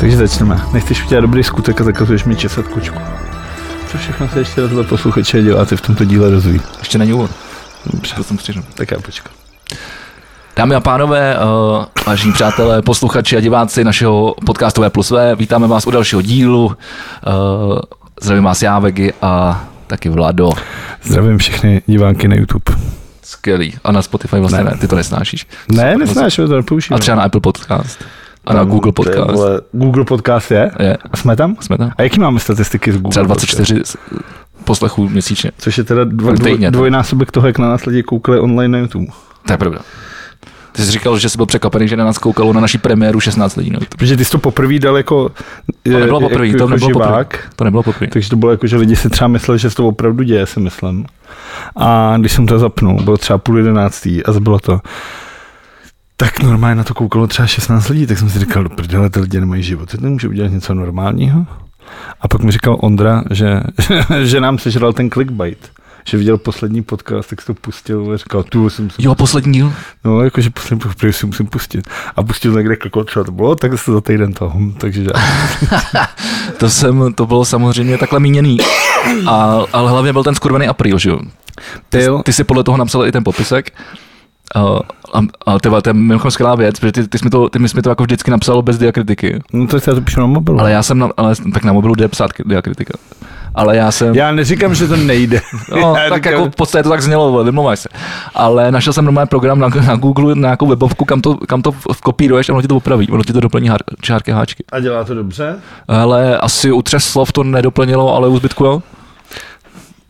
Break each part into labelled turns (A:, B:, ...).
A: Takže začneme. Nechceš udělat dobrý skutek a zakazuješ mi česat kočku. Co všechno se ještě rozhle posluchače děláte v tomto díle rozvíjí?
B: Ještě není úvod. Dobře. To jsem střihnul.
A: Tak já počkám.
B: Dámy a pánové, eh, vážení přátelé, posluchači a diváci našeho podcastu V plus V, vítáme vás u dalšího dílu. Eh, Zdravím vás já, Vegy, a taky Vlado.
A: Zdravím všechny diváky na YouTube.
B: Skvělý. A na Spotify vlastně
A: Ne.
B: ne, ty to nesnášíš.
A: Ne, nesnáš, to nepoužívám.
B: A třeba na Apple Podcast. A na
A: Tam,
B: Google
A: to je,
B: Podcast.
A: vole, Google Podcast je?
B: Je.
A: A jsme tam?
B: Jsme tam.
A: A prostě. jaký máme statistiky z Google?
B: Třeba
A: Podcast?
B: 24 s- poslechů měsíčně.
A: Což je teda dva,
B: Tak týdně,
A: dvoj,
B: tak.
A: dvojnásobek toho, jak na nás lidi koukali online na YouTube.
B: To je pravda. Ty jsi říkal, že jsi byl překvapený, že na nás koukalo na naší premiéru 16 lidí. No, to,
A: Protože ty jsi to poprvé dal jako...
B: to nebylo poprvé, to nebylo poprvé. To nebylo poprvé.
A: Takže to bylo jako, že lidi si třeba mysleli, že se to opravdu děje, si myslím. A když jsem to zapnul, bylo třeba půl jedenáctý a zbylo to. Tak normálně na to koukalo třeba 16 lidí, tak jsem si říkal, do prdele, ty lidi nemají život, ty nemůže udělat něco normálního. A pak mi říkal Ondra, že, že nám sežral ten clickbait že viděl poslední podcast, tak si to pustil a říkal, tu jsem si
B: Jo, poslední díl.
A: No, jakože poslední poprvé si musím pustit. A pustil to někde kokot, třeba to bylo, tak se za týden to. Hm, takže žádný.
B: To, jsem, to bylo samozřejmě takhle míněný. A, ale hlavně byl ten skurvený apríl, že jo? Ty,
A: jo.
B: ty si podle toho napsal i ten popisek. Uh, a, a tyva, to je mimochodem skvělá věc, protože ty, ty, jsi mi to, ty mi jsi mi to jako vždycky napsal bez diakritiky.
A: No to já to píšu na mobilu.
B: Ale já jsem, na, ale, tak na mobilu jde psát diakritika. Ale já jsem...
A: Já neříkám, že to nejde.
B: No,
A: Já
B: tak
A: říkám-
B: jako v podstatě to tak znělo, vole, vymlouváš se. Ale našel jsem normální program na, na Google, na nějakou webovku, kam to, kam to kopíruješ a ono ti to opraví, ono ti to doplní hár, čárky a háčky.
A: A dělá to dobře?
B: Ale asi u třech slov to nedoplnilo, ale u zbytku jo.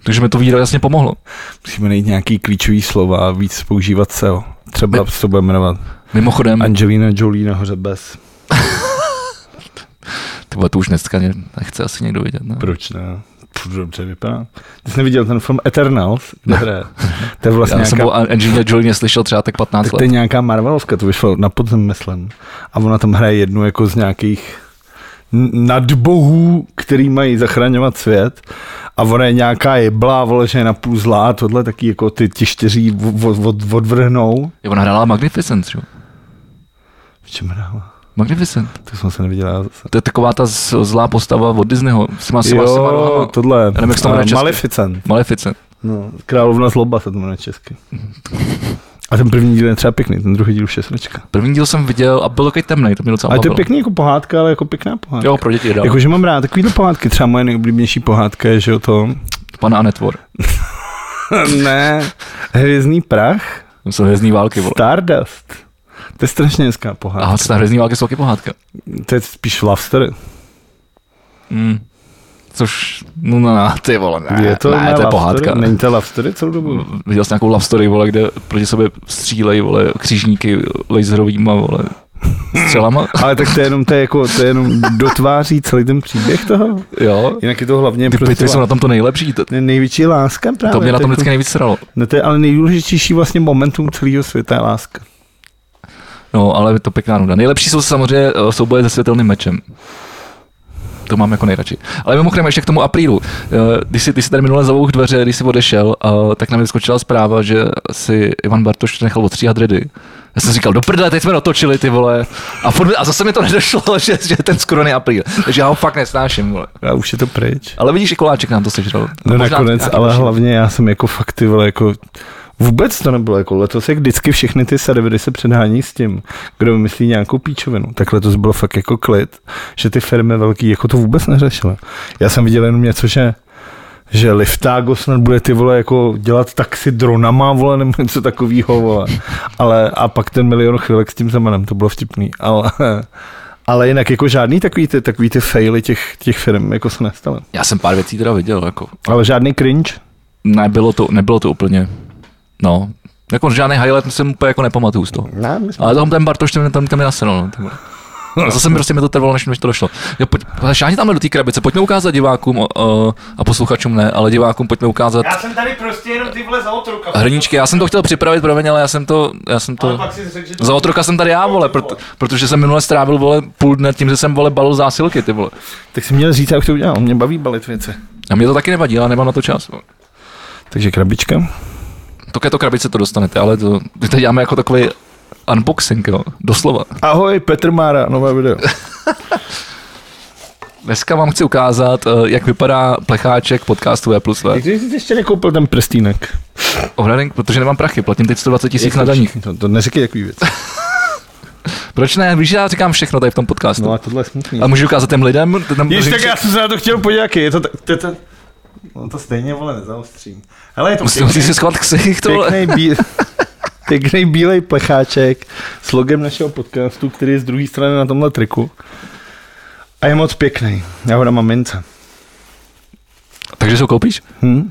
B: Takže mi to výrazně pomohlo.
A: Musíme najít nějaký klíčový slova a víc používat SEO. Třeba
B: My-
A: se to bude jmenovat
B: Mimochodem,
A: Angelina Jolie nahoře bez.
B: ty vole, to už dneska ne- nechce asi někdo vidět. Ne?
A: Proč ne? Furt dobře vypadá. Ty jsi neviděl ten film Eternals? Dobré. To je vlastně
B: Já jsem
A: nějaká,
B: o Angelina Jolie neslyšel třeba tak 15
A: tak to je
B: let.
A: nějaká Marvelovka, to vyšlo na podzem, myslím. A ona tam hraje jednu jako z nějakých n- nadbohů, který mají zachraňovat svět a ona je nějaká jeblá, vole, že je napůl zlá a tohle taky jako ty ti čtyři v- od- od- odvrhnou.
B: Jo, Ona hrála Magnificent, že? jo?
A: V čem hrála?
B: Magnificent.
A: To jsem se neviděl. já Zase.
B: To je taková ta z- zlá postava od Disneyho. S těma, s těma, s těma
A: Jo,
B: nohama.
A: tohle.
B: nevím, jak se to jmenuje
A: eh,
B: česky.
A: Maleficent.
B: Maleficent.
A: No, Královna zloba se to jmenuje česky. A ten první díl je třeba pěkný, ten druhý díl už je sračka.
B: První díl jsem viděl a byl takový temný, to mě docela
A: Ale to je
B: bavilo.
A: pěkný jako pohádka, ale jako pěkná pohádka.
B: Jo, pro děti je dál. Jako...
A: Jakože mám rád takovýhle pohádky, třeba moje nejoblíbenější pohádka je, že jo to,
B: Pana a netvor.
A: ne, Hvězdný prach,
B: Tam jsou hvězdní války, vole.
A: Stardust. To je strašně hezká pohádka.
B: A ta hvězdní války jsou taky pohádka.
A: To je spíš love story.
B: Mm. Což, no, no, no, ty vole, ne,
A: je to,
B: ne, to je
A: love
B: pohádka.
A: Story?
B: Mm.
A: Není to love story celou dobu?
B: Viděl jsi nějakou love story, vole, kde proti sobě střílejí, vole, křížníky laserovýma, vole, střelama.
A: Ale tak to je jenom, to je jako, to je jenom dotváří celý ten příběh toho.
B: Jo.
A: Jinak je to hlavně
B: Ty
A: prostě
B: pitvy jsou na tom to nejlepší. To,
A: ne- největší láska právě.
B: to mě na tom
A: jako-
B: vždycky nejvíc sralo.
A: No to je ale nejdůležitější vlastně momentum celého světa je láska.
B: No, ale je to pěkná nuda. Nejlepší jsou samozřejmě eh, souboje se světelným mečem. To mám jako nejradši. Ale mimochodem ještě k tomu aprílu. Eh, Když si, když si tady minule zavouch dveře, když si odešel, eh, tak nám vyskočila zpráva, že si Ivan Bartoš nechal otříhat redy. Já jsem říkal, do prdele, teď jsme dotočili ty vole. A, furt, a zase mi to nedošlo, že, že ten skoro apríl. Takže já ho fakt nesnáším, vole.
A: A už je to pryč.
B: Ale vidíš, i koláček nám to sežral.
A: No
B: Možná
A: nakonec,
B: nějaký
A: ale
B: další.
A: hlavně já jsem jako fakt ty vole, jako vůbec to nebylo jako letos, jak vždycky všechny ty servery se předhání s tím, kdo vymyslí nějakou píčovinu. Tak letos bylo fakt jako klid, že ty firmy velký jako to vůbec neřešily. Já jsem viděl jenom něco, že že Liftago snad bude ty vole jako dělat taxi dronama, vole, nebo něco takového, vole. Ale, a pak ten milion chvilek s tím zemanem, to bylo vtipný, ale, ale jinak jako žádný takový ty, takový ty faily těch, těch firm jako se nestaly.
B: Já jsem pár věcí teda viděl, jako.
A: Ale žádný cringe?
B: Nebylo to, nebylo to úplně. No, jako žádný highlight jsem úplně jako nepamatuju z toho.
A: Ne, my jsme...
B: Ale tam ten Bartoš, ten, ten, ten mě nasenul. No, ty vole. a zase mi prostě mi to trvalo, než mi to došlo. Jo, pojď, hele, šáhni tamhle do té krabice, pojďme ukázat divákům o, o, a posluchačům ne, ale divákům pojďme ukázat
C: Já jsem tady prostě jenom ty vole za otroka.
B: hrníčky. Já jsem to chtěl připravit, promiň, ale já jsem to, já jsem
C: Ale
B: to...
C: pak si řekl, že to...
B: Za otroka jsem tady já, vole, proto, protože jsem minule strávil, vole, půl dne tím, že jsem, vole, balil zásilky, ty vole.
A: Tak jsem měl říct, jak to udělal. Mě baví balit věci.
B: A mě to taky nevadí, ale nemám na to čas. vole.
A: Takže krabička.
B: To ke to krabice to dostanete, ale to, my to děláme jako takový unboxing, jo, doslova.
A: Ahoj, Petr Mára, nové video.
B: Dneska vám chci ukázat, eh, jak vypadá plecháček podcastu V plus V.
A: Jak jsi si ještě nekoupil ten prstínek?
B: Ohradenk, protože nemám prachy, platím teď 120 tisíc na daních.
A: No, To, to neříkej takový věc.
B: Proč ne? Víš, že já říkám všechno tady v tom podcastu.
A: No a tohle je smutný.
B: A můžu ukázat těm lidem? Tam
A: Víš, tak já jsem se na to chtěl podívat, jaký je to, tak- to, je to, no to stejně, vole, nezaostřím. Hele, je to
B: Musím musím si schovat ksicht, vole.
A: pěkný, bí, pěkný bílej plecháček s logem našeho podcastu, který je z druhé strany na tomhle triku. A je moc pěkný. Já ho dám a mince.
B: Takže si ho koupíš?
A: Hm?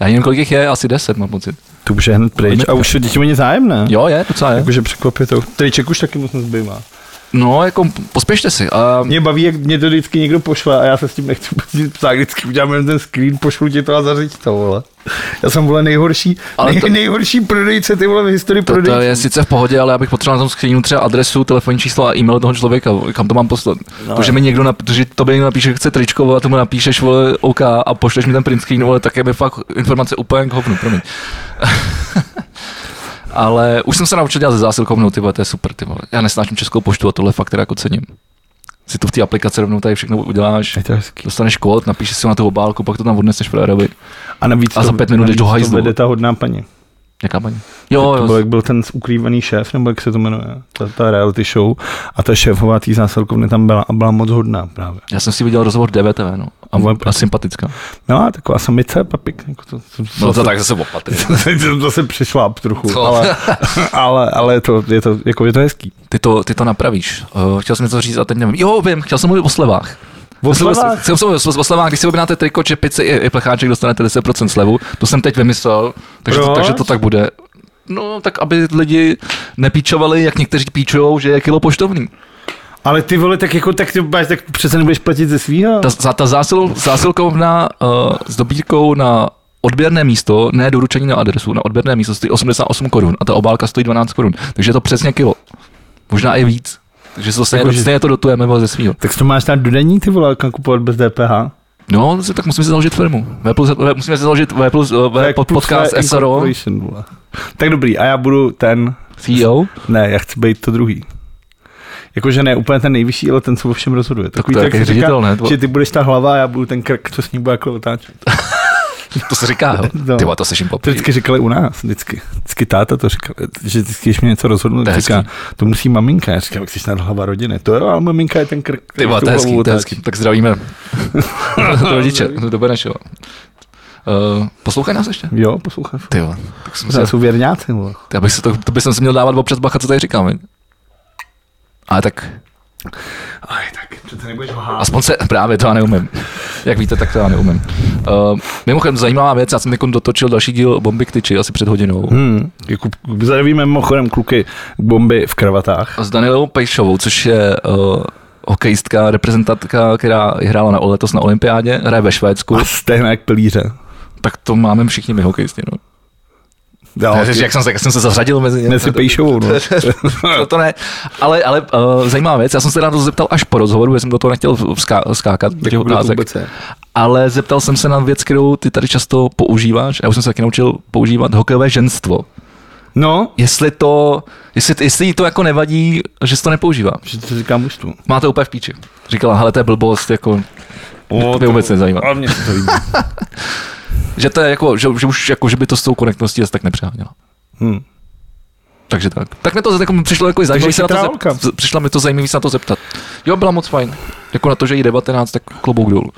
B: Já nevím, kolik jich je, asi 10, mám pocit.
A: To už je hned pryč. A už děti oni zájem, ne?
B: Jo, je, docela je.
A: No. Jakože překvapit to. Triček už taky moc nezbývá.
B: No, jako pospěšte si. A
A: Mě baví, jak mě to vždycky někdo pošle a já se s tím nechci vůbec nic psát. Vždycky udělám jen ten screen, pošlu ti to a zařiď to, vole. Já jsem, vole, nejhorší,
B: Ale
A: nej,
B: to-
A: nejhorší prodejce, ty vole, v historii
B: to, to,
A: prodejců.
B: je sice v pohodě, ale já bych potřeboval na tom skřínu třeba adresu, telefonní číslo a e-mail toho člověka, vole, kam to mám poslat. No, protože mi někdo, nap- protože to někdo napíše, že chce tričko, vole, a tomu napíšeš, vole, OK, a pošleš mi ten print screen, vole, tak je mi fakt informace úplně k hovnu, promiň. ale už jsem se naučil dělat ze zásilkovnou, ty vole, to je super, ty vole. Já nesnáším českou poštu a tohle fakt teda jako cením. Si to v té aplikaci rovnou tady všechno uděláš.
A: Je to hezký.
B: Dostaneš kód, napíšeš si ho na tu obálku, pak to tam odneseš frajerovi.
A: A navíc
B: A za
A: to-
B: pět minut jdeš do
A: navíc to
B: hajzlu.
A: vede ta hodná paní.
B: Jaká paní?
A: Jo,
B: Jo,
A: to byl,
B: jo,
A: jak byl ten ukrývaný šéf, nebo jak se to jmenuje, ta, ta reality show. A ta šéfová tý zásilkovny tam byla a byla moc hodná právě.
B: já jsem si viděl rozhovor DVTV, no. A,
A: Vole,
B: a sympatická.
A: Milá taková samice, papik. Jako to, to,
B: No to tak zase opatrně.
A: jsem zase přešláp trochu,
B: To-
A: ale, ale, ale to, je, to, jako je to hezký.
B: Ty to, ty to napravíš. Uh, chtěl jsem něco říct a teď nevím. Jo, vím, chtěl jsem mluvit o slevách.
A: O
B: Chtěl jsem
A: slevách?
B: mluvit- Chtěl jsem mluvit o slevách, když si objednáte triko, čepici i, i plecháček, dostanete 10% slevu. To jsem teď vymyslel, takže, to,
A: Proč?
B: takže to tak bude. No, tak aby lidi nepíčovali, jak někteří píčujou, že je kilo poštovný.
A: Ale ty vole, tak jako tak, ty máš, tak přece nebudeš platit ze svýho.
B: Ta, za- ta zásil, zásilkovna uh, s dobírkou na odběrné místo, ne doručení na adresu, na odběrné místo stojí 88 korun a ta obálka stojí 12 korun. Takže je to přesně kilo. Možná i víc. Takže se to stejně,
A: Jakože-
B: stejně to dotujeme vole, ze svýho.
A: Tak si to máš na dodení ty vole, kam kupovat bez DPH.
B: No, si- tak musíme si založit firmu. V plus, v, musíme si založit V plus, eh, v,
A: Tak
B: pod,
A: plus
B: podcast
A: V
B: SRO,
A: Incorporation, vole. Tak dobrý, a já budu ten,
B: CEO.
A: ne, já chci být to druhý. Jakože ne úplně ten nejvyšší, ale ten, co o všem rozhoduje. Takový
B: to je
A: jak
B: jaký
A: se říká,
B: ředitel, ne? To-
A: Že ty budeš ta hlava a já budu ten krk, co s ní bude jako otáčet.
B: To se říká, jo.
A: No.
B: Ty vole, to seším
A: To
B: popí.
A: vždycky říkali u nás, vždycky. Vždycky táta to říkal, že vždycky, když mi něco rozhodnul,
B: To je
A: tak říká,
B: hezký.
A: to musí maminka. Já říkám, jak jsi nad hlava rodiny. To jo, ale maminka je ten krk.
B: Ty
A: který
B: vole,
A: tu
B: to je
A: hlavu
B: hezký, to je
A: otáčí.
B: hezký. Tak zdravíme. rodiče, do Benešova. Uh, poslouchaj nás ještě.
A: Jo, poslouchej.
B: Ty vole, tak jsem se
A: To jsou věrňáci, vole.
B: Ty, abych se to, to bych se měl dávat občas bacha, co tady říkám. viď? Ale tak
A: Aj, tak přece nebudeš lhát.
B: aspoň se právě to já neumím. Jak víte, tak to já neumím. Uh, mimochodem, zajímavá věc, já jsem teď dotočil další díl Bomby k tyči asi před hodinou.
A: Hmm, Jakub, zdravíme mimochodem kluky bomby v kravatách.
B: S Danilou Pejšovou, což je uh, hokejistka, reprezentantka, která hrála na letos na olympiádě, hraje ve Švédsku,
A: A stehna jak pilíře.
B: tak to máme všichni my hokejisti. No.
A: Jo,
B: Já, jak, jsem se, jak jsem se zařadil mezi ně.
A: Nesi pejšovou, no.
B: to, to ne. Ale, ale uh, zajímavá věc, já jsem se na to zeptal až po rozhovoru, já jsem do toho nechtěl vzká- skákat. do těch
A: Kdo to
B: otázek.
A: Jako vůbec je?
B: Ale zeptal jsem se na věc, kterou ty tady často používáš, a už jsem se taky naučil používat hokejové ženstvo.
A: No,
B: Jestli to, jestli, jestli jí to jako nevadí, že se to nepoužívá.
A: že to říkám už tu.
B: Máte úplně v píči. Říkala, hele, to je blbost, jako,
A: O,
B: to mě vůbec nezajímá.
A: A mě se to líbí.
B: Že to je jako, že, že už jako, že by to s tou konektností asi tak nepřeháněla.
A: Hm.
B: Takže tak. Tak mi to jako, přišlo jako zajímavé
A: Takže
B: se na to
A: chytrálka.
B: zep- přišla mi to zajímavé se na to zeptat. Jo, byla moc fajn. Jako na to, že jí 19, tak klobouk dolů.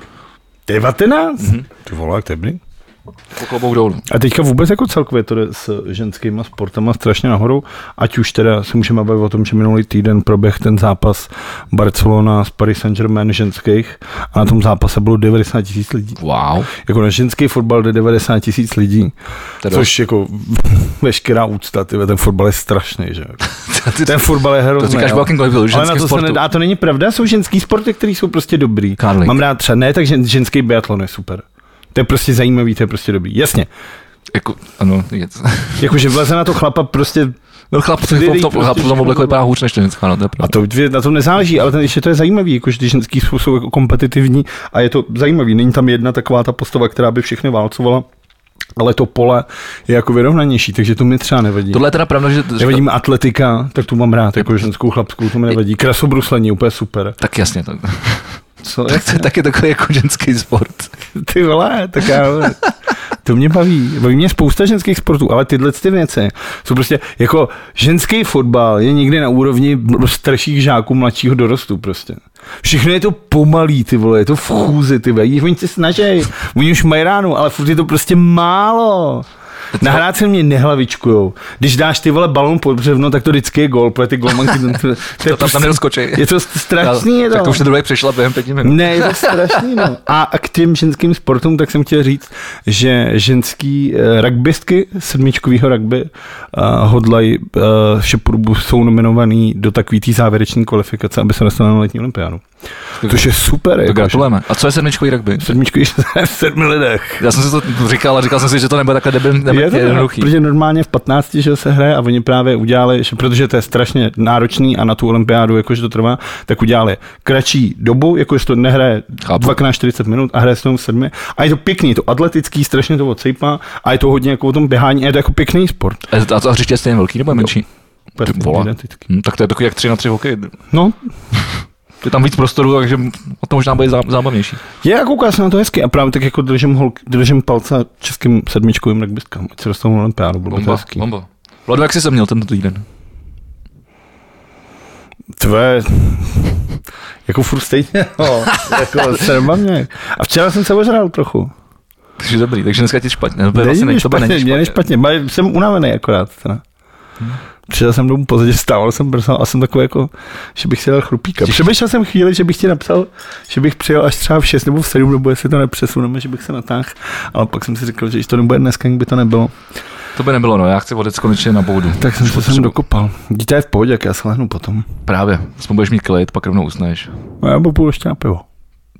A: 19?
B: Mhm.
A: Ty vole, jak to je dobrý.
B: Jako Klobouk dolů.
A: A teďka vůbec jako celkově to jde s ženskýma sportama strašně nahoru, ať už teda se můžeme bavit o tom, že minulý týden proběh ten zápas Barcelona s Paris Saint-Germain ženských a na tom zápase bylo 90 tisíc lidí.
B: Wow.
A: Jako na ženský fotbal jde 90 tisíc lidí,
B: Teda.
A: což jako veškerá úcta, tyhle, ten fotbal je strašný, že? jo. Ten fotbal je
B: to
A: hrozný.
B: říkáš
A: jo.
B: v jakýmkoliv
A: ale na
B: ženském
A: to se
B: sportu.
A: nedá, a to není pravda, jsou ženský sporty, které jsou prostě dobrý.
B: Karlik.
A: Mám rád třeba, ne, takže ženský biatlon je super. To je prostě zajímavý, to je prostě dobrý. Jasně,
B: Jako, ano, je to.
A: Jakože Jako, vleze na to chlapa prostě,
B: No chlap, to,
A: Lidí
B: v tom,
A: prostě
B: chlap v tom obleku
A: všechno-
B: vypadá hůř než ženská, no to je
A: a
B: pravda.
A: to dvě- na tom nezáleží, ale ten, ještě to je zajímavý, jakože ty ženský jsou, jsou jako kompetitivní a je to zajímavý. Není tam jedna taková ta postava, která by všechny válcovala, ale to pole je jako vyrovnanější, takže to mi třeba nevadí.
B: Tohle je teda pravda, že...
A: Nevadí mi atletika, tak tu mám rád, jako ženskou chlapskou, to mi nevadí. Krasobruslení, úplně super.
B: Tak jasně, tak.
A: Co?
B: Tak to je taky takový jako ženský sport.
A: Ty vole, tak já... To mě baví. Baví mě spousta ženských sportů, ale tyhle ty věci jsou prostě jako ženský fotbal je někde na úrovni starších žáků mladšího dorostu prostě. Všechno je to pomalý, ty vole, je to v chůzi, ty vole. Oni se snaží, oni už mají ránu, ale furt je to prostě málo. Na hrádce mě nehlavičkujou. Když dáš ty vole balon pod břevno, tak to vždycky je gol, protože ty golmanky... To, to, to
B: To tam, tam nedoskočí.
A: je to strašný. je to. Mm,
B: Tak to už ten druhý přišla během pěti minut.
A: Ne, je to strašný, no. A, a k těm ženským sportům, tak jsem chtěl říct, že ženský eh, rugbystky sedmičkovýho rugby eh, hodlají eh, Šepurbu jsou nominovaný do takový té závěreční kvalifikace, aby se dostali na letní olympiádu. Což je super.
B: To
A: jako,
B: gratulujeme. A co je sedmičkový rugby?
A: že Sedmičkový v sedmi lidech.
B: Já jsem si to říkal a říkal jsem si, že to nebude takhle debil,
A: Je
B: nebude
A: to,
B: to jednoduchý.
A: protože normálně v 15 že se hraje a oni právě udělali, že protože to je strašně náročný a na tu olympiádu jakože to trvá, tak udělali kratší dobu, jakože to nehraje
B: Chápu.
A: 2 na 40 minut a hraje se tomu v sedmi. A je to pěkný, je to atletický, strašně to odsejpá a je to hodně jako o tom běhání a je to jako pěkný sport.
B: A to a hřiště je stejně velký
A: No.
B: nebo je menší?
A: Úplně
B: vole.
A: identický.
B: Hm, tak to je takový jak tři na tři hokej.
A: No,
B: Je tam víc prostoru, takže o to možná bude zá- zábavnější.
A: je a kouká se na to hezky a právě tak jako držím, holk, držím palce českým sedmičkovým rugbyskám, ať se dostanou na olympiádu, bylo by to
B: Bomba,
A: hezký.
B: bomba. Vlado, jak jsi se měl tento týden?
A: Tvé, jako furt stejně, no, jako serba mě. A včera jsem se ožral trochu.
B: Takže dobrý, takže dneska ti špatně. Nebo
A: Není
B: vlastně
A: mi
B: ne, to
A: špatně, Hmm.
B: není
A: mě
B: špatně.
A: není špatně, ba- jsem unavený akorát. Teda. Přišel jsem domů pozdě, stával jsem brzal a jsem takový jako, že bych si dal chrupíka. Přemýšlel jsem chvíli, že bych ti napsal, že bych přijel až třeba v 6 nebo v 7, nebo jestli to nepřesuneme, že bych se natáhl, ale pak jsem si říkal, že když to nebude dneska, jak by to nebylo,
B: To by nebylo, no, já chci odjet konečně na boudu.
A: tak jsem
B: Už
A: se sem
B: potřebuji-
A: dokopal. Dítě je v pohodě, jak já se lehnu potom.
B: Právě, aspoň budeš mít klid, pak rovnou usneš.
A: No já budu ještě na pivo.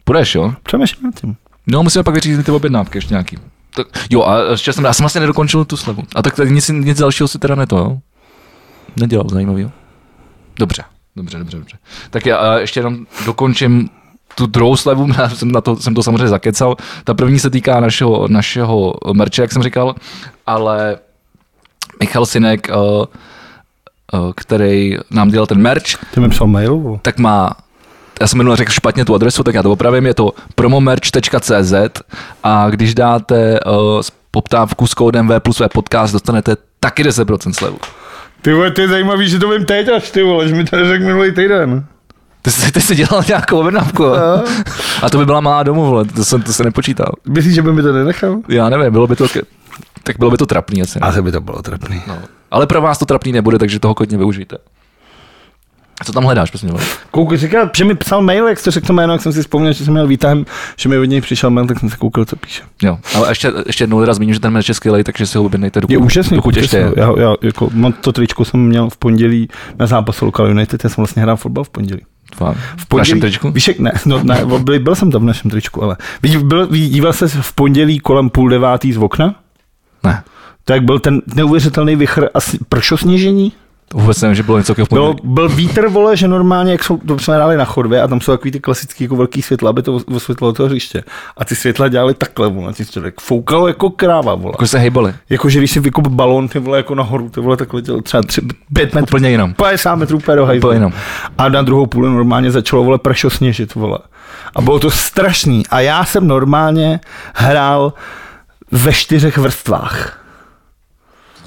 B: Půjdeš, jo?
A: Přemýšlím nad tím.
B: No, musíme pak vyřídit ty objednávky ještě nějaký. Tak, jo, a ještě jsem, já jsem vlastně nedokončil tu slevu. A tak, tak nic, nic dalšího si teda neto, jo? Nedělal zajímavý, jo? Dobře, dobře, dobře, dobře. Tak já a ještě jenom dokončím tu druhou slevu, já jsem, na to, jsem to samozřejmě zakecal. Ta první se týká našeho, našeho merče, jak jsem říkal, ale Michal Sinek, eh, eh, který nám dělal ten merch,
A: Ty mi psal mail, vole.
B: tak má já jsem minule řekl špatně tu adresu, tak já to opravím, je to promomerch.cz a když dáte uh, poptávku s kódem V plus V podcast, dostanete taky 10% slevu.
A: Ty vole, to je zajímavý, že to vím teď až, ty vole, že mi to řekl minulý týden.
B: Ty jsi, ty jsi dělal nějakou objednávku.
A: No.
B: A to by byla malá domů, vole, to jsem, to jsem nepočítal.
A: Myslíš, že by mi to nenechal?
B: Já nevím, bylo by to, ke- tak bylo by to trapný asi. ne?
A: A to by to bylo trapný.
B: No. Ale pro vás to trapný nebude, takže toho hodně využijte. Co tam hledáš, prosím tě?
A: Koukej, říkal, že mi psal mail, jak jsi to řekl to jméno, jak jsem si vzpomněl, že jsem měl výtahem, že mi od něj přišel mail, tak jsem se koukal, co píše.
B: Jo, ale ještě, ještě jednou teda zmíním, že ten merch je skvělý, takže si ho objednejte, dokud,
A: Je úžasný,
B: dokud ještě je.
A: úžasný. Já, já, jako, mám to tričko jsem měl v pondělí na zápasu Local United, já jsem vlastně hrál fotbal v pondělí.
B: Fakt.
A: V
B: V
A: pondělí
B: našem tričku?
A: Víš, jak, ne, no, ne, byl, byl, jsem tam v našem tričku, ale vidí- byl, díval se v pondělí kolem půl devátý z okna,
B: Ne.
A: tak byl ten neuvěřitelný vychr a s- pršosněžení.
B: To vůbec nevím, že bylo něco takového v
A: Bylo,
B: pondělí.
A: No, byl vítr, vole, že normálně, jak jsou, to jsme hráli na chodbě a tam jsou takový ty klasický jako velký světla, aby to osvětlilo to hřiště. A ty světla dělali takhle, vole, a ty člověk foukal jako kráva, vole.
B: Jako že se hejbali.
A: Jako, že když si vykup balón, ty vole, jako nahoru, ty vole, takhle dělal třeba tři, pět metrů,
B: Úplně jinam.
A: 50 metrů úplně do hajzlu.
B: Úplně jinam.
A: A na druhou půli normálně začalo, vole, pršo sněžit, vole. A bylo to strašný. A já jsem normálně hrál ve čtyřech vrstvách.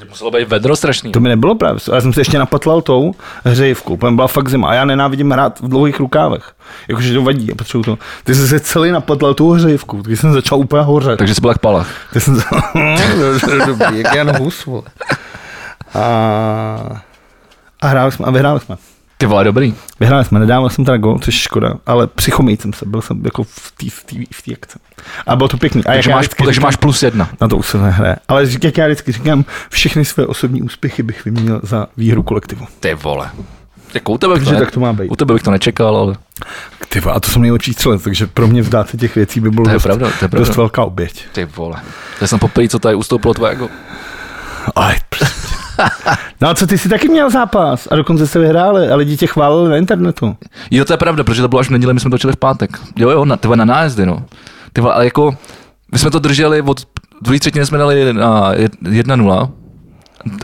B: Muselo být vedro strašný.
A: To mi nebylo právě. Já jsem se ještě napatlal tou hřejivkou. Potom byla fakt zima. A já nenávidím hrát v dlouhých rukávech. Jakože to vadí, já potřebuju to. Ty jsi se celý napatlal tou hřejivkou, tak jsem začal úplně hořet.
B: Takže jsi byl jak palach.
A: Ty jsem začal... Dobrý, jak Jan Hus, vole. A... A hráli jsme, a vyhráli jsme.
B: Ty vole, dobrý.
A: Vyhráli jsme, nedával jsem teda gol, což je škoda, ale přichomil jsem se, byl jsem jako v té v tý, v tý akce. A bylo to pěkný. A jak
B: Takže
A: já
B: máš,
A: vždycky
B: takže
A: říkám-
B: máš plus jedna.
A: na to už se nehraje. Ale jak já vždycky říkám, všechny své osobní úspěchy bych vyměnil za výhru kolektivu.
B: Ty vole. Jako u tebe, bych
A: Takže
B: ne-
A: tak to má být.
B: U tebe bych to nečekal, ale
A: Ty vole, a to jsem nejlepší střelec, takže pro mě vzdát se těch věcí by bylo
B: To je
A: dost,
B: pravda, to je pravda.
A: dost velká oběť.
B: ty vole. To jsem poprvé, co tady ustoupilo tvoje jako.
A: Aj, prostě. no a co, ty jsi taky měl zápas a dokonce se vyhráli a lidi tě chválili na internetu.
B: Jo, to je pravda, protože to bylo až v neděli, my jsme točili v pátek. Jo, jo, na, ty vole, na nájezdy, no. Ty vole, ale jako, my jsme to drželi od druhé třetiny jsme dali na jed- 1-0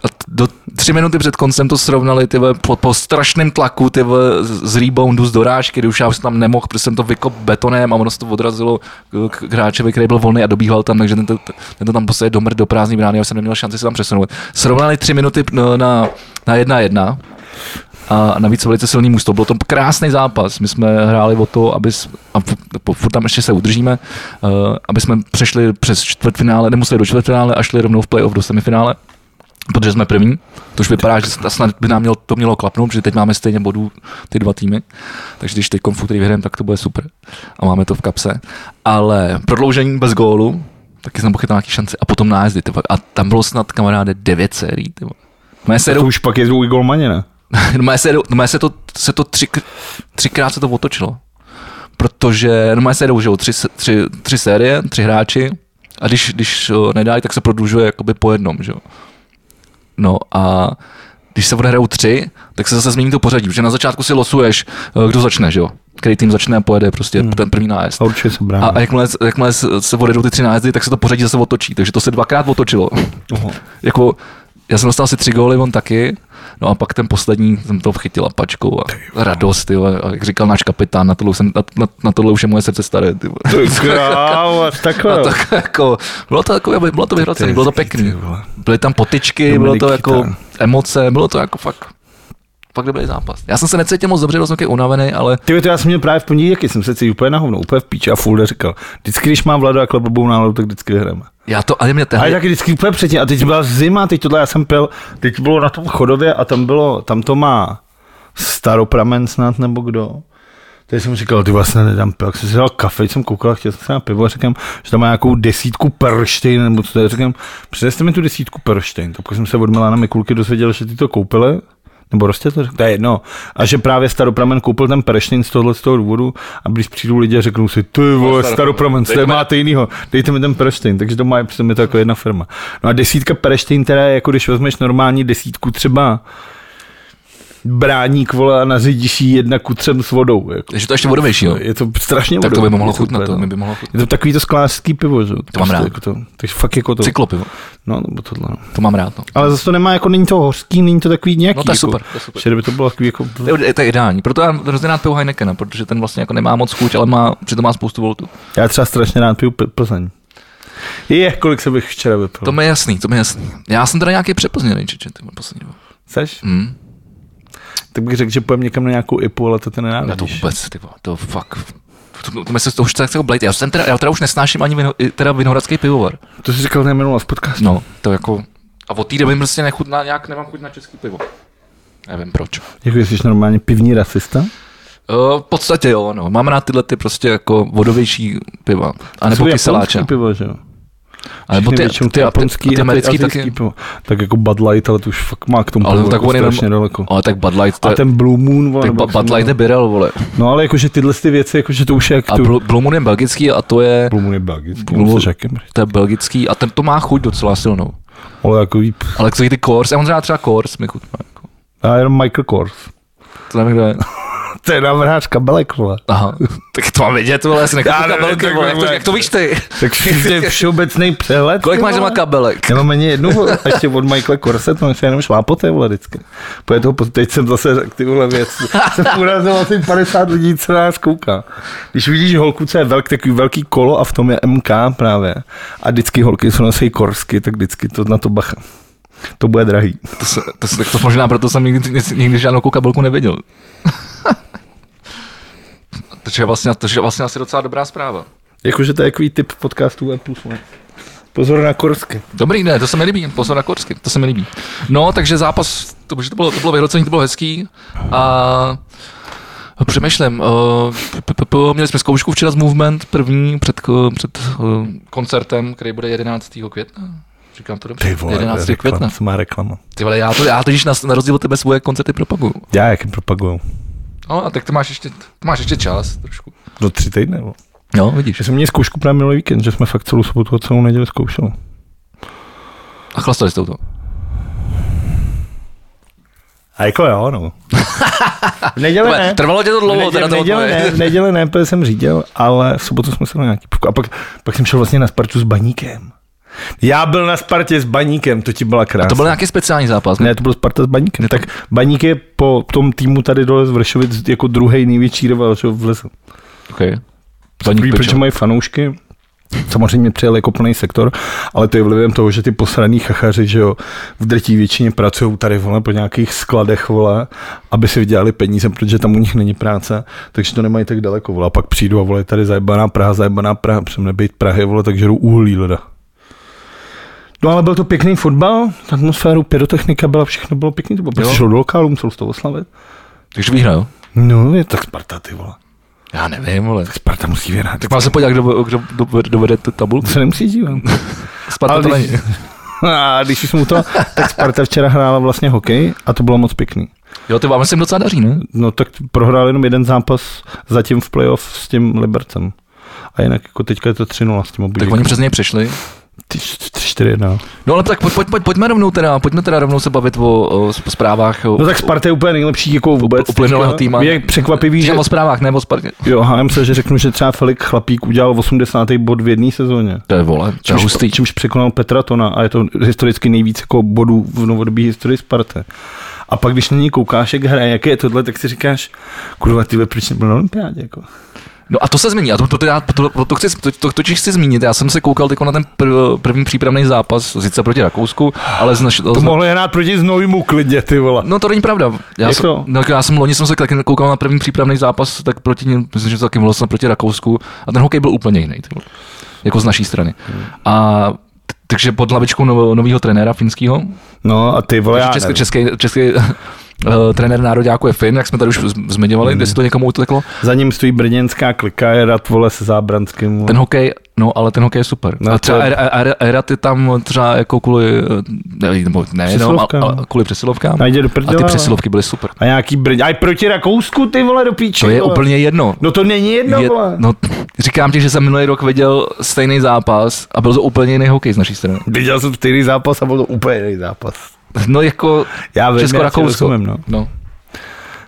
B: a t- do tři minuty před koncem to srovnali ty vole, po, po, strašném tlaku ty vole, z z reboundu z dorážky, kdy už já jsem tam nemohl, protože jsem to vykop betonem a ono se to odrazilo k, k k hráčovi, který byl volný a dobíhal tam, takže ten, to- ten to tam posadil do mrd do prázdní brány, já jsem neměl šanci se tam přesunout. Srovnali tři minuty no, na, na jedna jedna, a navíc velice silný mužstvo. Byl to krásný zápas. My jsme hráli o to, aby, s- a fu- po- furt tam ještě se udržíme, eh, aby jsme přešli přes čtvrtfinále, nemuseli do čtvrtfinále a šli rovnou v playoff do semifinále protože jsme první, což vypadá, že snad- snad by nám mělo, to mělo klapnout, protože teď máme stejně bodů ty dva týmy, takže když teď v úterý vyhrajeme, tak to bude super a máme to v kapse. Ale prodloužení bez gólu, taky jsem pochytal nějaký šance a potom nájezdy, ty vole. a tam bylo snad kamaráde 9 sérií, ty vole. Moje
A: To
B: série
A: už pak je tvůj golmaně, ne?
B: Normálně se, normálně se to, se to tři, třikrát se to otočilo. Protože normálně se jdou že jo, tři, se- tři, tři, série, tři hráči a když, když o, nedají, tak se prodlužuje jakoby po jednom. Že? jo. No a když se odehrajou tři, tak se zase změní to pořadí, protože na začátku si losuješ, eh, kdo začne, že jo? Který tým začne a pojede prostě
A: Hmm.
B: hmm. ten první nájezd.
A: A určitě se
B: A,
A: brání.
B: a jakmile, jakmile se se odejdou ty tři nájezdy, tak se to pořadí zase otočí. Takže to se dvakrát otočilo jako, já jsem dostal asi tři góly, on taky, no a pak ten poslední jsem to chytil pačkou a radost, ty vole, a jak říkal náš kapitán, na tohle, už jsem, na, na, na tohle už je moje srdce staré, ty vole.
A: Ty krávo,
B: A
A: takhle.
B: tak jako, bylo to takové, bylo to vyhracené, bylo to pěkný. Byly tam potyčky,
A: To
B: bylo to
A: Milik
B: jako
A: chytá.
B: emoce, bylo to jako fakt, fakt dobrý zápas. Já jsem se necítil moc dobře, byl jsem taky unavený, ale
A: Ty vole, to já jsem měl právě v pondělí, jaký jsem se cítil úplně na hovno, úplně v píči a Fulda říkal, vždycky, když mám vladu a blbou náladu, tak vždycky vyhrajeme.
B: já to, ale mě
A: A
B: tehdy,
A: taky vždycky úplně předtím, a teď byla zima, teď tohle, já jsem pil, teď bylo na tom chodově a tam bylo, tam to má staropramen snad nebo kdo. Teď jsem říkal, ty vlastně nedám pil, jak jsem si dal kafe, teď jsem koukal, chtěl jsem se na pivo a říkám, že tam má nějakou desítku perštejn, nebo co to je, říkám, přineste mi tu desítku perštejn, tak pak jsem se od Milana Mikulky dozvěděl, že ty to koupili, nebo roste to, to je jedno. A že právě staropramen koupil ten perštejn z tohohle z toho důvodu a když přijdou lidi a řeknou si, ty vole, staropramen, co je máte jinýho, dejte mi ten perštejn, takže to má, přitom je to jako jedna firma. No a desítka perštejn, teda je jako když vezmeš normální desítku třeba bráník vole a nařídíš jí jedna ku třem s vodou. Jako.
B: že to ještě vodovější, jo.
A: Je to strašně
B: tak to by
A: vodou,
B: mohlo
A: je
B: chutnat,
A: úplně,
B: to
A: no.
B: by mohlo chutnat.
A: Je to takový to sklářský pivo, že? jo,
B: To mám
A: prostě
B: rád.
A: Jako to, takže fakt jako to.
B: Cyklopy, jo.
A: No, nebo tohle. no.
B: to mám rád, no.
A: Ale zase to nemá, jako není to hořký, není to takový nějaký.
B: No to je
A: jako,
B: super, to je super.
A: Že kdyby to bylo takový jako...
B: To je, to je ideální. Proto já hrozně rád piju Heinekena, protože ten vlastně jako nemá moc chuť, ale má, přitom má spoustu voltu.
A: Já třeba strašně rád piju Pl- Plzeň. Je, kolik se bych včera vypil.
B: To mi je jasný, to mi je jasný. Já jsem teda nějaký přepozněný čeče, ty vole, poslední. dobou.
A: Chceš?
B: Hm?
A: Tak bych řekl, že pojem někam na nějakou IPu, ale to ty
B: Já to
A: nenávidíš.
B: vůbec, ty vole, to fakt. To, to, to, to, to už tak jako blejt. Já, jsem teda, já teda už nesnáším ani vino, i teda vinohradský pivovar.
A: To jsi říkal neminula v podcastu.
B: No, to jako... A od té doby mi prostě nechutná, nějak nemám chuť na český pivo. Nevím proč.
A: Jako jsi normálně pivní rasista?
B: Uh, v podstatě jo, no. Mám rád tyhle ty prostě jako vodovější piva. A nebo
A: Jsou japonský
B: kyseláče.
A: jako pivo, že jo?
B: A nebo ty, ty, ty,
A: japonský,
B: ty, ty americký
A: azijský
B: taky.
A: Pivo. Tak jako Bud Light, ale to už fakt má k tomu
B: Ale
A: pivu
B: tak
A: jako
B: on je
A: strašně
B: norm-
A: daleko.
B: Ale tak Bud Light, to
A: A
B: je,
A: ten Blue Moon, vole,
B: tak
A: nebo jak
B: Bud
A: se
B: Light
A: jmenuje.
B: je Birel, vole.
A: No ale jakože tyhle ty věci, jakože to už je jak
B: A
A: tu...
B: Bl- Blue Moon je belgický a to je,
A: Blue Moon je belgický,
B: Blue-
A: Blue... jakým,
B: to je belgický a ten to má chuť docela silnou.
A: ale jako ví,
B: Ale co ty Kors, já mám třeba třeba Kors, mi chutná. Jako.
A: já jenom Michael Kors.
B: To nevím, kdo je.
A: To je navrhář kabelek, vole.
B: Aha, tak to mám vidět, vole, já si nechám
A: Já nevím,
B: kabelky,
A: tak
B: vole, jak to,
A: vůbec.
B: jak to víš ty?
A: Tak to je všeobecný přehled.
B: Kolik
A: ty
B: máš
A: vole.
B: doma kabelek?
A: Já mám ani jednu, vole, a ještě od Michaela Korse, to se jenom šlápote, vole, vždycky. Po toho, po- teď jsem zase řekl ty vole věc. Jsem urazil asi 50 lidí, co nás kouká. Když vidíš holku, co je velk, takový velký kolo a v tom je MK právě. A vždycky holky, co nosí korsky, tak vždycky to na to bacha. To bude drahý.
B: To, se, to, se, tak to možná proto jsem nikdy, nic- nikdy žádnou kabelku neviděl. Takže vlastně, to je vlastně asi docela dobrá zpráva.
A: Jakože to je takový typ podcastů a plus. ne? Pozor na korsky.
B: Dobrý, ne, to se mi líbí, pozor na korsky, to se mi líbí. No, takže zápas, to, že to bylo, to bylo vyhrocený, to bylo hezký a přemýšlím, uh, p- p- p- měli jsme zkoušku včera z Movement, první před, ko- před uh, koncertem, který bude 11. května. Říkám to dobře, 11. května.
A: co má reklama.
B: Ty vole, já to, já totiž na, na rozdíl od tebe svoje koncerty propaguju.
A: Já jak je propaguju.
B: No, a tak ty máš ještě, ty máš ještě čas trošku.
A: Do tři týdny. vole.
B: No, vidíš.
A: Že jsme měli zkoušku právě minulý víkend, že jsme fakt celou sobotu a celou neděli zkoušeli.
B: A chlastali jste u toho.
A: A jako jo, no. V neděli
B: Tebe-
A: ne.
B: Trvalo tě to dlouho,
A: v neděli,
B: teda
A: v
B: to
A: neděli,
B: odpověď.
A: ne, v neděli ne, protože jsem řídil, ale v sobotu jsme se na nějaký pivko. A pak, pak jsem šel vlastně na Spartu s baníkem. Já byl na Spartě s baníkem, to ti byla krásná.
B: To byl nějaký speciální zápas. Ne?
A: Ne, to byl Sparta s Baníkem. Tak Baník je po tom týmu tady dole z Vršovic jako druhý největší rival že jo, v lese.
B: Okay.
A: Baník
B: Baník
A: protože
B: pičo.
A: mají fanoušky, samozřejmě přijel jako plný sektor, ale to je vlivem toho, že ty posraný chachaři, že jo, v drtí většině pracují tady vole, po nějakých skladech vole, aby si vydělali peníze, protože tam u nich není práce, takže to nemají tak daleko vole. A pak přijdu a vole, tady zajebaná Praha, zajebaná Praha, přem nebejt Prahy vole, takže jdu uhlí leda. No ale byl to pěkný fotbal, atmosféru, pyrotechnika byla, všechno bylo pěkný, to bylo prostě šlo do lokálu, musel z toho oslavit.
B: Takže vyhrál.
A: No, je tak Sparta, ty vole.
B: Já nevím, ale.
A: Tak Sparta musí vyhrát.
B: Tak mám se podívat, kdo, kdo, kdo dovede tu tabulku.
A: To se nemusí dívat.
B: Sparta
A: Ale
B: to
A: když-
B: není.
A: A když už jsme u toho, tak Sparta včera hrála vlastně hokej a to bylo moc pěkný.
B: Jo, ty vám se jim docela daří, ne?
A: No tak prohrál jenom jeden zápas zatím v playoff s tím Libercem. A jinak jako teďka je to 3-0 s tím
B: Tak
A: obudíkem.
B: oni přes něj přišli.
A: 4-1.
B: No ale tak pojď, pojď, pojď, pojďme rovnou teda, pojďme teda rovnou se bavit o, o zprávách. O,
A: No tak Sparta je úplně nejlepší jako vůbec.
B: uplynulého
A: teďka.
B: týma.
A: Je překvapivý, že...
B: Říkám o zprávách, ne o Spartě.
A: Jo, hájem se, že řeknu, že třeba Felix Chlapík udělal 80. bod v jedné sezóně.
B: To je vole, to je
A: Čímž,
B: hustý.
A: čímž překonal Petra Tona a je to historicky nejvíc jako bodů v novodobí historii Sparty. A pak, když na něj koukáš, jak hraje, jaké je tohle, tak si říkáš, kurva, ty vole, proč nebyl na olympiádě? Jako.
B: No a to se změní, a to, to, teda- to, to, to, chci, to, to, to chci zmínit. Já jsem se koukal teď na ten prv, první přípravný zápas, sice proti Rakousku, ale znaš,
A: To mohlo je hrát proti znovu klidně, ty vole.
B: No to není pravda. Já,
A: Jak
B: jsem,
A: to?
B: no, tak já jsem loni jsem se taky koukal na první přípravný zápas, tak proti ním, myslím, že to taky bylo snad proti Rakousku a ten hokej byl úplně jiný. Ty, vole. jako z naší strany.
A: Hmm.
B: A t- takže pod hlavičkou no, nového trenéra finského,
A: No a ty vole, já
B: český,
A: nevím.
B: český, český eh, trenér nároďáku je Fin, jak jsme tady už z- zmiňovali,
A: Hmm.
B: jestli to někomu uteklo.
A: Za ním stojí brněnská klika, je rad vole se zábranským. Vole.
B: Ten hokej, no ale ten hokej je super.
A: No,
B: No, a třeba
A: to-
B: Era- Era- Erat je tam třeba jako kvůli, eh, ne, nebo ne, jenom, ale,
A: Přesilovkám.
B: ale kvůli přesilovkám.
A: A jde do
B: A
A: prdele,
B: ty
A: ale.
B: přesilovky byly super.
A: A nějaký brň. Aj proti Rakousku, ty vole, do píči.
B: To je
A: vole.
B: úplně jedno.
A: No to není jedno,
B: Je,
A: vole.
B: no, říkám ti, že jsem minulý rok viděl stejný zápas a byl to úplně jiný hokej z naší strany.
A: Viděl jsem stejný zápas a byl to úplně jiný zápas.
B: No jako
A: Já vím, já ti
B: Česko-Rakousko.
A: rozumím, no.
B: No.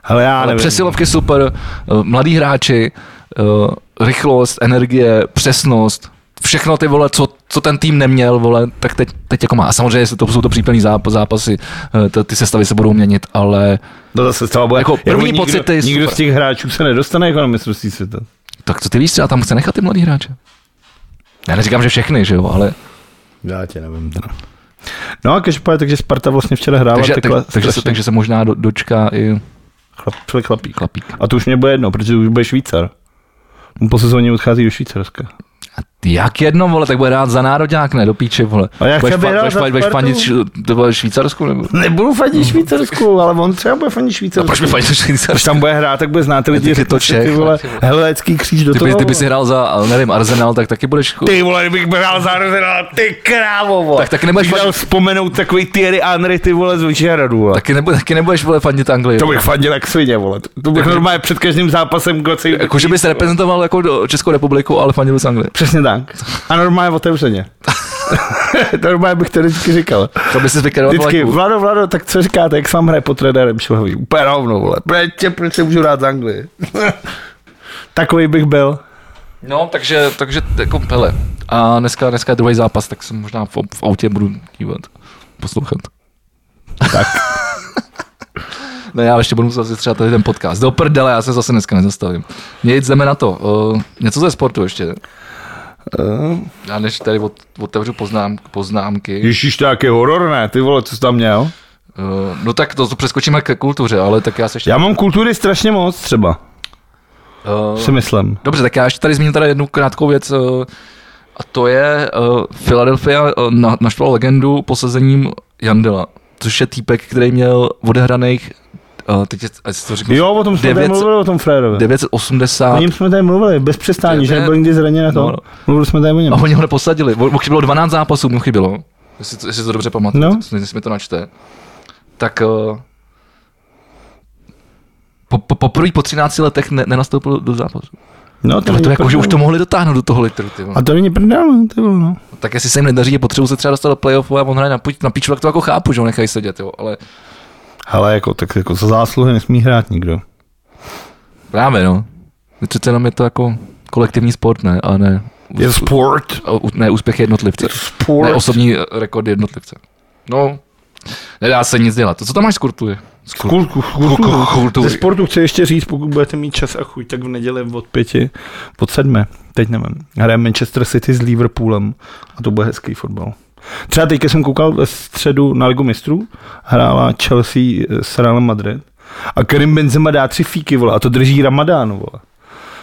A: Ale já
B: Ale
A: nevím.
B: přesilovky super, eh, mladí hráči, eh, rychlost, energie, přesnost, všechno ty vole, co, co ten tým neměl, vole, tak teď, teď jako má. A samozřejmě se to, jsou to případný záp- zápasy, eh, to- ty sestavy se budou měnit, ale
A: No zase třeba bude.
B: Jako první
A: nikdo,
B: pocity,
A: Nikdo
B: super.
A: z těch hráčů se nedostane jako na mistrovství světa.
B: tak co ty víš, třeba tam chce nechat ty mladí hráče. Já neříkám, že všechny, že jo, ale
A: Já tě nevím. Teda. No a každopádně, takže Sparta vlastně včera hrála
B: takže,
A: takže,
B: tak,
A: takhle
B: takže, se,
A: strašně
B: takže se možná do, dočká i
A: chlap, člověk chlapík.
B: chlapík.
A: A to už mě bude jedno, protože už bude Švýcar. On po sezóně odchází do Švýcarska.
B: Jak jedno, vole, tak bude rád za nároďák, ne, do píče, vole.
A: A já
B: Budeš
A: chci, aby
B: fa-
A: hrál
B: budeš
A: za
B: fa- budeš
A: Spartu.
B: fandit š- to bude Švýcarsku, nebo?
A: Nebudu fandit Švýcarsku, ale on třeba bude fandit
B: A
A: Švýcarsku.
B: proč mi
A: No.
B: fandit
A: Když
B: Švýcarsku?
A: tam bude hrát, tak bude znát ty lidi.
B: Ty- ty
A: řekne
B: to
A: si,
B: Čech,
A: ty vole,
B: ty vole.
A: Helecký kříž do
B: Ty,
A: toho.
B: by, ty bys hrál za, ale nevím, Arsenal, tak taky budeš...
A: Ty vole, kdybych hrál za Arsenal, ty krávo, vole.
B: Tak taky nebudeš
A: Bych dal
B: fandit-
A: vzpomenout takový Thierry Henry, ty vole, z Vyšehradu, vole.
B: Taky, nebu, taky nebudeš, vole, fandit Anglii.
A: To Jako- bych fandil jak svině, vole. To bych normálně před každým zápasem gocej.
B: Jako, že bys reprezentoval jako do- Českou republiku, ale fandil bys Anglii.
A: Přesně tak. A normálně otevřeně. to normálně bych to vždycky říkal.
B: To bys si vykaroval
A: Vždycky, Vlado, Vlado, tak co říkáte, jak sám hraje pod trenérem Šilhavý? Úplně rovnou, vole. Proč, tě, proč se můžu rád z Anglii? Takový bych byl.
B: No, takže, takže jako, hele. A dneska, dneska je druhý zápas, tak se možná v, v autě budu dívat, poslouchat.
A: Tak.
B: ne, já ještě budu muset zase třeba tady ten podcast. Do prdele, já se zase dneska nezastavím. Nic, jdeme na to. Uh, něco ze sportu ještě.
A: Uh,
B: Já než tady od, otevřu poznám, poznámky.
A: Ježíš, to je jaký horor, ne? Ty vole, co jsi tam měl?
B: Uh, no tak to, to přeskočíme ke kultuře, ale tak já se ještě...
A: Já mám kultury strašně moc třeba,
B: eh,
A: si myslím.
B: Dobře, tak já ještě tady zmíním teda jednu krátkou věc. eh, A to je eh, Philadelphia eh, na, naštvala legendu posazením Jandela, což je týpek, který měl odehraných, eh, teď je- ať si to řeknu,
A: Jo, o tom jsme tady
B: 900
A: mluvili, o tom Frérovi.
B: 980
A: O něm jsme tady mluvili, bez přestání, že
B: Ne.
A: nebyl nikdy zraněn na to.
B: No.
A: Mluvili jsme tady o něm.
B: a oni ho neposadili. Mu mu chybělo 12 zápasů, mu chybělo. Jestli, to- jestli to dobře pamatuju,
A: No.
B: no. jestli mi to načte. Tak eh, po, po, poprvé po 13 letech ne, nenastoupil do zápasu.
A: No,
B: Ale
A: není
B: to jako, že už
A: prdel.
B: to mohli dotáhnout do toho litru. Ty vole.
A: A to není prdel, no, ty vole, no.
B: tak jestli se jim nedaří, potřebují se třeba dostat do playoffu a on hraje na, pič, na piču, tak to jako chápu, že ho nechají sedět, jo, ale
A: Hele, jako, tak jako za zásluhy nesmí hrát nikdo.
B: právě, no. Přece jenom je to jako kolektivní sport, ne, a ne
A: Je sport.
B: O, u- ne úspěch jednotlivce.
A: Sport.
B: Ne osobní eh, rekord jednotlivce. No, nedá se nic dělat. Co tam máš z kurtury? Z kur-
A: Kul- kul- kul-
B: kul- kul- kultury.
A: Ze sportu chci ještě říct, pokud budete mít čas a chuť, tak v neděli od pěti, od sedme, teď nevím, hraje Manchester City s Liverpoolem a to bude hezký fotbal. Třeba teď jsem koukal ve středu na Ligu mistrů, hrála Chelsea s Realem Madrid a Karim Benzema dá tři fíky, vole, a to drží Ramadán, vole.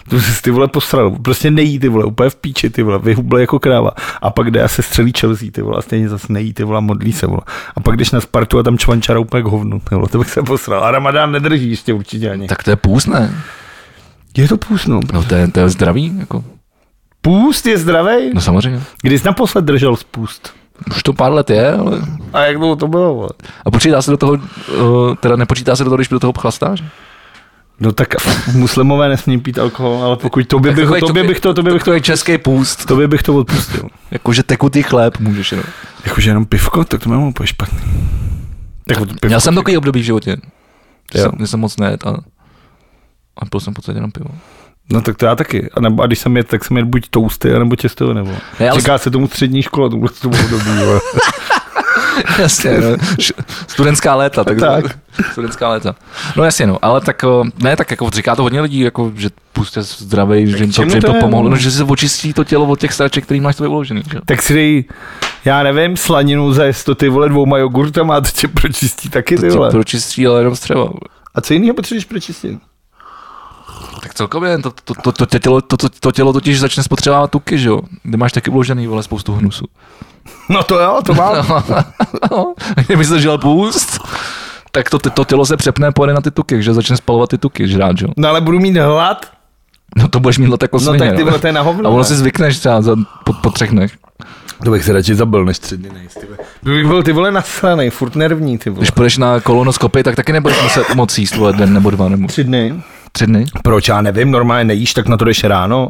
A: To jsi ty vole posral, prostě nejí ty vole, úplně v píči ty vole, vyhuble jako kráva. A pak jde a se střelí Chelsea ty vole, a stejně zase nejí ty vole, a modlí se vole. A pak jdeš na Spartu a tam čvančara úplně k hovnu, ty vole, to bych se posral. A Ramadán nedrží ještě určitě ani. Tak.
B: Tak to je půst, ne?
A: Je to půst, no.
B: No to je, to je zdravý, jako.
A: Půst je zdravý?
B: No samozřejmě.
A: Kdy jsi naposled držel spůst?
B: Už to pár let je, ale...
A: A jak dlouho to bylo, vole?
B: A počítá se do toho, eh, teda nepočítá se do toho, když do toho chlastáš?
A: No tak muslimové nesmí pít alkohol, ale pokud tobě bych, tobě bych to, tobě bych to,
B: je český půst.
A: tobě bych to odpustil.
B: Jakože tekutý chléb můžeš jenom.
A: Jakože jenom pivko, tak to mám úplně špatný. Tak to pivko.
B: Měl jsem takový období v životě. že
A: Jo.
B: Jsem, že jsem moc net a, a byl jsem v podstatě jenom pivo.
A: No tak to já taky. A, nebo, a když jsem jet, tak jsem jet buď tousty, nebo těsto, nebo.
B: Ne, ale-
A: Říká se tomu střední škola, tohle to bylo dobrý, vole.
B: jasně, no. Š- studentská léta. Tak,
A: Tak.
B: Studentská léta. No jasně, no, ale tak, o, ne, tak jako říká to hodně lidí, jako, že pustě zdravý, že jim to,
A: čemu
B: že jim
A: to
B: to
A: je?
B: pomohlo, no, že se očistí to tělo od těch stáček, který máš tady uložený. Že?
A: Tak si dej, já nevím, slaninu za jesto, ty vole, dvouma jogurtama a to tě pročistí taky,
B: To
A: ty
B: ti
A: vole.
B: pročistí, ale jenom střeva.
A: A co jiného potřebuješ pročistit?
B: No, Tak celkově, to, to, to, to, to, tělo, to, to, to tělo totiž začne spotřebovat tuky, že jo? Kde máš taky uložený, vole, spoustu hnusu.
A: No to jo, to mám.
B: No, kdyby jsi žil půst, tak to, to tělo se přepne, pojede na ty tuky, že začne spalovat ty tuky, žrát, že jo?
A: No ale budu mít hlad.
B: No to budeš mít let jako
A: No
B: svině,
A: tak ty vole, to je na hovno.
B: A ono
A: ne?
B: si zvykneš třeba za, po, po třech dnech.
A: To bych se radši zabil, než tři dny nejist, ty vole. Kdybych byl ty vole nasranej, furt nervní, ty vole.
B: Když půjdeš na kolonoskopy, tak taky nebudeš muset moc jíst vole, den nebo dva nebo
A: Tři dny.
B: tři dny.
A: Proč, já nevím, normálně nejíš, tak na to jdeš ráno.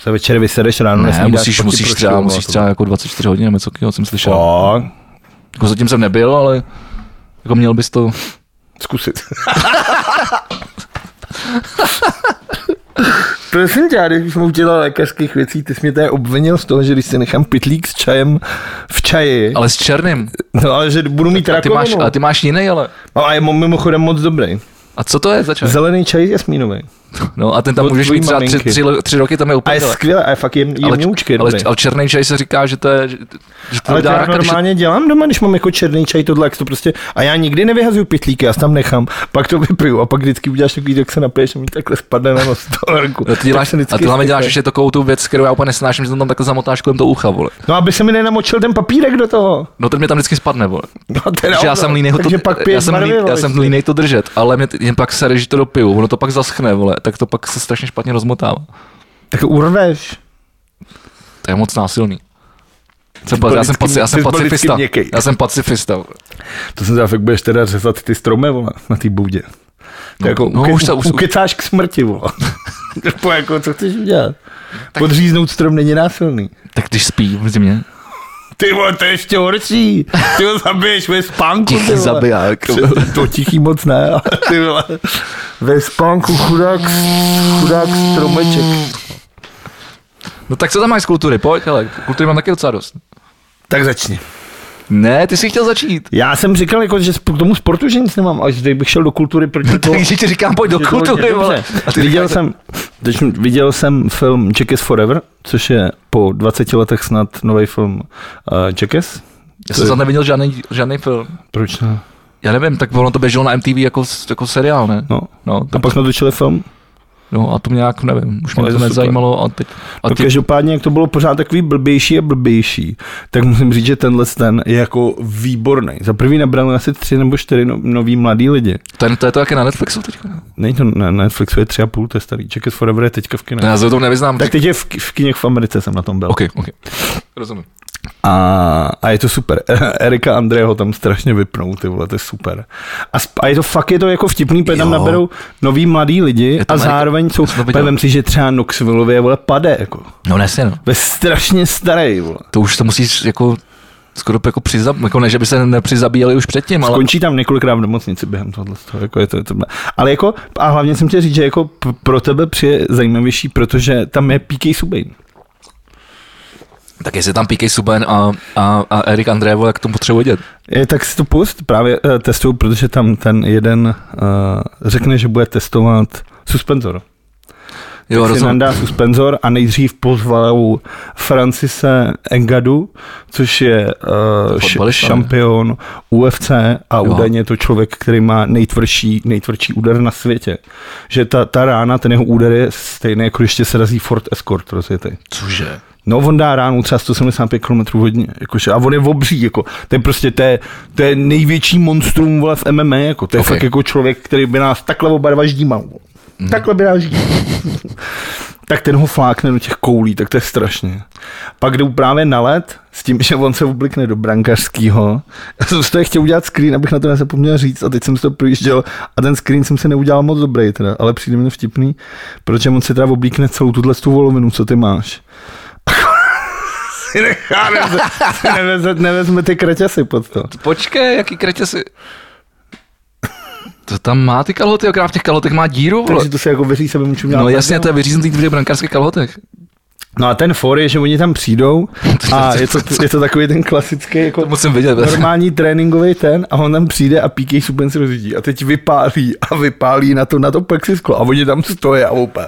A: Se večer vysedeš ráno,
B: Ne,
A: nesnídáš,
B: musíš,
A: pak ti
B: musíš,
A: prošlo,
B: třeba,
A: vole,
B: musíš
A: to-
B: třeba jako 24 hodin nebo co, jo, jsem slyšel.
A: Tak,
B: Jako zatím jsem nebyl, ale jako měl bys to,
A: Zkusit. Prosím tě, já když jsme udělal lékařských věcí, ty jsi mě tady obvinil z toho, že když si nechám pitlík s čajem v čaji, ale,
B: ale s černým.
A: no ale že budu mít
B: A ty, máš,
A: rakovinu.
B: a ty máš jiný, ale.
A: No a je mo- mimochodem moc dobrý.
B: A co to je za čaj?
A: Zelený čaj je jasmínový.
B: No a ten tam
A: Od
B: můžeš
A: tvojí
B: mít třeba tři,
A: maminky.
B: tři, lo- tři roky, tam je
A: A
B: úplně
A: je
B: dole.
A: skvělý, a je fakt jem,
B: ale,
A: jemňoučký.
B: ale,
A: dobrý.
B: ale černý čaj se říká, že to je, že, že to
A: Ale to
B: dá
A: já
B: raka, když,
A: normálně dělám doma, když mám jako černý čaj, tohle, jak to prostě. A já nikdy nevyhazuju pitlíky, já se tam nechám, pak to vypiju a pak vždycky uděláš takový, jak se napiješ a mi takhle spadne na nos to horku.
B: No, ty děláš, a ty hlavně děláš ještě takovou tu věc, kterou já úplně nesnáším, že to tam takhle zamotáš kolem toho ucha, vole.
A: No, aby se mi nenamočil ten papírek do toho.
B: No ten mě tam vždycky spadne, vole.
A: No, teda
B: Takže já jsem línej, ho to,
A: Takže pak
B: já
A: piješ
B: jsem,
A: barvy,
B: línej, já
A: vole,
B: jsem
A: ještě.
B: línej to držet, ale mě t- jen pak se reží to do pivu, ono to pak zaschne, vole, tak to pak se strašně špatně rozmotává.
A: Tak urveš.
B: To je moc násilný. Jsem,
A: Ty byl
B: já, jsem,
A: vždycky-
B: paci, já
A: ty
B: jsem
A: jsi byl vždycky
B: pacifista.
A: měkkej.
B: Já jsem pacifista. vole.
A: To jsem zase, jak budeš teda řezat ty stromy, vole, na té budě. To
B: No,
A: jako
B: no,
A: uke,
B: už se- už-
A: ukecáš k smrti, vole. po jako, co chceš udělat? Podříznout strom není násilný.
B: Tak když spí v zimě.
A: Ty vole, to je ještě horší. Ty ho zabiješ ve spánku.
B: Tichý
A: ty vole.
B: zabiják.
A: Přes- To tichý moc ne, ale ty vole. Ve spánku chudák, chudák stromeček.
B: No tak co tam máš z kultury? Pojď, ale kultury mám taky docela dost.
A: Tak začni.
B: Ne, ty jsi chtěl začít.
A: Já jsem říkal, jako, že sp- k tomu sportu, že nic nemám, až teď bych šel do kultury proti tomu.
B: Takže ti říkám, pojď do
A: Že to hodně
B: kultury, vole.
A: dobře.
B: A ty
A: viděl,
B: říkáš-
A: jsem, teď viděl jsem film Jackass Forever, což je po 20 letech snad nový film uh, Jackass.
B: Já jsem tam neviděl žádný, žádný film.
A: Proč ne?
B: Já nevím, tak ono to běželo na MTV jako, jako seriál, ne?
A: No.
B: No,
A: A
B: tak,
A: pak natočili film.
B: no a to mě nějak, nevím, už mě
A: Ale
B: to
A: je to super.
B: nezajímalo a teď. A
A: A
B: ty,
A: Každopádně, jak to bylo pořád takový blbější a blbější, tak musím říct, že tenhle ten je jako výborný. Za prvý nabral asi tři nebo čtyři no, nový mladí lidi.
B: ten, to je to jak je na Netflixu teďka. ne?
A: Není to na Netflixu, je tři a půl, to je starý. Jackass Forever je teďka v kinech.
B: Já se to nevyznám.
A: Tak teď je v, v kinech v Americe jsem na tom byl.
B: OK, OK. Rozumím.
A: A, a je to super. Erika a Andrej ho tam strašně vypnou, ty vole, to je super. A, sp- a je to fakt, je to jako vtipný, protože tam
B: Jo.
A: naberou noví mladí lidi
B: Je to
A: a
B: Amerika.
A: zároveň jsou,
B: Já jsem to viděl.
A: vem si, že třeba Knoxville je, vole, pade, jako.
B: No jasně, no.
A: Ve strašně starý, vole.
B: To už to musíš jako skoro jako přizab, jako ne, že by se nepřizabíjeli už předtím, ale
A: Skončí tam několikrát v nemocnici během tohohle. Toho, jako je to, je to, ale jako, a hlavně jsem chtěl říct, že jako p- pro tebe přijde zajímavější, protože tam je PK Subin.
B: Tak jestli je tam PK Suben a, a, a Erik Andrejevo, jak tomu potřebuji dělat.
A: Je, tak si to pust, právě uh, testuju, protože tam ten jeden uh, řekne, že bude testovat suspenzor.
B: Jo,
A: tak si
B: rozumím.
A: nandá suspenzor a nejdřív pozval Francise Engadu, což je uh, š-
B: fotbalista, ne?
A: šampion UFC a údajně je to člověk, který má nejtvrdší, nejtvrdší úder na světě. Že ta, ta rána, ten jeho úder je stejný, jako když tě se razí Ford Escort rozjetý.
B: Cože?
A: No, on dá ránu třeba 175 km hodině, jakože, a on je obří, jako, to je prostě, to je, to je největší monstrum, vole, v MMA, jako, to je
B: Ok.
A: okay. fakt jako člověk, který by nás takhle oba dva ždímal, mm. takhle by nás ždímal. tak ten ho flákne do těch koulí, tak to je strašně. Pak jdou právě na led s tím, že on se oblikne do brankařskýho. Já jsem z toho chtěl udělat screen, abych na to nezapomněl říct a teď jsem si to projížděl a ten screen jsem si neudělal moc dobrý teda, ale přijde mi to vtipný, protože on si teda oblíkne celou tuhle tu volovinu, co ty máš. si nechá, nevze, si neveze, nevezme ty kraťasy pod to.
B: Počkej, jaký kretě si... To tam má ty kalhoty, akorát v těch kalhotech má díru, vole.
A: Takže to se jako vyří, se by můžu
B: No jasně, to je vyřízlý v těch brankářských kalhotech.
A: No a ten for je, že oni tam přijdou a je to, je to takový ten klasický jako
B: To musím vidět.
A: normální tréninkový ten a on tam přijde a PK Suben se rozjíždí a teď vypálí a vypálí na to, na to plexisklo a oni tam stojí a úplně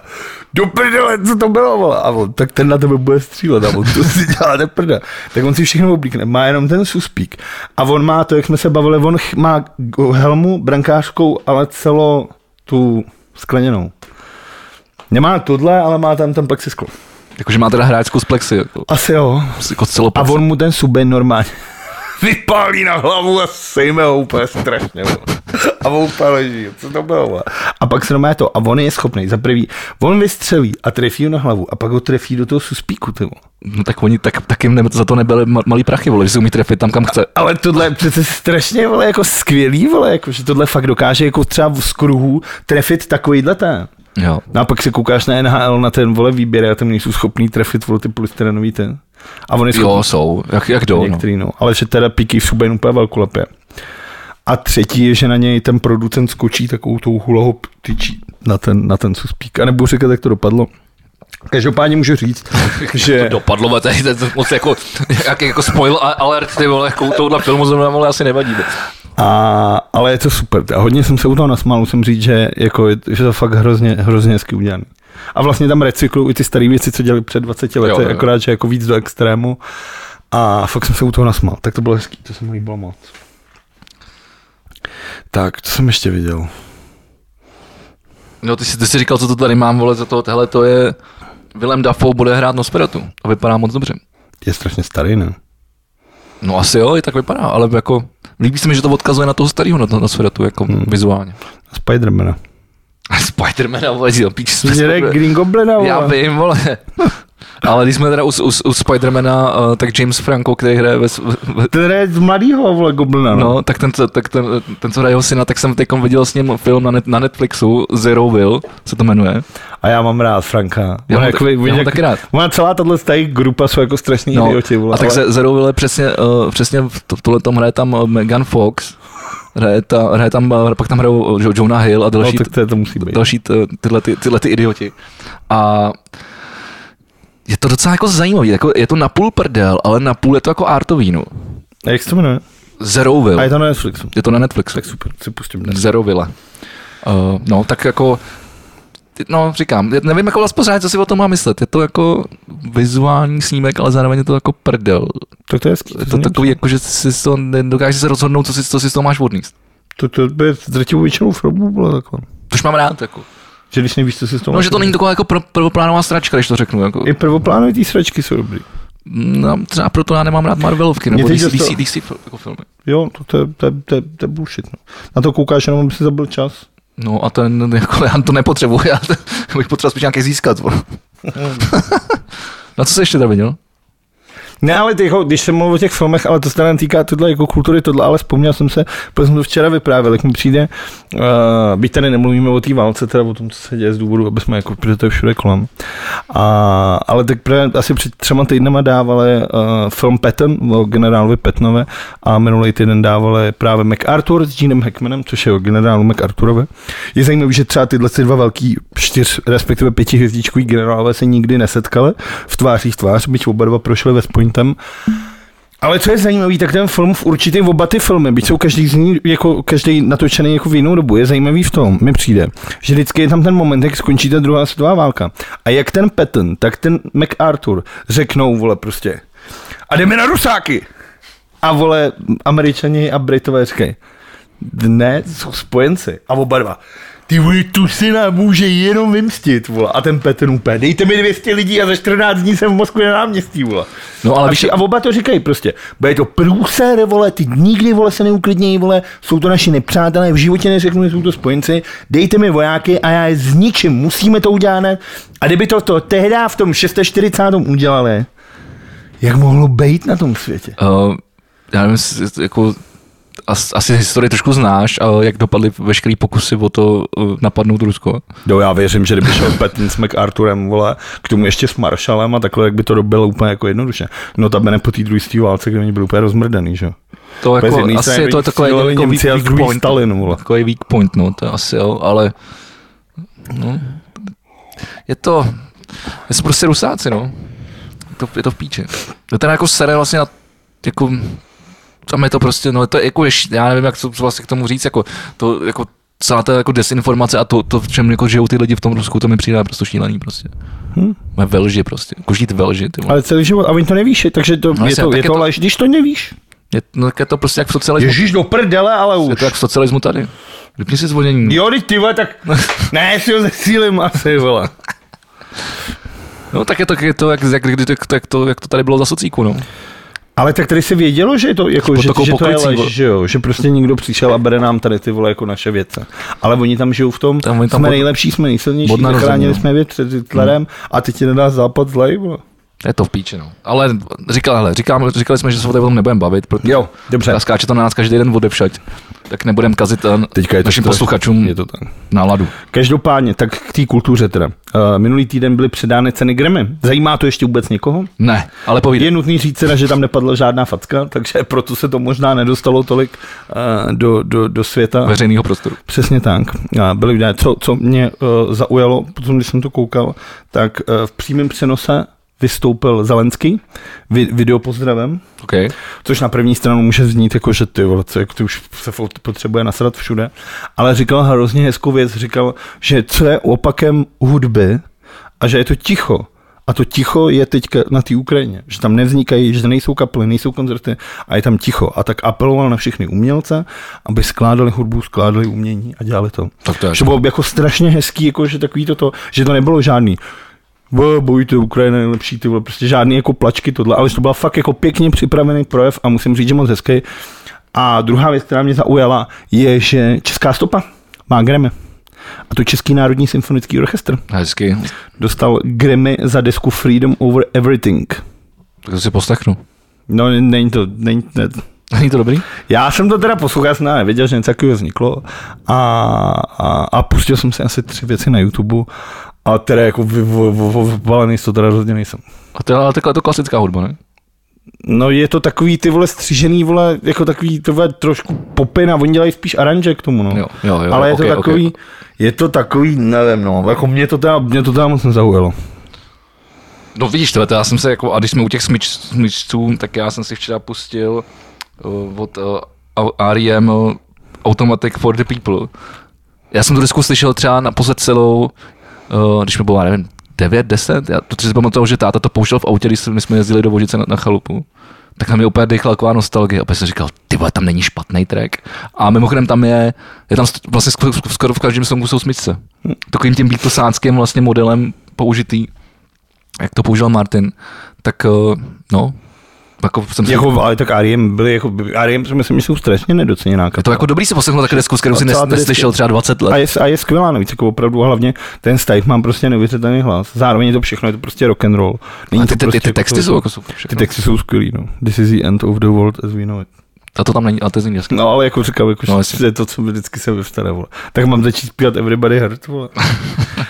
A: do prdele, co to bylo, vole? A on, tak ten na tebe bude střílet a on to si dělá do prde. Tak on si všechno oblíkne, má jenom ten suspík a on má to, jak jsme se bavili, on ch- má g- helmu brankářskou, ale celo tu skleněnou. Nemá tohle, ale má tam ten plexisklo.
B: Jakože má teda hráčku z plexy, jako,
A: Asi jo.
B: jako
A: A
B: celoplexy.
A: on mu ten suben normálně vypálí na hlavu a sejme ho úplně strašně. vole. A on úplně leží, co to bylo? vole? A pak se normálně to, a on je schopný, za prvý, on vystřelí a trefí ho na hlavu a pak ho trefí do toho suspíku, ty vole.
B: No tak oni tak, tak jim nebe- za to nebyly ma- malý prachy, vole, že si umí trefit tam, kam chce.
A: Ale tohle je přece strašně vole, jako skvělý, vole, jako, že tohle fakt dokáže jako třeba z kruhu trefit takovýhle ten.
B: Jo.
A: No a pak si koukáš na NHL, na ten vole výběr a tam nejsou schopný trefit vole ty polystyrenový ten. A on je schopný
B: Jo, Jako jsou. Jak, jak jdou, no.
A: Některý, no. Ale že teda píky v Subenu úplně velkolepě. A třetí je, že na něj ten producent skočí takovou tou hulohop tyčí na ten, na ten suspík. A nebudu říkat, jak to dopadlo. Každopádně můžu říct, že...
B: Dopadlo, ale tady to je moc jako, jak, jako spoil a- alert, ty vole, jako u tohohle filmu zrovna, vole, asi nevadí.
A: A, ale je to super. A hodně jsem se u toho nasmál, musím říct, že, jako, je- že to fakt hrozně, hrozně hezky udělaný. A vlastně tam recyklují i ty staré věci, co dělali před 20 lety,
B: Jo, jo, jo.
A: akorát, že jako víc do extrému. A fakt jsem se u toho nasmál. Tak to bylo hezký, to se mi líbilo moc. Tak, co jsem ještě viděl?
B: No, ty jsi, ty jsi říkal, co to tady mám, vole, za to, tohle to je... Willem Dafoe bude hrát Nosferatu a vypadá moc dobře.
A: Je strašně starý, ne?
B: No asi jo, i tak vypadá, ale jako líbí se mi, že to odkazuje na toho starého na, na Nosferatu, jako hmm. vizuálně.
A: Spidermana.
B: A Spidermana, vole, jo, píč, jsme
A: Měrek Green Goblina, vole.
B: Já vím, vole. Ale když jsme teda u, u, u Spidermana, uh, tak James Franco, který hraje ve, s- ve,
A: Ten je z mladýho, vole, Goblina, no.
B: No, tak ten, co- tak ten, ten co hraje jeho syna, tak jsem teď viděl s ním film na, net, na Netflixu, Zero Will, se to jmenuje.
A: A já mám rád Franka.
B: Já
A: On jako
B: ho-
A: jakoby-
B: já ho
A: on jak-
B: taky rád.
A: Ona celá tahle tady grupa jsou jako strašní
B: No,
A: idioti, vole.
B: a tak
A: ale-
B: se Zero Will je přesně, uh, přesně v to- v tohle tom hraje tam eh, Megan Fox, hraje, ta, hraje tam, eh, pak tam hrajou eh, Jo- Jonah Hill a
A: No,
B: další,
A: tak to, to musí být.
B: další t- tyhle, ty, tyhle ty idioti. A je to docela jako zajímavý, jako je to napůl prdel, ale napůl je to jako artový, no.
A: A jak se to jmenuje?
B: Zero Will.
A: A je to na Netflixu.
B: Je to na Netflixu.
A: Tak super, si pustím dnes.
B: Zero Villa. Uh, no, tak jako, no říkám, já nevím jako vlastně pořád, co si o tom má myslet. Je to jako vizuální snímek, ale zároveň je to jako prdel.
A: Tak to je hezký.
B: Je to takový, jako, že si to nedokážeš se rozhodnout, co si, co si z toho máš odníst.
A: To, to by s drtivou většinou filmů bylo takhle.
B: Což mám rád, jako.
A: Že když nevíš, co si s tou
B: No, že to není taková jako pro, prvoplánová sračka, když to řeknu, jako.
A: I prvoplánové ty sračky jsou dobrý.
B: No, třeba proto já nemám rád Marvelovky,
A: Mě
B: nebo
A: teď
B: DC,
A: dosto-
B: DC, DC fil- jako filmy.
A: Jo, to, to, je- to, je- to, je- to je bullshit. No. Na to koukáš jenom, aby si zabil čas.
B: No a ten, jako já to nepotřebuji, já to, Hmm. bych potřeboval spíš nějaké získat. vole. Na co se ještě tam viděl?
A: Ne, ale ty, jako, když jsem mluvil o těch filmech, ale to se teda týká tohle jako kultury, tohle, ale vzpomněl jsem se, protože jsem to včera vyprávěl, jak mi přijde, uh, byť tady nemluvíme o té válce, teda o tom, co se děje z důvodu, aby jsme jako, protože to je všude kolem. A, ale tak právě asi před třema týdnama dávali uh, film Patton o generálovi Petnové a minulý týden dávali právě MacArthur s Jeanem Hackmanem, což je o generálu MacArthurovi. Je zajímavé, že třeba tyhle ty dva velký čtyř, respektive pěti hvězdičkový generálové se nikdy nesetkali v tváří v tvář, byť oba dva prošli West Pointem. Ale co je zajímavé, tak ten film v určitý oba ty filmy, byť jsou každý, z ní, jako, každý natočený jako v jinou dobu, je zajímavý v tom, mi přijde, že vždycky je tam ten moment, jak skončí ta druhá světová válka. A jak ten Patton, tak ten MacArthur řeknou, vole, prostě, a jdeme na Rusáky! A vole, Američani a Britové říkají, ne, jsou spojenci. A oba dva. Ty vole, tu si nám může jenom vymstit, vole. A ten Petr úplně, dejte mi 200 lidí a za 14 dní jsem v Moskvě na náměstí, vole.
B: No, ale
A: a,
B: víš-
A: vši- a oba to říkají prostě. Bude to průser, vole, ty nikdy, vole, se neuklidnějí, vole, jsou to naši nepřátelé, v životě neřeknu, že jsou to spojenci, dejte mi vojáky a já je zničím, musíme to udělat. hned. A kdyby to, to tehdy v tom 640. udělali, jak mohlo být na tom světě?
B: Uh, já nevím, s- jako, as, asi historii trošku znáš, ale jak dopadly veškerý pokusy o to uh, napadnout Rusko.
A: No já věřím, že kdyby šel Patton s MacArthurem, vole, k tomu ještě s Marshallem a takhle, jak by to dobil úplně jako jednoduše. No tam ne po té druhé světové válce, kde oni byli úplně rozmrdaný, že jo.
B: To
A: Bez
B: jako,
A: jedný
B: asi
A: strany
B: je to
A: byli
B: takový jako
A: stříleli
B: weak,
A: Němci a z
B: weak
A: druhé
B: point.
A: Stalin, vole.
B: Takový weak point, no, to asi jo, ale no, je to, je to prostě rusáci, no. Je to, je to v píči. To teda jako sere vlastně na, jako, tam je to prostě, no to je jako, ješ- já nevím, jak to co vlastně k tomu říct, jako, to, jako, celá ta jako desinformace a to, to v čem jako žijou ty lidi v tom Rusku, to mi přijde prostě šílený prostě.
A: Hm.
B: Hmm. Ve lži prostě, jako žít ve lži, ty vole.
A: Ale celý život, a oni to nevíš, takže to,
B: No
A: je,
B: jasně,
A: to,
B: tak
A: je
B: je
A: to,
B: to-
A: lež, když to nevíš.
B: Je, no, tak je to prostě jak v socialismu.
A: Ježíš do prdele, ale
B: Je
A: už.
B: to jak v socialismu tady. Vypni si zvonění.
A: Jo, teď ty vole, tak ne, si ho zesílim asi, vole.
B: No tak je to, je to, jak, jak, jak, jak, jak, to, jak to tady bylo za socíku, no.
A: Ale tak tady se vědělo, že, je to, jako,
B: Pod
A: že,
B: takovou
A: že to je
B: poklicí,
A: lež,
B: vole.
A: že, jo? že prostě někdo přišel a bere nám tady ty vole jako naše věce. Ale oni tam žijou v tom,
B: Tam
A: tam
B: oni
A: tam
B: tam
A: jsme
B: od-
A: nejlepší, jsme nejsilnější,
B: od narození,
A: zachránili
B: no.
A: jsme věc před Hitlerem a teď je na nás západ zlej, vole.
B: Je to v píči, no. Ale říkal, hele, říkám, říkali jsme, že se o tom nebudeme bavit, protože
A: Jo, dobře.
B: a skáče to na nás každý den odevšať, tak nebudeme kazit ten,
A: Teďka je to
B: našim
A: škoda.
B: posluchačům
A: Je to tak.
B: náladu.
A: Každopádně, tak k té kultuře teda. Uh, minulý týden byly předány ceny Grammy. Zajímá to ještě vůbec někoho?
B: Ne, ale povídej.
A: Je nutný říct teda, že tam nepadla žádná facka, takže proto se to možná nedostalo tolik uh, do, do, do světa.
B: Veřejného prostoru.
A: Přesně tak. A Byly videa. Co, co mě uh, zaujalo, potom když jsem to koukal, tak uh, v přímém přenose vystoupil Zelenský vi- video pozdravem,
B: OK.
A: což na první stranu může znít jako, že ty vole, co, jak ty už se fot- potřebuje nasrat všude, ale říkal hrozně hezkou věc, říkal, že co je opakem hudby a že je to ticho. A to ticho je teďka na té Ukrajině, že tam nevznikají, že nejsou kapely, nejsou koncerty a je tam ticho. A tak apeloval na všechny umělce, aby skládali hudbu, skládali umění a dělali to.
B: Tak to je-
A: Že bylo jako strašně hezký, jako, že takový toto, že to nebylo žádný "Bo, bojujte Ukrajina je nejlepší, ty vole, prostě žádný jako plačky tohle, ale že to byl fakt jako pěkně připravený projev a musím říct, že moc hezký. A druhá věc, která mě zaujala, je, že Česká stopa má Grammy. A to Český národní symfonický orchestr
B: Hezky.
A: dostal Grammy za desku Freedom Over Everything.
B: Tak to si poslechnu.
A: No, n- není to, není, ne.
B: Není to dobrý?
A: Já jsem to teda poslouchal, já jsem teda nevěděl, že něco takového vzniklo a, a, a pustil jsem si asi tři věci na YouTube a teda jako vy- vo- vo- vo- vybalený z to teda rozhodně nejsem.
B: A to je ale takhle to klasická hudba, ne?
A: No je to takový ty vole střížený vole, jako takový ty vole trošku popin a oni dělají spíš aranže k tomu, no.
B: Jo, jo, jo,
A: Ale je
B: ok,
A: to
B: ok.
A: takový, je to takový, nevím, no, jako mě to teda, mě to teda moc nezaujalo.
B: No vidíš, tohle, to já jsem se jako, a když jsme u těch smyč, smyčců, tak já jsem si včera pustil uh, od uh, R.E.M. Uh, Automatic for the People. Já jsem tu desku slyšel třeba naposled celou, uh, když mi bylo, já nevím, 9, 10, já to si pamatuju, že táta to pouštěl v autě, když jsme, my jsme jezdili do Vožice na, na chalupu. Tak na mě úplně dechla taková nostalgie a pak jsem říkal, ty vole, tam není špatný track. A mimochodem tam je, je tam st- vlastně skoro, skoro v každém songu jsou smyčce. Takovým tím beatlesáckým vlastně modelem použitý jak to použil Martin, tak eh, no, jako jsem si,
A: Jako, ale tak Ariem byli, jako, Ariem si myslím, že jsou strašně nedoceněná
B: je to jako dobrý si poslechnout taky desku, s kterou si
A: A
B: nes,
A: celá ta deska-
B: neslyšel třeba 20
A: a
B: let.
A: je, a je skvělá navíc, jako opravdu a hlavně ten Stike má prostě neuvěřitelný hlas. Zároveň je to všechno, je to prostě rock and roll.
B: A ty, ty,
A: prostě
B: ty, ty texty jsou jako super.
A: ty
B: všechno.
A: texty jsou skvělý, no. This is the end of the world as we know it.
B: A to tam není, ale to zní hezky.
A: No ale jako říkám, jako,
B: No,
A: no,
B: jasně.
A: že je to, co mi vždycky se vyvstane, vole. Tak mám začít zpívat Everybody Hurt, vole.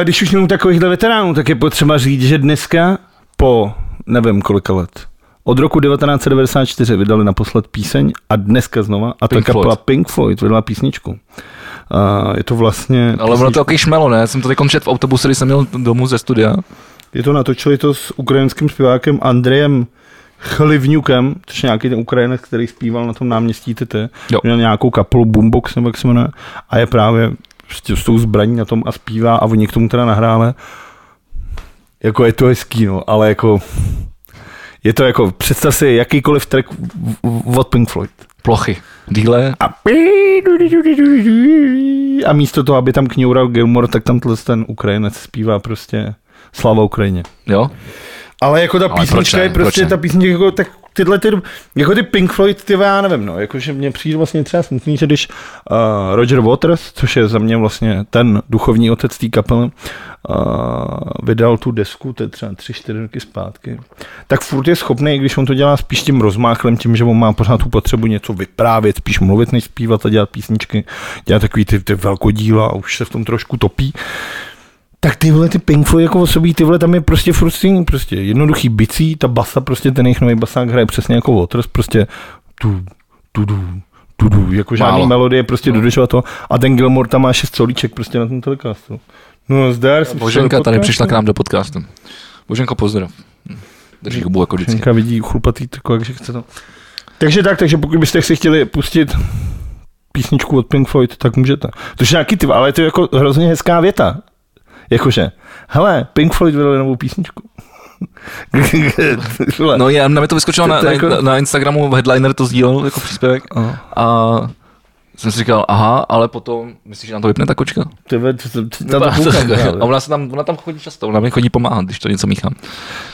A: Eh, Když už měl takovýchhle veteránů, tak je potřeba říct, že dneska po nevím kolika let, od roku 1994 vydali naposled píseň a dneska znova, a ta
B: Pink
A: kapela
B: Floyd.
A: Pink Floyd vydala písničku. A je to vlastně...
B: Ale ono to taky šmelo, ne? Jsem to teď čet v autobuse, když jsem měl domů ze studia.
A: Je to natočili to s ukrajinským zpěvákem Andrejem Chlivňukem, což je nějaký ten Ukrajinec, který zpíval na tom náměstí TT.
B: Jo.
A: Měl nějakou kapelu Boombox, nebo jak se jmenuje, a je právě prostě s, tě, s tou zbraní na tom a zpívá a oni k tomu teda nahrále. Jako je to hezký, no, ale jako je to jako, představ si jakýkoliv track v- v- od Pink Floyd.
B: Plochy. Díle.
A: A, a místo toho, aby tam kňoural Gilmore, tak tam tenhle ten Ukrajinec zpívá prostě Slava Ukrajině.
B: Jo?
A: Ale jako ta
B: Ale
A: písnička
B: proč ne?
A: je prostě,
B: Proč ne?
A: ta písnička jako tak tyhle ty, jako ty Pink Floyd, ty já nevím, no, jakože mně přijde vlastně třeba smutný, že když uh, Roger Waters, což je za mě vlastně ten duchovní otec té kapely, uh, vydal tu desku, to je třeba tři, čtyři roky zpátky, tak furt je schopný, i když on to dělá spíš tím rozmáchlem, tím, že on má pořád tu potřebu něco vyprávět, spíš mluvit, než zpívat a dělat písničky, dělat takový ty, ty velkodíla a už se v tom trošku topí, tak ty vole, ty Pink Floyd jako osobí, ty vole, tam je prostě furt stejný, prostě jednoduchý bicí, ta basa, prostě ten jejich nový basák hraje přesně jako Waters, prostě tu, tu, tu, tu, tu jako žádný
B: Málo.
A: Málo. melodie, prostě no. dodržovat to a ten Gilmore tam má šest solíček prostě na tom telecastu. No zdar, jsem
B: Boženka
A: přišel do
B: tady
A: podcastu.
B: přišla k nám do podcastu. Boženko, pozdrav. Drží hubu jako vždycky.
A: Boženka vidí chlupatý taková, že chce to. Takže tak, takže pokud byste si chtěli pustit písničku od Pink Floyd, tak můžete. To je nějaký ty, ale je to jako hrozně hezká věta. Jakože, hele, Pink Floyd vydali novou písničku. Vole.
B: No já, na mě to vyskočilo
A: To-
B: na,
A: to
B: na,
A: jako-
B: na, na Instagramu, headliner to sdílel jako příspěvek
A: No.
B: a jsem si říkal, aha, ale potom, myslíš, že nám to vypne ta kočka?
A: Ty ve- t- t- t- na to
B: Vypadá to
A: koukám
B: tak,
A: právě.
B: a ona, se tam, ona tam chodí často, ona mi chodí pomáhat, když to něco míchám.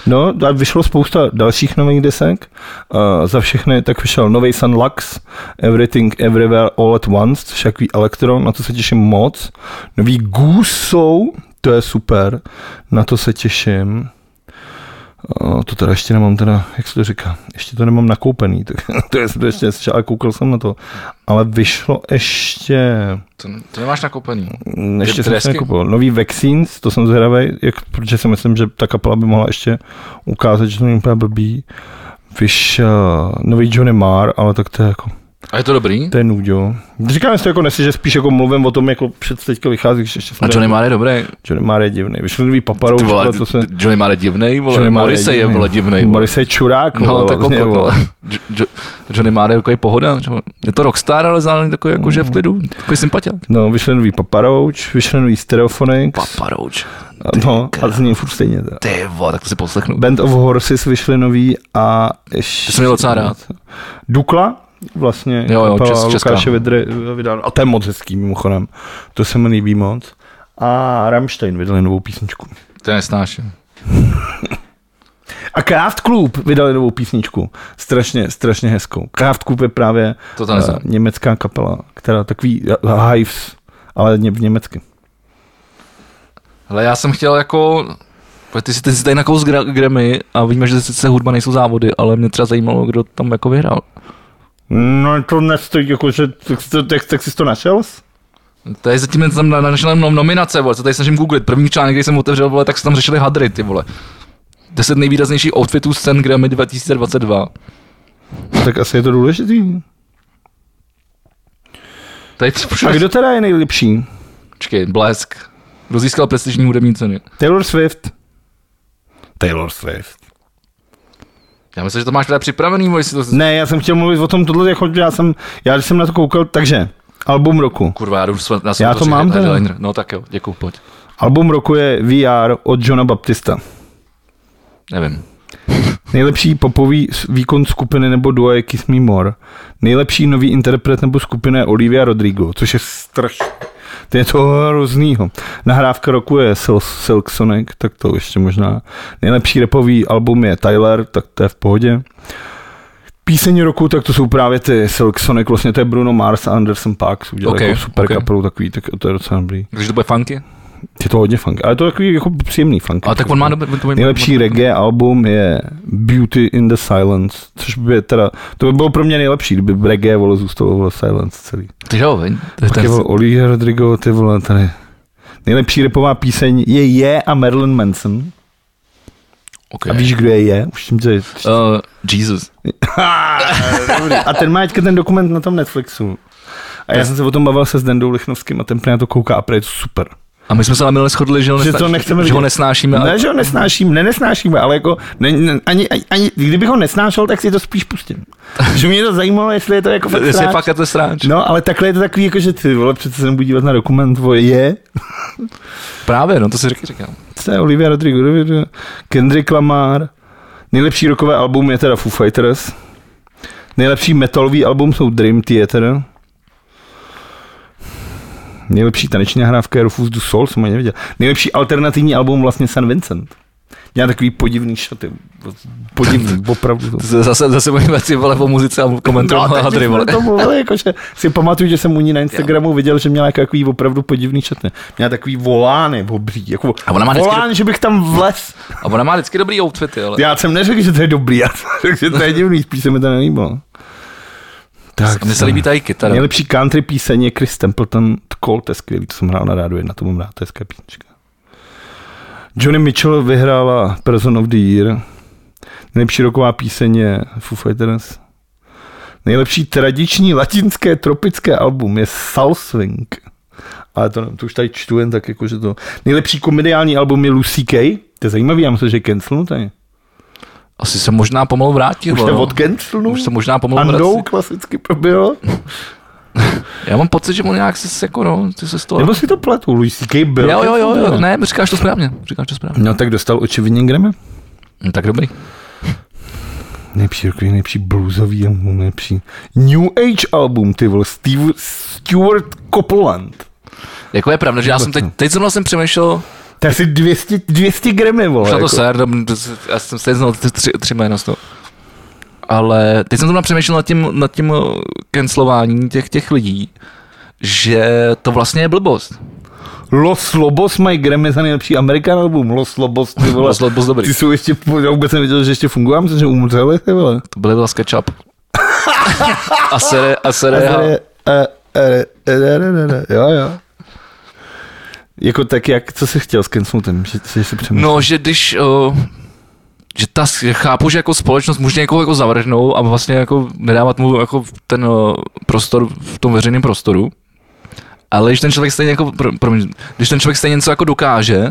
A: No a vyšlo spousta dalších nových desek. Uh, za všechny tak vyšel nový Sun Lux, Everything Everywhere All at Once, což je takový elektro, na to se těším moc. Nový Goose Soul, to je super, na to se těším. Uh, to teda ještě nemám teda, jak se to říká, ještě to nemám nakoupený, tak to je to ještě, ještě, ale koukal jsem na to. Ale vyšlo ještě,
B: To, to nemáš no. nakoupený.
A: Mm, Ještě jsem si
B: Dresky?
A: nekupoval. Nový Vaccines, to jsem zvědavý, jak, protože si myslím, že ta kapela by mohla ještě ukázat, že to není úplně blbý. Vyšel nový Johnny Marr, ale tak to je jako,
B: A je to dobrý?
A: to je nudio. Říkám si to jako nesi, že spíš jako mluvím o tom, jako před teďka vychází, že ještě jsem
B: A Johnny Marr je dobrý.
A: Johnny Marr je divný. Vyšel nový paparou,
B: Ty vole,
A: vole, to se...
B: Johnny Marr je divnej, vole,
A: Johnny Marr
B: Morrissey je,
A: divný.
B: vole, divnej. vole.
A: Morrissey je čurák,
B: No,
A: vole,
B: tak
A: vlastně,
B: kokot,
A: vole.
B: ale Jo- Jo- Johnny Marr je takový pohoda. že jo. Je to rockstar, ale zároveň takový jako, že v klidu. Takový sympatiák.
A: No, vyšel nový Paparouč, vyšel nový Stereophonics,
B: Paparouč.
A: a- no, a zní furt stejně. teda.
B: Ty vole, tak to si poslechnu.
A: Band of Horses vyšli nový a ještě...
B: To jsem měl docela rád.
A: Dukla, vlastně,
B: Jo, jo,
A: kapela
B: čes- česká.
A: Lukáše Vedry vydal, a to je moc hezký mimochodem, to se mi líbí moc. A Rammstein vydali novou písničku.
B: To je nesnáším.
A: A Kraft Klub vydali novou písničku. Strašně, strašně hezkou. Kraft Klub je právě
B: To tam neznám.
A: eh, německá kapela, která takový eh, Hives, ale ně, v německy.
B: Ale já jsem chtěl jako... protože Ty si, ty si tady na kous gra- Grammy a víme, že sice hudba nejsou závody, ale mě třeba zajímalo, kdo tam jako vyhrál.
A: No to nestojí, jako, že, tak, tak, tak, tak jsi to našel?
B: To je zatím jen tam na, na, na, na nominace, vole, co tady snažím googlit. První článek, který jsem otevřel, vole, tak se tam řešili hadry, ty vole. 10 nejvýraznějších outfitů scén Grammy 2022.
A: Tak asi je to důležitý.
B: Tady
A: A kdo teda je nejlepší?
B: Počkej, blesk. Kdo získal prestižní hudební ceny?
A: Taylor Swift. Taylor Swift.
B: Já myslím, že to máš teda připravený, bo jestli to...
A: Ne, já jsem chtěl mluvit o tom, tohle, jako já jsem, já když jsem na to koukal, takže album roku.
B: Kurva, já jdu svat, na
A: Já to mám teda.
B: teda. No tak jo, děkuju, pojď.
A: Album roku je VR od Johna Baptista.
B: Nevím.
A: Nejlepší popový s- výkon skupiny nebo duo je Kiss Me More. Nejlepší nový interpret nebo skupina je Olivia Rodrigo, což je strašně To je toho různýho. Nahrávka roku je Sil- Silk Sonic, tak to ještě možná. Nejlepší repový album je Tyler, tak to je v pohodě. Píseň roku, tak to jsou právě ty Silk Sonic, vlastně to je Bruno Mars a Anderson Paak, udělali
B: Ok,
A: okay, jako super
B: ok.
A: okay. kapelu takový, tak to je docela dobrý.
B: Když to bude funky.
A: Je to hodně funk, ale to je takový jako příjemný funk.
B: A tak on má dobrý... to-
A: Nejlepší reggae album je Beauty in the Silence, což by teda, to by bylo pro mě nejlepší, kdyby reggae vole zůstalo vole silence celý.
B: Ty jo, veď? To je
A: Pak je
B: ten-
A: vole Olivia Rodrigo, ty vole tady. Nejlepší repová píseň je Je a Marilyn Manson.
B: ok.
A: A víš, kdo je Je? Už tím tě...
B: Eh, Jesus.
A: Dobrý. A ten má teďka ten dokument na tom Netflixu. A já jsem se o tom bavil se s Dendou Lichnovským a ten prý na to kouká a prý je to super.
B: A my jsme se na minule shodli, že ho,
A: Že to
B: nesna-
A: nechceme
B: že ho
A: vidět.
B: nesnášíme. ale-
A: Ne, že ho nesnáším, ne, nesnášíme, ale jako ne, ne, ani, ani- ani, kdybych ho nesnášel, tak si to spíš pustím. že mě to zajímalo, jestli je to jako fakt
B: Jestli je
A: sráč.
B: fakt to sráč.
A: No, ale takhle je to takový, jako že ty vole, přece se nebudu dívat na dokument o je,
B: Právě, no to si řekl, říkám.
A: to je Olivia Rodrigo, Kendrick Lamar, nejlepší rokové album je teda Foo Fighters, nejlepší metalový album jsou Dream Theater, nejlepší taneční nahrávka je Rufus du Sol, jsem ho neviděl, nejlepší alternativní album vlastně San Vincent. Měl takový podivný šaty, podivný, opravdu. To.
B: Z- Zase, zase budeme si vole o muzice a komentujeme no,
A: tak
B: hadry,
A: jsme
B: vole.
A: to mluvili, jakože si pamatuju, že jsem u ní na Instagramu viděl, že měla jako takový opravdu podivný šatny. Měla takový volány obří, jako
B: A ona má vždycky-
A: volán, že bych tam vlez.
B: A ona má vždycky dobrý outfity, ale...
A: Já jsem neřekl, že to je dobrý, já jsem řekl, že to je divný, spíš se mi to nelíbilo.
B: Tak, mně se líbí ta i kytara.
A: Nejlepší country píseň je Chris Templeton Cold, to je skvělý, to jsem hrál na rádu, na tom hrát, to je hezká písnička. Johnny Mitchell vyhrála Person of the Year. Nejlepší roková píseň je Foo Fighters. Nejlepší tradiční latinské tropické album je Soul Swing. Ale to, to už tady čtu jen tak, jako, že to... Nejlepší komediální album je Lucy Kay. To je zajímavý, já myslím, že je cancelnutý.
B: Asi se možná pomalu vrátil.
A: Už
B: no.
A: to od cancelnu?
B: Už se možná pomalu
A: Andou
B: vrací.
A: klasicky proběhlo.
B: Já mám pocit, že on nějak se, se jako no, ty se z toho...
A: Nebo si to pletu, Louis C.K. byl.
B: Jo, jo, jo, jo,
A: cancelovaný.
B: ne, říkáš to správně, říkáš to správně.
A: No tak dostal očividně Grammy.
B: No, tak dobrý.
A: Nejlepší rokový, nejlepší bluesový album, nejlepší New Age album, ty vole, Steve, Stuart Copeland.
B: Jako je pravda, že já jsem teď, teď zrovna jsem přemýšlel,
A: To je asi 200, 200 Grammy, vole.
B: šla to
A: jako.
B: sér, dom- já jsem se znal ty tři, tři jména z toho. Ale teď jsem zrovna přemýšlel nad tím, nad tím eh, cancelováním těch, těch lidí, že to vlastně je blbost.
A: Los Lobos mají Grammy za nejlepší American album. Los Lobos, ty vole.
B: Los Lobos dobrý.
A: Ty jsou ještě, já vůbec nevěděl, že ještě fungují, já myslím, že umřeli, ty vole.
B: To byly vlastně SketchUp. a sere, a sere,
A: A
B: a
A: tady- eh, eh, eh, ne, ne, ne, Jo, jo. Jako tak jak, co jsi chtěl s Kensmutem, že jsi si přemýšlel?
B: No, že když... Uh, že ta, že chápu, že jako společnost může někoho jako zavrhnout a vlastně jako nedávat mu jako ten uh, prostor v tom veřejném prostoru. Ale když ten člověk stejně jako, pro, promiň, když ten člověk stejně něco jako dokáže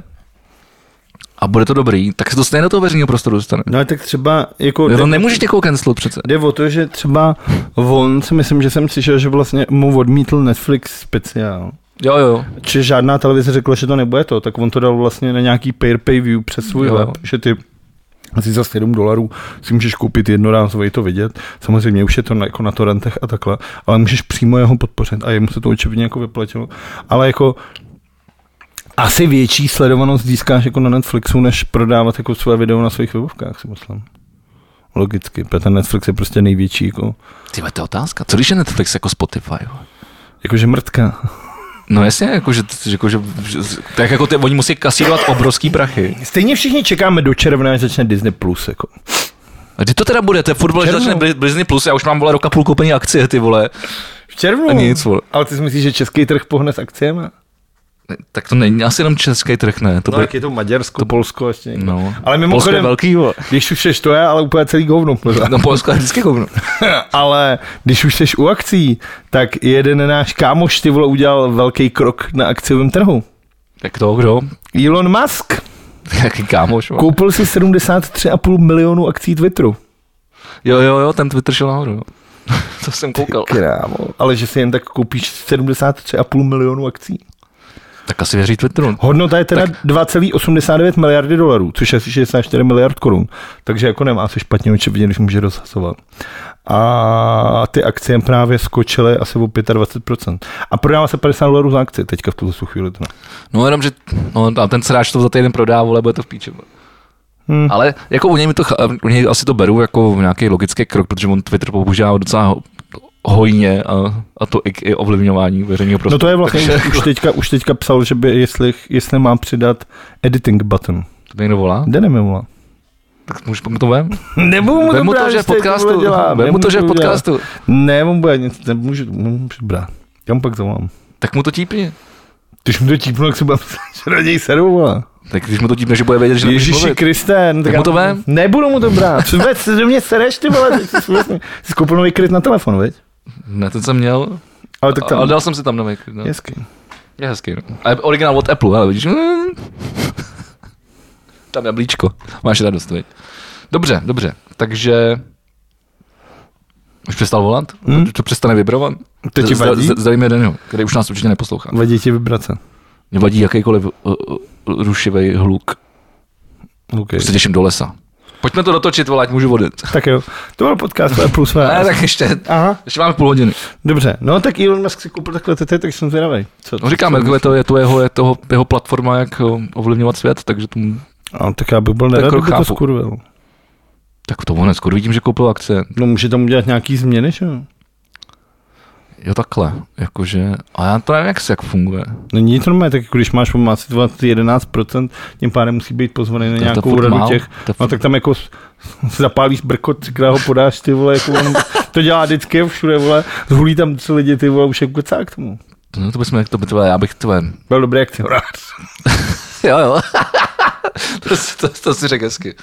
B: a bude to dobrý, tak se to stejně do toho veřejného prostoru dostane.
A: No ale tak třeba, jako...
B: No,
A: jde-
B: to nemůžeš někoho cancelit přece.
A: Jde o to, že třeba on, si myslím, že jsem slyšel, že vlastně mu odmítl Netflix speciál.
B: Jo, jo.
A: Či žádná televize řekla, že to nebude to, tak on to dal vlastně na nějaký pay-per-view přes svůj
B: Jo.
A: web, že ty asi za 7 dolarů si můžeš koupit jednorázový to vidět. Samozřejmě už je to na, jako na torrentech a takhle, ale můžeš přímo jeho podpořit a jemu se to očividně jako vyplatilo. Ale jako asi větší sledovanost získáš jako na Netflixu, než prodávat jako své video na svých webovkách, si myslím. Logicky, protože ten Netflix je prostě největší jako,
B: Ty vole, to je otázka. Co když je Netflix jako Spotify? vole?
A: jakože mrtka.
B: No jasně, jakože, jakože, že, tak jako ty, oni musí kasírovat obrovský prachy.
A: Stejně všichni čekáme do června, až začne Disney+. Plus, jako.
B: A kdy to teda bude? To je furt, vole, že
A: Červnu.
B: začne Bli- Disney Plus, já už mám, vole, roka půl koupený akcie, ty vole.
A: V červnu?
B: A nic, vole.
A: Ale ty si myslíš, že český trh pohne s akciemi?
B: Ne, Tak to není asi jenom český trh, ne? To
A: No,
B: bude,
A: jak je to Maďarsko, to... Polsko ještě někdo.
B: no.
A: Ale
B: Polsko je
A: mimochodem,
B: velký, vole.
A: když už seš to je, ale úplně celý govno. No.
B: No Polsko je vždycky hovno.
A: ale když už seš u akcí, tak jeden náš kámoš ty vole udělal velký krok na akciovém trhu.
B: Tak to, kdo?
A: Elon Musk
B: Jaký kámoš, vole.
A: koupil si 73,5 milionů akcí Twitteru.
B: Jo, jo, jo, ten Twitter šel nahoru, jo. to jsem koukal.
A: Krámo. Ale že si jen tak koupíš 73,5 milionů akcí.
B: Tak asi věří Twitteru.
A: Hodnota je teda 2,89 miliardy dolarů, což je asi 64 miliard korun. Takže jako nemá se špatně očividně, když může dosazovat. a ty akcie právě skočily asi o 25%. A prodává se 50 dolarů za akci teďka v tuhle chvíli. Teda.
B: No jenom, že no, a ten sráč to za týden prodá, vole, bude to v píči. vole.
A: Hmm.
B: Ale jako u něj, mi to, ch- u něj asi to beru jako nějaký logický krok, protože on Twitter používá docela ho- hojně a, a to i, i ovlivňování veřejného
A: No
B: prostoru.
A: to je vlastně,
B: Takže,
A: už, už, teďka, už teďka psal, že by, jestli, jestli mám přidat editing button.
B: to někdo volá?
A: Jde nemimo.
B: Tak můžu, mu to vem?
A: Nebo mu to,
B: Vem mu to,
A: brát,
B: že v
A: jestli tohle
B: podcastu.
A: dělám.
B: Vem mu to, že v
A: Nemůžu dělat.
B: podcastu.
A: Ne, on bude nic, nemůžu, nemůžu brát. Já mu pak zavolám.
B: Tak mu to típni.
A: Když mu to típnu, jak se bude myslet, že raději seru, vole.
B: Tak když mu to típne, že bude vědět, že nemůžeš
A: Ježíši
B: mluvit.
A: Kriste, no
B: Tak mu to
A: já-
B: vem.
A: Nebudu mu to brát. Co vůbec, co do mě sereš, ty vole. Ty Jsi vlastně- jsi koupil nový kryt na telefon, viď?
B: Ne, ten jsem měl,
A: Ale tak
B: ale
A: tam,
B: dal jsem si tam nový. No.
A: hezky.
B: Je hezký. No. A je originál od Apple, ale vidíš. Mm. Tam jablíčko. Máš radost, viď? Dobře, dobře. Takže... Už přestal volat?
A: Hmm?
B: To přestane vibrovat?
A: To ti vadí?
B: Zdravíme Daniel, který už nás určitě neposlouchá.
A: Vadí ti vibrace.
B: Mě vadí jakýkoliv uh, uh, rušivý hluk.
A: Okay.
B: Už se těším do lesa. Pojďme to dotočit, volať můžu vodit.
A: Tak jo, to byl podcast, ale plus
B: Ne,
A: vás.
B: tak ještě,
A: Aha,
B: ještě máme půl hodiny.
A: dobře. No tak Elon Musk si koupil takhle TT, tak jsem zvědavý. Co?
B: No říkám,
A: co-
B: jako to je, to jeho, je toho, jeho platforma, jak eh, ovlivňovat svět, takže tomu
A: A, No, tak já bych byl
B: Tak
A: nerad,
B: krok
A: kdyby to
B: chápu.
A: skurvil.
B: Tak to ono, skoro vidím, že koupil akce.
A: No může tam udělat nějaký změny, že jo?
B: Jo, takhle, jakože, a já to nevím, jak se jak funguje.
A: No není to normálně, tak jako když máš pomáci 11%, tím pádem musí být pozvaný na
B: To- to
A: nějakou
B: furt
A: radu
B: málo,
A: těch.
B: to furt-
A: No tak tam jako s- s- zapálíš brko, třikrát ho podáš, ty vole, jako on, to dělá vždycky všude, vole, zhulí tam tři lidi, ty vole, už jako cák tomu.
B: No to bychom, to by tvoje, já bych tvoje.
A: Byl dobrý jak ty
B: Jo, jo. to, si- to, to, si řekl hezky.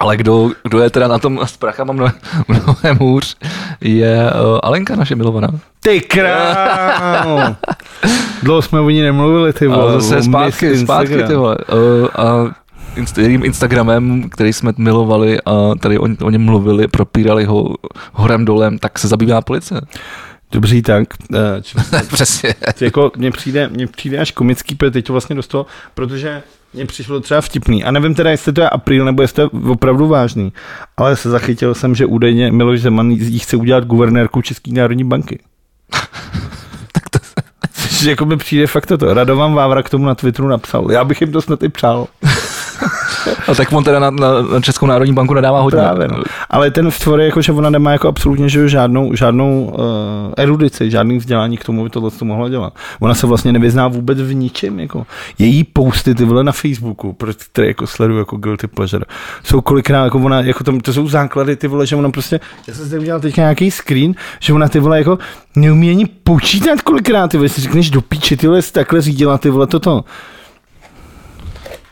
B: Ale kdo, kdo je teda na tom s prachama mno, mnohem hůř, je uh, Alenka, naše milovaná.
A: Ty kráno. Dlouho jsme o ní nemluvili, ty vole.
B: Ale zase
A: o
B: zpátky,
A: Miss
B: zpátky
A: Instagram.
B: ty vole. Uh, a inst- jejím Instagramem, který jsme milovali a tady o, o něm mluvili, propírali ho horem dolem, tak se zabývá policie.
A: Dobří tak. eh, či-
B: Přesně.
A: jako mně přijde, mně přijde až komický, protože teď to vlastně dostalo, protože mně přišlo třeba vtipný. A nevím teda, jestli to je apríl, nebo jestli to je opravdu vážný. Ale se zachytil jsem, že údajně Miloš Zeman jí chce udělat guvernérku České národní banky. tak to... Což jako mi přijde fakt toto. Radovan Vávra k tomu na Twitteru napsal. Já bych jim to snad i přál.
B: A tak on teda na, na, na Českou národní banku nadává hodně.
A: Právě, no. Ale ten tvor je jako, že ona nemá jako absolutně že jo, žádnou, žádnou uh, erudici, žádný vzdělání k tomu, aby tohle to mohla dělat. Ona se vlastně nevyzná vůbec v ničem. Jako. Její posty ty vole na Facebooku, pro které jako sleduju jako guilty pleasure, jsou kolikrát jako ona, jako tam, to jsou základy ty vole, že ona prostě, já jsem zde udělal teďka nějaký screen, že ona ty vole jako neumí ani počítat kolikrát, ty vole, si řekneš do píči, ty vole, jsi takhle řídila ty vole toto.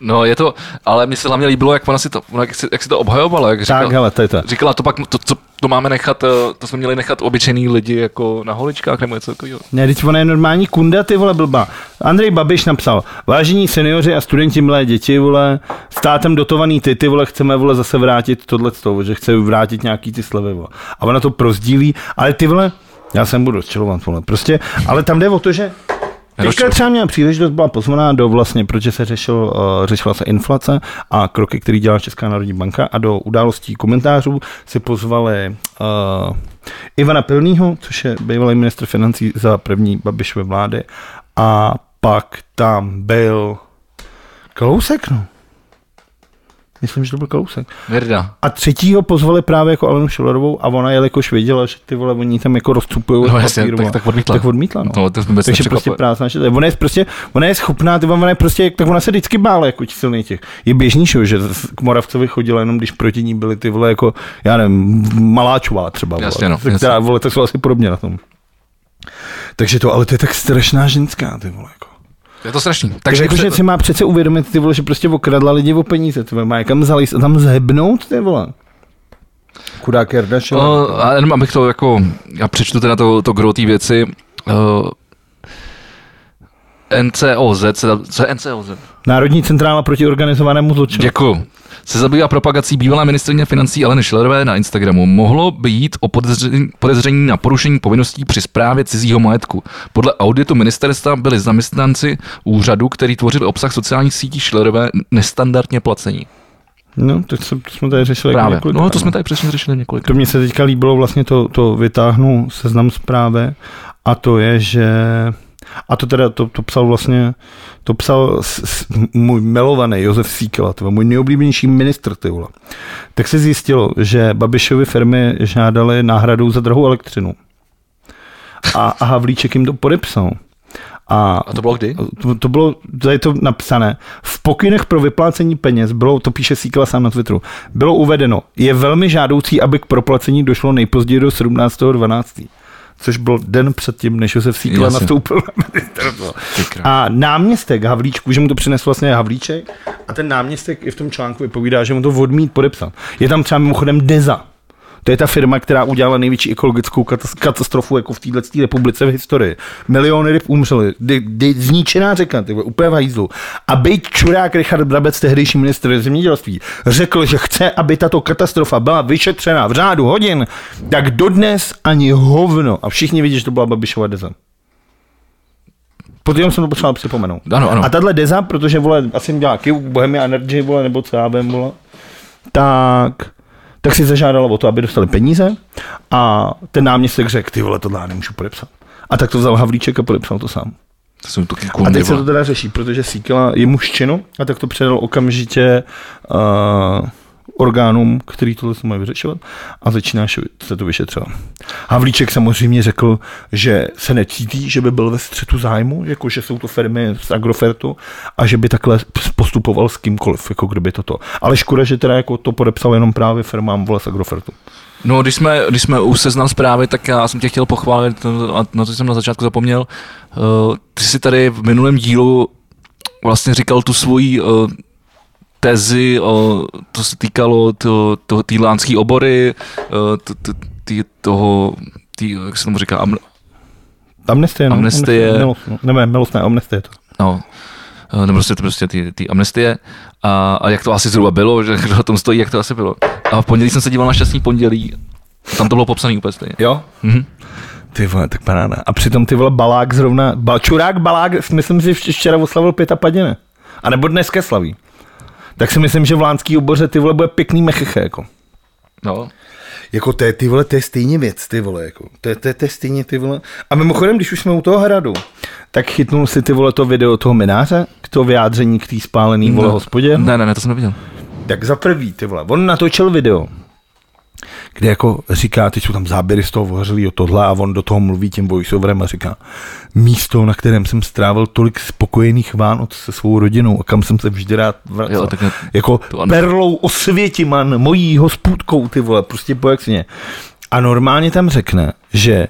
B: No je to, ale mně se hlavně líbilo, jak ona si to, ona jak, si, jak si to obhajovala, jak
A: Tak,
B: říkala,
A: hele, to je to.
B: říkala to pak, to, to, to máme nechat, eh, to jsme měli nechat obyčejný lidi jako na holičkách nebo něco takového.
A: Ne, teď ona je normální kunda, ty vole blba. Andrej Babiš napsal, vážení seniori a studenti, milé děti, vole, státem dotovaný ty, ty vole, chceme, vole, zase vrátit tohle že chce vrátit nějaký ty slevy, vole. A ona to prozdílí, ale ty vole, já jsem budu rozčilovat, vole, prostě, ale tam jde o to, že Teďka
B: Rozčiluj.
A: třeba měla příležitost, byla pozvaná do vlastně, protože se řešil, uh, řešila se inflace a kroky, které dělá Česká národní banka a do událostí komentářů si pozvali uh, Ivana Pilnýho, což je bývalý ministr financí za první Babišové vlády a pak tam byl Kalousek, no. Myslím, že to byl Kalousek.
B: Mirda.
A: A třetího pozvali právě jako Alenu Šilerovou a ona, jelikož věděla, že ty vole, oni tam jako rozcupují
B: No
A: z
B: jasně,
A: papíru,
B: tak,
A: vole,
B: tak odmítla.
A: tak odmítla, no.
B: No, to jsme vůbec
A: Takže prostě
B: nečekali.
A: prázdná šetře. Ona je prostě, ona je schopná, ty vole, ona je prostě, tak ona se vždycky bála jako těch silných těch. Je běžný, že jo, že z- k Moravcovi chodila jenom, když proti ní byly ty vole jako, já nevím, Maláčová třeba. vole.
B: Jasně, no,
A: Tak která, vole, tak jsou asi podobně na tom. Takže to, ale to je tak strašná ženská, ty vole, jako.
B: Je to strašný.
A: Takže
B: Takže
A: jako, že si má přece uvědomit, ty vole, že prostě okradla lidi o peníze, ty vole, má je kam zalíst a tam zhebnout, ty vole. Chudák Jardašel.
B: No, a jenom abych to jako, já přečtu teda to, to gro té věci. Uh, NCOZ, se, co je NCOZ?
A: Národní centrála proti organizovanému zločinu.
B: Děkuju. Se zabývá propagací bývalé ministrině financí Aleny Schillerové na Instagramu. Mohlo by jít o podezření, podezření na porušení povinností při správě cizího majetku. Podle auditu ministerstva byli zaměstnanci úřadu, který tvořil obsah sociálních sítí Schillerové, nestandardně placení.
A: No, to, jsme- to jsme tady řešili. jako
B: Právě.
A: několikrát,
B: No, to jsme tady přesně řešili několik.
A: To mě se teďka líbilo, vlastně to, to vytáhnu seznam zprávy a to je, že a to teda, to, to psal vlastně, to psal s, s, můj milovaný Josef Síkela, tyvo, můj nejoblíbenější ministr, ty vole. Tak se zjistilo, že Babišovy firmy žádaly náhradu za drahou elektřinu. A, a Havlíček jim to podepsal. A
B: A to bylo kdy?
A: to, to bylo, tady je to napsané. V pokynech pro vyplácení peněz bylo, to píše Síkla sám na Twitteru, bylo uvedeno, je velmi žádoucí, aby k proplacení došlo nejpozději do 17.12. Což byl den předtím, než Josef Síkla
B: Jasně.
A: nastoupil na ministerstvo. A náměstek Havlíčku, že mu to přinesl vlastně Havlíček, a ten náměstek i v tom článku vypovídá, že mu to odmít podepsat. Je tam třeba mimochodem Deza. To je ta firma, která udělala největší ekologickou katas- katastrofu jako v této republice v historii. Miliony ryb umřely, de- de- zničená řeka, ty vole, úplně v hajzlu. A byť čurák Richard Brabec, tehdejší minister zemědělství, řekl, že chce, aby tato katastrofa byla vyšetřena v řádu hodin, tak dodnes ani hovno. A všichni vidí, že to byla Babišova deza. Potom jsem to potřeboval připomenout.
B: Ano, ano.
A: A tahle deza, protože vole, asi jim dělá Kiu, Bohemia Energy, vole, nebo co já vím, vole, tak, tak si zažádala o to, aby dostali peníze a ten náměstek řekl, ty vole, tohle já nemůžu podepsat. A tak to vzal Havlíček a podepsal to sám.
B: To jsou taky
A: A
B: kundy,
A: teď se to teda řeší, protože Síkela je mužčinu a tak to předal okamžitě uh, orgánům, který tohle se mají vyřešovat a začíná šu- se to vyšetřovat. Havlíček samozřejmě řekl, že se necítí, že by byl ve střetu zájmu, jako že jsou to firmy z Agrofertu a že by takhle postupoval s kýmkoliv, jako kdyby toto. Ale škoda, že teda jako to podepsal jenom právě firmám vole z Agrofertu.
B: No, když jsme, když jsme u seznam zprávy, tak já jsem tě chtěl pochválit, no, a na to jsem na začátku zapomněl. Eh, Ty jsi tady v minulém dílu vlastně říkal tu svoji eh, tezi, o- to se týkalo to, to, tý lánský obory, eh, to, to, tý, toho, tý, jak se tomu říká, am,
A: Amnestie, no?
B: Amnestie.
A: Milost, no. Ne, milostné, amnestie je to.
B: No, eh, nebo prostě, prostě ty, ty amnestie a, a, jak to asi zhruba bylo, že kdo na tom stojí, jak to asi bylo. A v pondělí jsem se díval na šťastný pondělí, tam to bylo popsané úplně stejně.
A: Jo?
B: Mhm.
A: Ty vole, tak paráda. A přitom ty vole Balák zrovna, ba, Čurák Balák, myslím si, že včera oslavil pět a padine. A nebo dneska slaví. Tak si myslím, že v Lánský oboře ty vole bude pěkný mecheche, jako.
B: No.
A: Jako to je ty vole, to je stejně věc, ty vole, jako. To je, to je, to je stejně ty vole. A mimochodem, když už jsme u toho hradu, tak chytnul si ty vole to video toho mináře, k to vyjádření k té spálený vole hospodě.
B: No. Ne, ne, ne, to jsem neviděl.
A: Tak za prvý, ty vole, on natočil video, kde jako říká, teď jsou tam záběry z toho ohořelého tohle a on do toho mluví tím voiceoverem a říká, místo, na kterém jsem strávil tolik spokojených Vánoc se svou rodinou a kam jsem se vždy rád vracel.
B: Jo, tak ne-
A: jako
B: to ano.
A: perlou osvětiman, mojí hospůdkou, ty vole, prostě pojaxně. A normálně tam řekne, že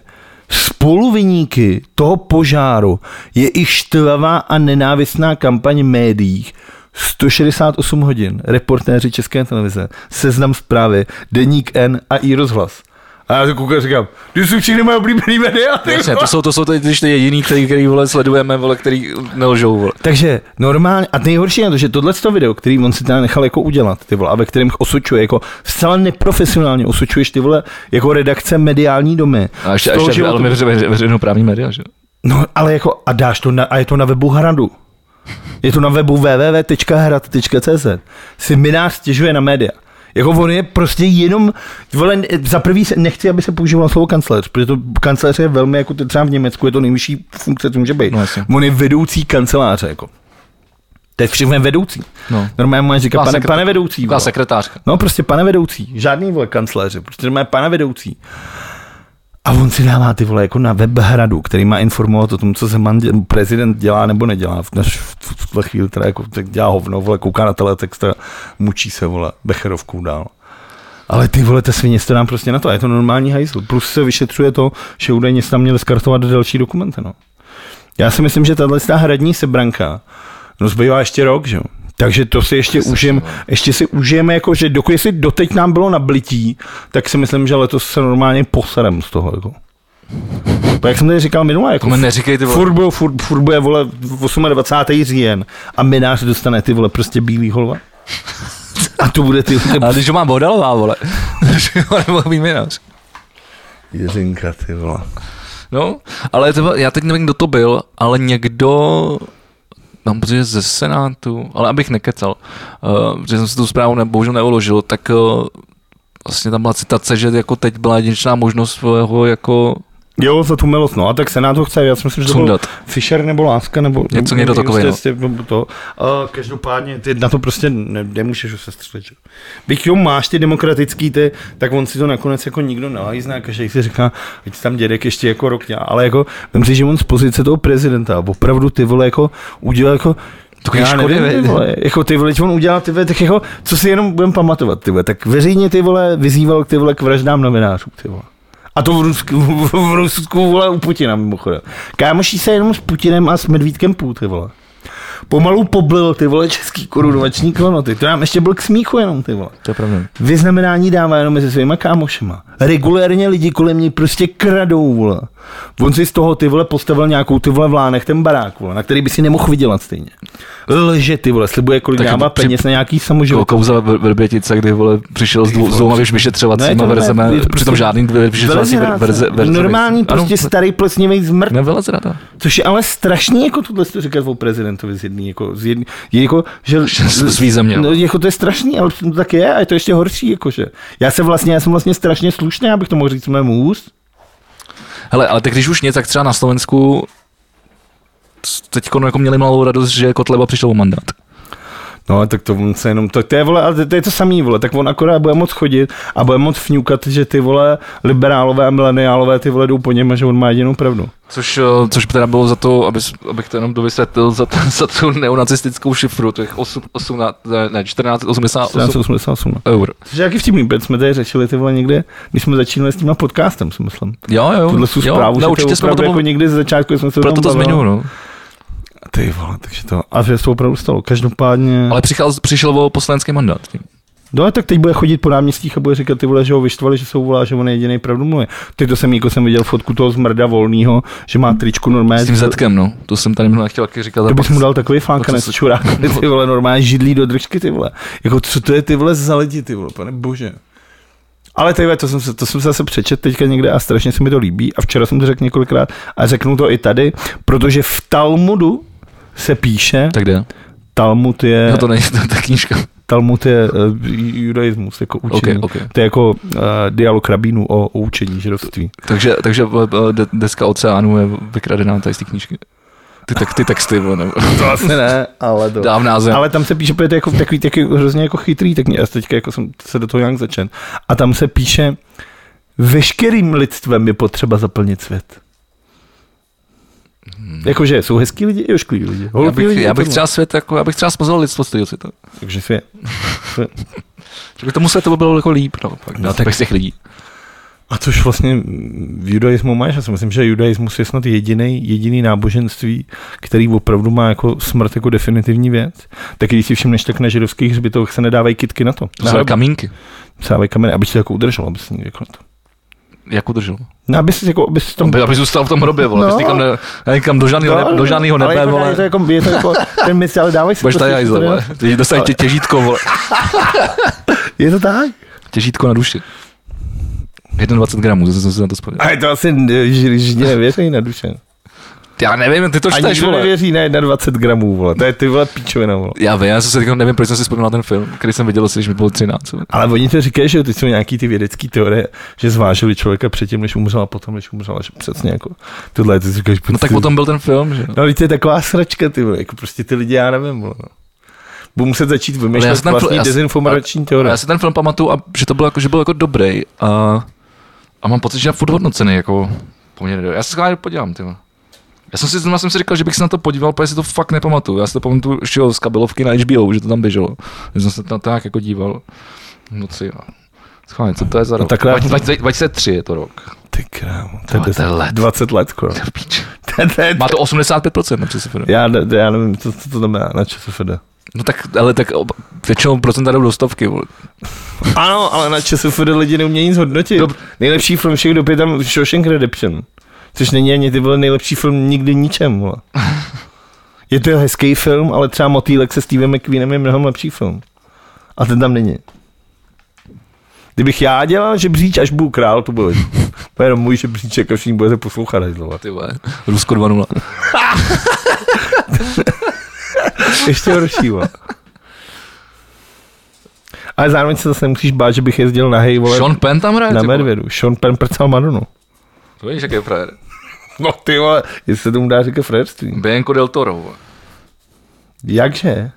A: spoluviníky toho požáru je i štvavá a nenávistná kampaň médií, 168 hodin, reportéři České televize, seznam zprávy, Deník N a i rozhlas. A já se koukám, a říkám, ty jsou všechny moje oblíbený média. ty
B: Jasně,
A: vole."
B: to jsou, to jsou teď, když ty jediný, který, který vole, sledujeme, vole, který nelžou, vole.
A: Takže normálně, a nejhorší je to, že tohle video, který on si teda nechal jako udělat, ty vole, a ve kterém osočuje, jako zcela neprofesionálně osočuješ ty vole, jako redakce mediální domy.
B: A ještě,
A: Z
B: a
A: toho,
B: ještě
A: že o
B: ale
A: tom-
B: veře, veře, veřejnoprávní média, že?
A: No, ale jako, a dáš to na, a je to na webu Hradu. Je to na webu www.hrad.cz. Si minář stěžuje na média. Jako on je prostě jenom, vole, za prvý se, nechci, aby se používalo slovo kancléř, protože to kancléř je velmi, jako to třeba v Německu, je to nejvyšší funkce, co může být.
B: No, jasně.
A: on je vedoucí kanceláře, jako. To je všechno vedoucí.
B: No.
A: Normálně má říkat,
B: Taková
A: pane,
B: sekre-
A: pane vedoucí.
B: Taková
A: vole.
B: sekretářka.
A: No prostě pane vedoucí, žádný vole kancléři, prostě má pane vedoucí. A on si dává ty vole jako na web hradu, který má informovat o tom, co Zeman dě- prezident dělá nebo nedělá. V, v, v, v tuhle chvíli teda jako tak dělá hovno, vole, kouká na teletext a mučí se, vole, becherovkou dál. Ale ty vole, ta svině se nám prostě na to. A je to normální hajzl. Plus se vyšetřuje to, že údajně se tam měli skartovat další dokumenty, no. Já si myslím, že tahle ta hradní sebranka, no zbývá ještě rok, že jo. Takže to si ještě užijem, ještě si užijeme, jako že dokud jestli doteď nám bylo na blití, tak si myslím, že letos se normálně poserem z toho, jako. To jak jsem tady říkal minule,
B: To
A: jako
B: mi neříkej, ty vole.
A: furt, budou- furt, furt bude, vole, 28. říjen a minář dostane ty vole prostě bílý holva. A to bude ty, ty
B: A když ho má Bohdalová, vole, že ho nemohl být minář.
A: Jiřinka, ty vole.
B: No, ale to, bylo- já teď nevím, kdo to byl, ale někdo mám pocit, že ze Senátu, ale abych nekecal, uh, že jsem si tu zprávu ne, bohužel neuložil, tak uh, vlastně tam byla citace, že jako teď byla jedinečná možnost svého jako
A: Jo, za tu milost. No a tak Senát ho chce, já si myslím, že to byl
B: sundat.
A: Fischer nebo Láska nebo... nebo
B: Něco někdo takovej, no.
A: prostě, no. to. A každopádně ty na to prostě ne, nemůžeš ho sestřelit. že? Byť jo, máš ty demokratický ty, tak on si to nakonec jako nikdo nelajzná, každý si říká, ať tam dědek ještě jako rok nějak. Ale jako, vem si, že on z pozice toho prezidenta opravdu ty vole jako udělal jako
B: Takový škody,
A: nevím, ty
B: ve-
A: vole, jako ty vole, co on udělal, ty vole, tak jako, co si jenom budeme pamatovat, ty vole, tak veřejně ty vole vyzýval ty vole k vraždám novinářů, ty vole. A to v Rusku, v Rusku vole, u Putina mimochodem. Kámoší se jenom s Putinem a s Medvídkem půl, ty vole. Pomalu poblil ty vole český korunovační klonoty. To nám ještě byl k smíchu jenom ty vole.
B: To je pravda.
A: Vyznamenání dává jenom mezi svýma kámošema. Regulérně lidi kolem ní prostě kradou, vole. On si z toho ty vole postavil nějakou ty vole vlánech, ten barák, vole, na který by si nemohl vydělat stejně. Lže ty vole, slibuje kolik
B: Tak
A: dává
B: při-
A: peněz na nějaký samoživot.
B: Kouza Vrbětice, kdy vole, přišel s dvou- s dvěma
A: Ne, to
B: vyšetřovacíma
A: ne,
B: verzeme,
A: je to
B: přitom
A: prostě-
B: žádný dvě vyšetřovací ver- verze. verze-
A: Normální
B: Ano,
A: prostě starý plesnivý zmrt.
B: Ne, velezrada.
A: Což je ale strašně jako tohle si říkat o prezidentovi z jedný, jako, z jedný, je jako, že...
B: Z- z výzemě.
A: No, jako to je strašný, ale to tak je a je to ještě horší, jakože. Já se vlastně, já jsem vlastně strašně slušný, abych to mohl říct mému úst.
B: Hele, ale tak když už nic, tak třeba na Slovensku teď jako měli malou radost, že Kotleba přišel o mandát.
A: No, ale tak to on se jenom, to, to je, vole, ale to, to je to samý, vole, tak on akorát bude moc chodit a bude moc fňukat, že ty, vole, liberálové a mileniálové, ty, vole, jdou po něm a že on má jedinou pravdu.
B: Což, eh, což by teda bylo za to, aby, abych to jenom dovysvětlil, za, t- za tu neonacistickou šifru, těch 8, 18, ne, ne, 1488
A: 1488.
B: eur.
A: Což je jaký vtipný, protože jsme tady řešili, ty, vole, někde, když jsme začínali s tímhle podcastem, si myslím.
B: Jo, jo,
A: Tuhle tu zprávu,
B: ne,
A: že
B: určitě jsme o
A: opravdu
B: tom
A: jako Mhm.
B: mluvili,
A: někdy ze začátku jsme se o
B: proto
A: tom
B: to
A: bavili.
B: zmiňuji, no.
A: Ty vole, takže to, a že se to opravdu stalo. Každopádně,
B: Ale přichal, přišel o poslanecký mandát. Tím.
A: no a tak teď bude chodit po náměstích a bude říkat ty vole, že ho vyštvali, že se ho volá, že on je jediný pravdu mluví. Teď to jsem jako jsem viděl fotku toho zmrda volného, že má tričku normálně.
B: S tím zetkem, no. To jsem tady minule chtěl taky říkat.
A: To
B: ale
A: bys mu dal takový
B: pak
A: fánkanec
B: se-
A: čurák, ty vole, normálně židlí do držky, ty vole. Jako, co to je ty vole za lidi, ty vole, pane bože. Ale ty vole, to jsem, se, to jsem se zase přečet teďka někde a strašně se mi to líbí a včera jsem to řekl několikrát a řeknu to i tady, protože v Talmudu se píše,
B: Tak jde.
A: Talmud je,
B: No to není to, ta knížka.
A: Talmud je uh, judaismus, jako učení.
B: Ok, ok.
A: To je jako uh, dialog rabínů o, o učení židovství.
B: Takže, takže vole, eh, de- deska oceánu je vykradená tady z té knížky. Ty, tak, ty texty, vole, nebo
A: To asi ne, ale to.
B: dám název.
A: Ale tam se píše, protože to je jako takový, takový hrozně jako chytrý, tak mě, já teďka jako jsem se do toho nějak začen. A tam se píše, veškerým lidstvem je potřeba zaplnit svět. Jakože jsou hezký lidi i ošklí lidi.
B: Hmm. já
A: hloupí
B: bych,
A: lidi,
B: já bych
A: tohle.
B: třeba svět, jako, já bych třeba spoznal lidstvo z toho světa.
A: Takže svět.
B: Že by tomu světu by bylo jako líp, no. Pak, no tak... bez těch lidí.
A: A což vlastně mm, v judaismu máš, já si myslím, že judaismus je snad jediný, jediný náboženství, který opravdu má jako smrt jako definitivní věc. Tak když si všimneš, tak na židovských hřbitovech se nedávají kitky na to.
B: To jsou kamínky.
A: Dávají kameny, aby se to jako udrželo, aby se někde jako na to.
B: Jak udržel?
A: No, aby se jako, aby se tam
B: Aby, aby zůstal v tom hrobě, vole.
A: No.
B: No. Nikam ne, ne, nikam do žádného, ne, do žádného nebe,
A: ale
B: vole.
A: Je to jako, je to jako, ten mysl, ale dávají si
B: Budeš tady
A: prostě
B: hajzl,
A: to-
B: vole. Teď dostaneš tě, těžítko, vole.
A: Je to tak?
B: Těžítko na duši. 21 gramů, zase jsem si na to vzpomněl.
A: Ale to asi židě nevěří na duše.
B: Já nevím, ty to
A: A
B: čteš,
A: nikdo
B: vole.
A: nevěří na 21 gramů, vole. To je ty vole píčovina, vole.
B: Já vím, já jsem se teďka nevím, proč jsem si vzpomněl na ten film, který jsem viděl asi, když mi bylo 13. vole.
A: Ale oni to říkají, že jo, ty jsou nějaký ty vědecké teorie, že zvážili člověka předtím, než umřel a potom, než umřel, že přesně jako tohle, ty říkáš,
B: No tak
A: ty-
B: potom byl ten film, že jo.
A: No, ale to je taková sračka, ty vole, jako prostě ty lidi, já nevím, vole. No. Budu muset začít
B: Ale já
A: vymýšlet
B: jsem tam-
A: vlastní
B: já jsem-
A: dezinformační
B: Ale
A: teorie.
B: já si ten film pamatuju, a, že to bylo jako, že byl jako dobrý a, a mám pocit, že je furt hodnocený jako poměrně dobrý. Já se schválně podívám, ty. vole. Já jsem si zrovna jsem si říkal, že bych se na to podíval, protože si to fakt nepamatuju. Já si to pamatuju ještě z kabelovky na HBO, že to tam běželo. Já jsem se na to nějak jako díval v noci. A... Schválně, co to je za rok?
A: takhle-
B: 2003 je to rok.
A: Ty krámo, to je
B: No, To je
A: 10
B: let.
A: 20 let, skoro.
B: To je píč.
A: To je- to je-
B: Má to 85% na přesně.
A: Já, ne- já nevím, co, co to znamená na ČSFD.
B: No tak, ale tak ob- většinou procenta jdou do stovky. vole.
A: Ano, ale na ČSFD lidi neumějí nic hodnotit.
B: Dobr-
A: Nejlepší film všech dob je tam Shawshank Redemption. Což není ani ty vole nejlepší film nikdy ničem. Vole. Je to hezký film, ale třeba Motýlek se Stevem McQueenem je mnohem lepší film. A ten tam není. Kdybych já dělal žebříč, až budu král, to bude. To je jenom můj žebříček a všichni budete poslouchat. Hezlo.
B: Ty vole, Rusko 2.0.
A: ještě horší, vole. Ale zároveň se zase nemusíš bát, že bych jezdil na hej, vole,
B: Sean Penn tam hraje?
A: na
B: ty vole?
A: medvědu. Sean Penn prcal Madonu.
B: To víš, jak je frajer.
A: No ty vole, jestli se tomu dá říkat frajerství.
B: Bianco del Toro. vole.
A: Jakže?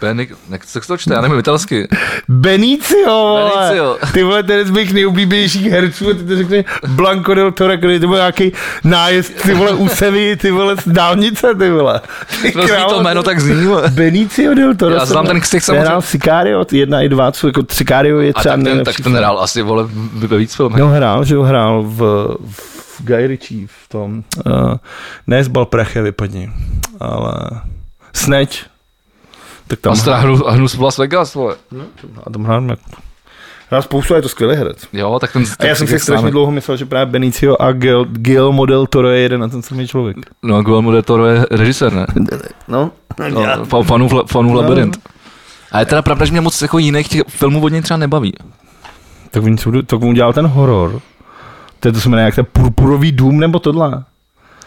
B: Benik, jak se to čte, já nevím, italsky.
A: Benicio, vole.
B: Benicio.
A: Ty vole, ten je z mých nejoblíbenějších herců, a ty to řekne Blanco del Toro, který to byl nějaký nájezd, ty vole, u Sevy, ty vole, z dálnice, ty vole. Ty
B: No, zní
A: králo,
B: to jméno tak zní. vole.
A: Benicio del Toro.
B: Já znám ten ksicht samozřejmě.
A: Hrál Sicario, jedna i dva, co jako Sicario je
B: A
A: třeba
B: tak ten, tak
A: nejlepší
B: ten
A: film.
B: hrál asi, vole, ve víc filmech.
A: No hrál, že jo, hrál v, v Guy Ritchie, v tom, uh, ne z Balpreche vypadni, ale Sneď. Tak tam,
B: A teda hnu- hnus v Las Vegas, vole.
A: a tam hrál, jako- hrál spoustu a je to skvělý herec.
B: Jo, tak ten...
A: A já jsem si strašně dlouho myslel, že právě Benicio a Gil, Gil Model Toro je jeden a ten samý člověk.
B: No, Guillermo del Toro je režisér, ne?
A: No,
B: No, fa- fanů, v la- fanů v labirint. A je teda pravda, že mě moc jako jiných těch filmů od něj třeba nebaví.
A: tak, oni jsou, tak on dělal ten horor. To, je, to se jmenuje jak ten purpurový dům nebo tohle.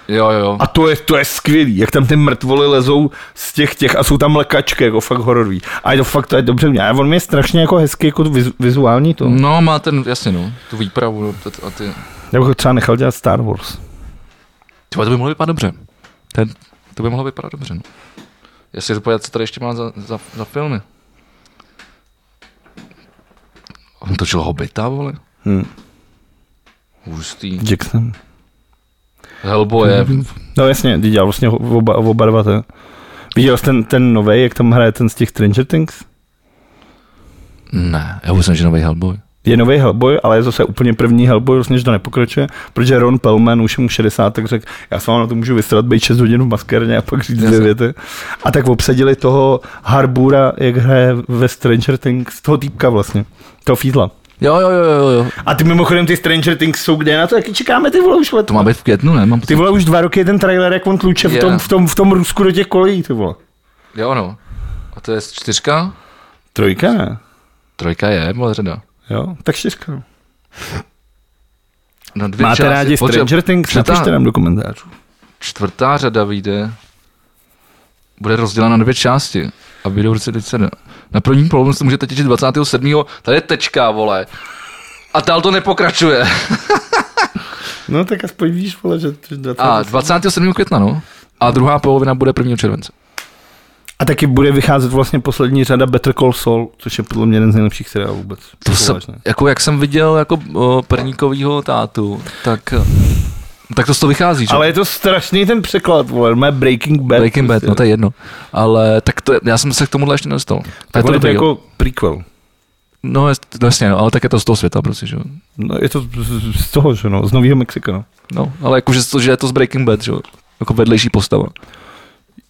B: Jo, jo, jo.
A: A to je, to je skvělý, jak tam ty mrtvoly lezou z těch těch a jsou tam lekačky, jako fakt horový. A je to fakt, to je dobře udělané. A on mě je strašně jako hezký, jako tu vizu- vizuální to. Mm.
B: No, má ten, jasně no, tu výpravu no, to- a ty...
A: Já bych ho třeba nechal dělat Star Wars.
B: Tyba, to by mohlo vypadat dobře. Ten, to by mohlo vypadat dobře, no. Jestli to pojď, co tady ještě má za, za, za filmy. On točil Hobita, vole.
A: Hmm.
B: Hustý.
A: Jackson.
B: Hellboye.
A: No jasně, ty dělal vlastně ho- oba, oba dva ten. Viděl jsi ten, ten nový, jak tam hraje ten z těch Stranger Things?
B: Ne, já už jsem, že nový Hellboy.
A: Je nový Hellboy, ale je zase úplně první Hellboy, vlastně, že to nepokračuje, protože Ron Pellman už je mu 60, tak řekl, já s vámi na to můžu vystrat, být 6 hodin v maskerně a pak říct
B: Jasně.
A: dvě věty. A tak obsadili toho Harbura, jak hraje ve Stranger Things, toho týpka vlastně, toho Fízla.
B: Jo, jo, jo, jo, jo.
A: A ty mimochodem ty Stranger Things jsou kde? Na to taky čekáme ty vole už let.
B: To má být v květnu, ne? Mám pocit.
A: Ty vole už dva roky je ten trailer, jak on tluče v, tom,
B: Yeah.
A: v, tom, v tom Rusku do těch kolejí, ty vole.
B: Jo, no. A to je čtyřka?
A: Trojka, ne?
B: Trojka je, byla řada.
A: Jo, tak čtyřka.
B: Na dvě
A: Máte
B: části-
A: rádi
B: Potře-
A: Stranger Things?
B: čtvrtá-
A: Napište nám do komentářů.
B: Čtvrtá řada vyjde, bude rozdělena na dvě části a vyjdou v roce 2021. Na první polovinu se můžete těšit 27. Tady je tečka, vole. A dál to nepokračuje.
A: No tak aspoň víš, vole, že... že
B: A 27. května, no. A druhá polovina bude 1. července.
A: A taky bude vycházet vlastně poslední řada Better Call Saul, což je podle mě jeden z nejlepších seriálů vůbec.
B: To jsem,
A: Vážně.
B: jako jak jsem viděl jako o, perníkovýho tátu, tak, tak to z toho vychází, že?
A: Ale je to strašný ten překlad, vole, má Breaking Bad. prostě.
B: Breaking Bad, no to je jedno. Ale tak to, je- já jsem se k tomuhle ještě nedostal. Tak
A: Tak
B: to
A: ono je to
B: dobrý, jo.
A: jako prequel.
B: No jest- no jasně, no, ale tak je to z toho světa prostě, že jo.
A: No, je to z- z toho, že no, z Nového Mexika, no.
B: No, ale jakože to, že je to z Breaking Bad, že jo. Jako vedlejší postava.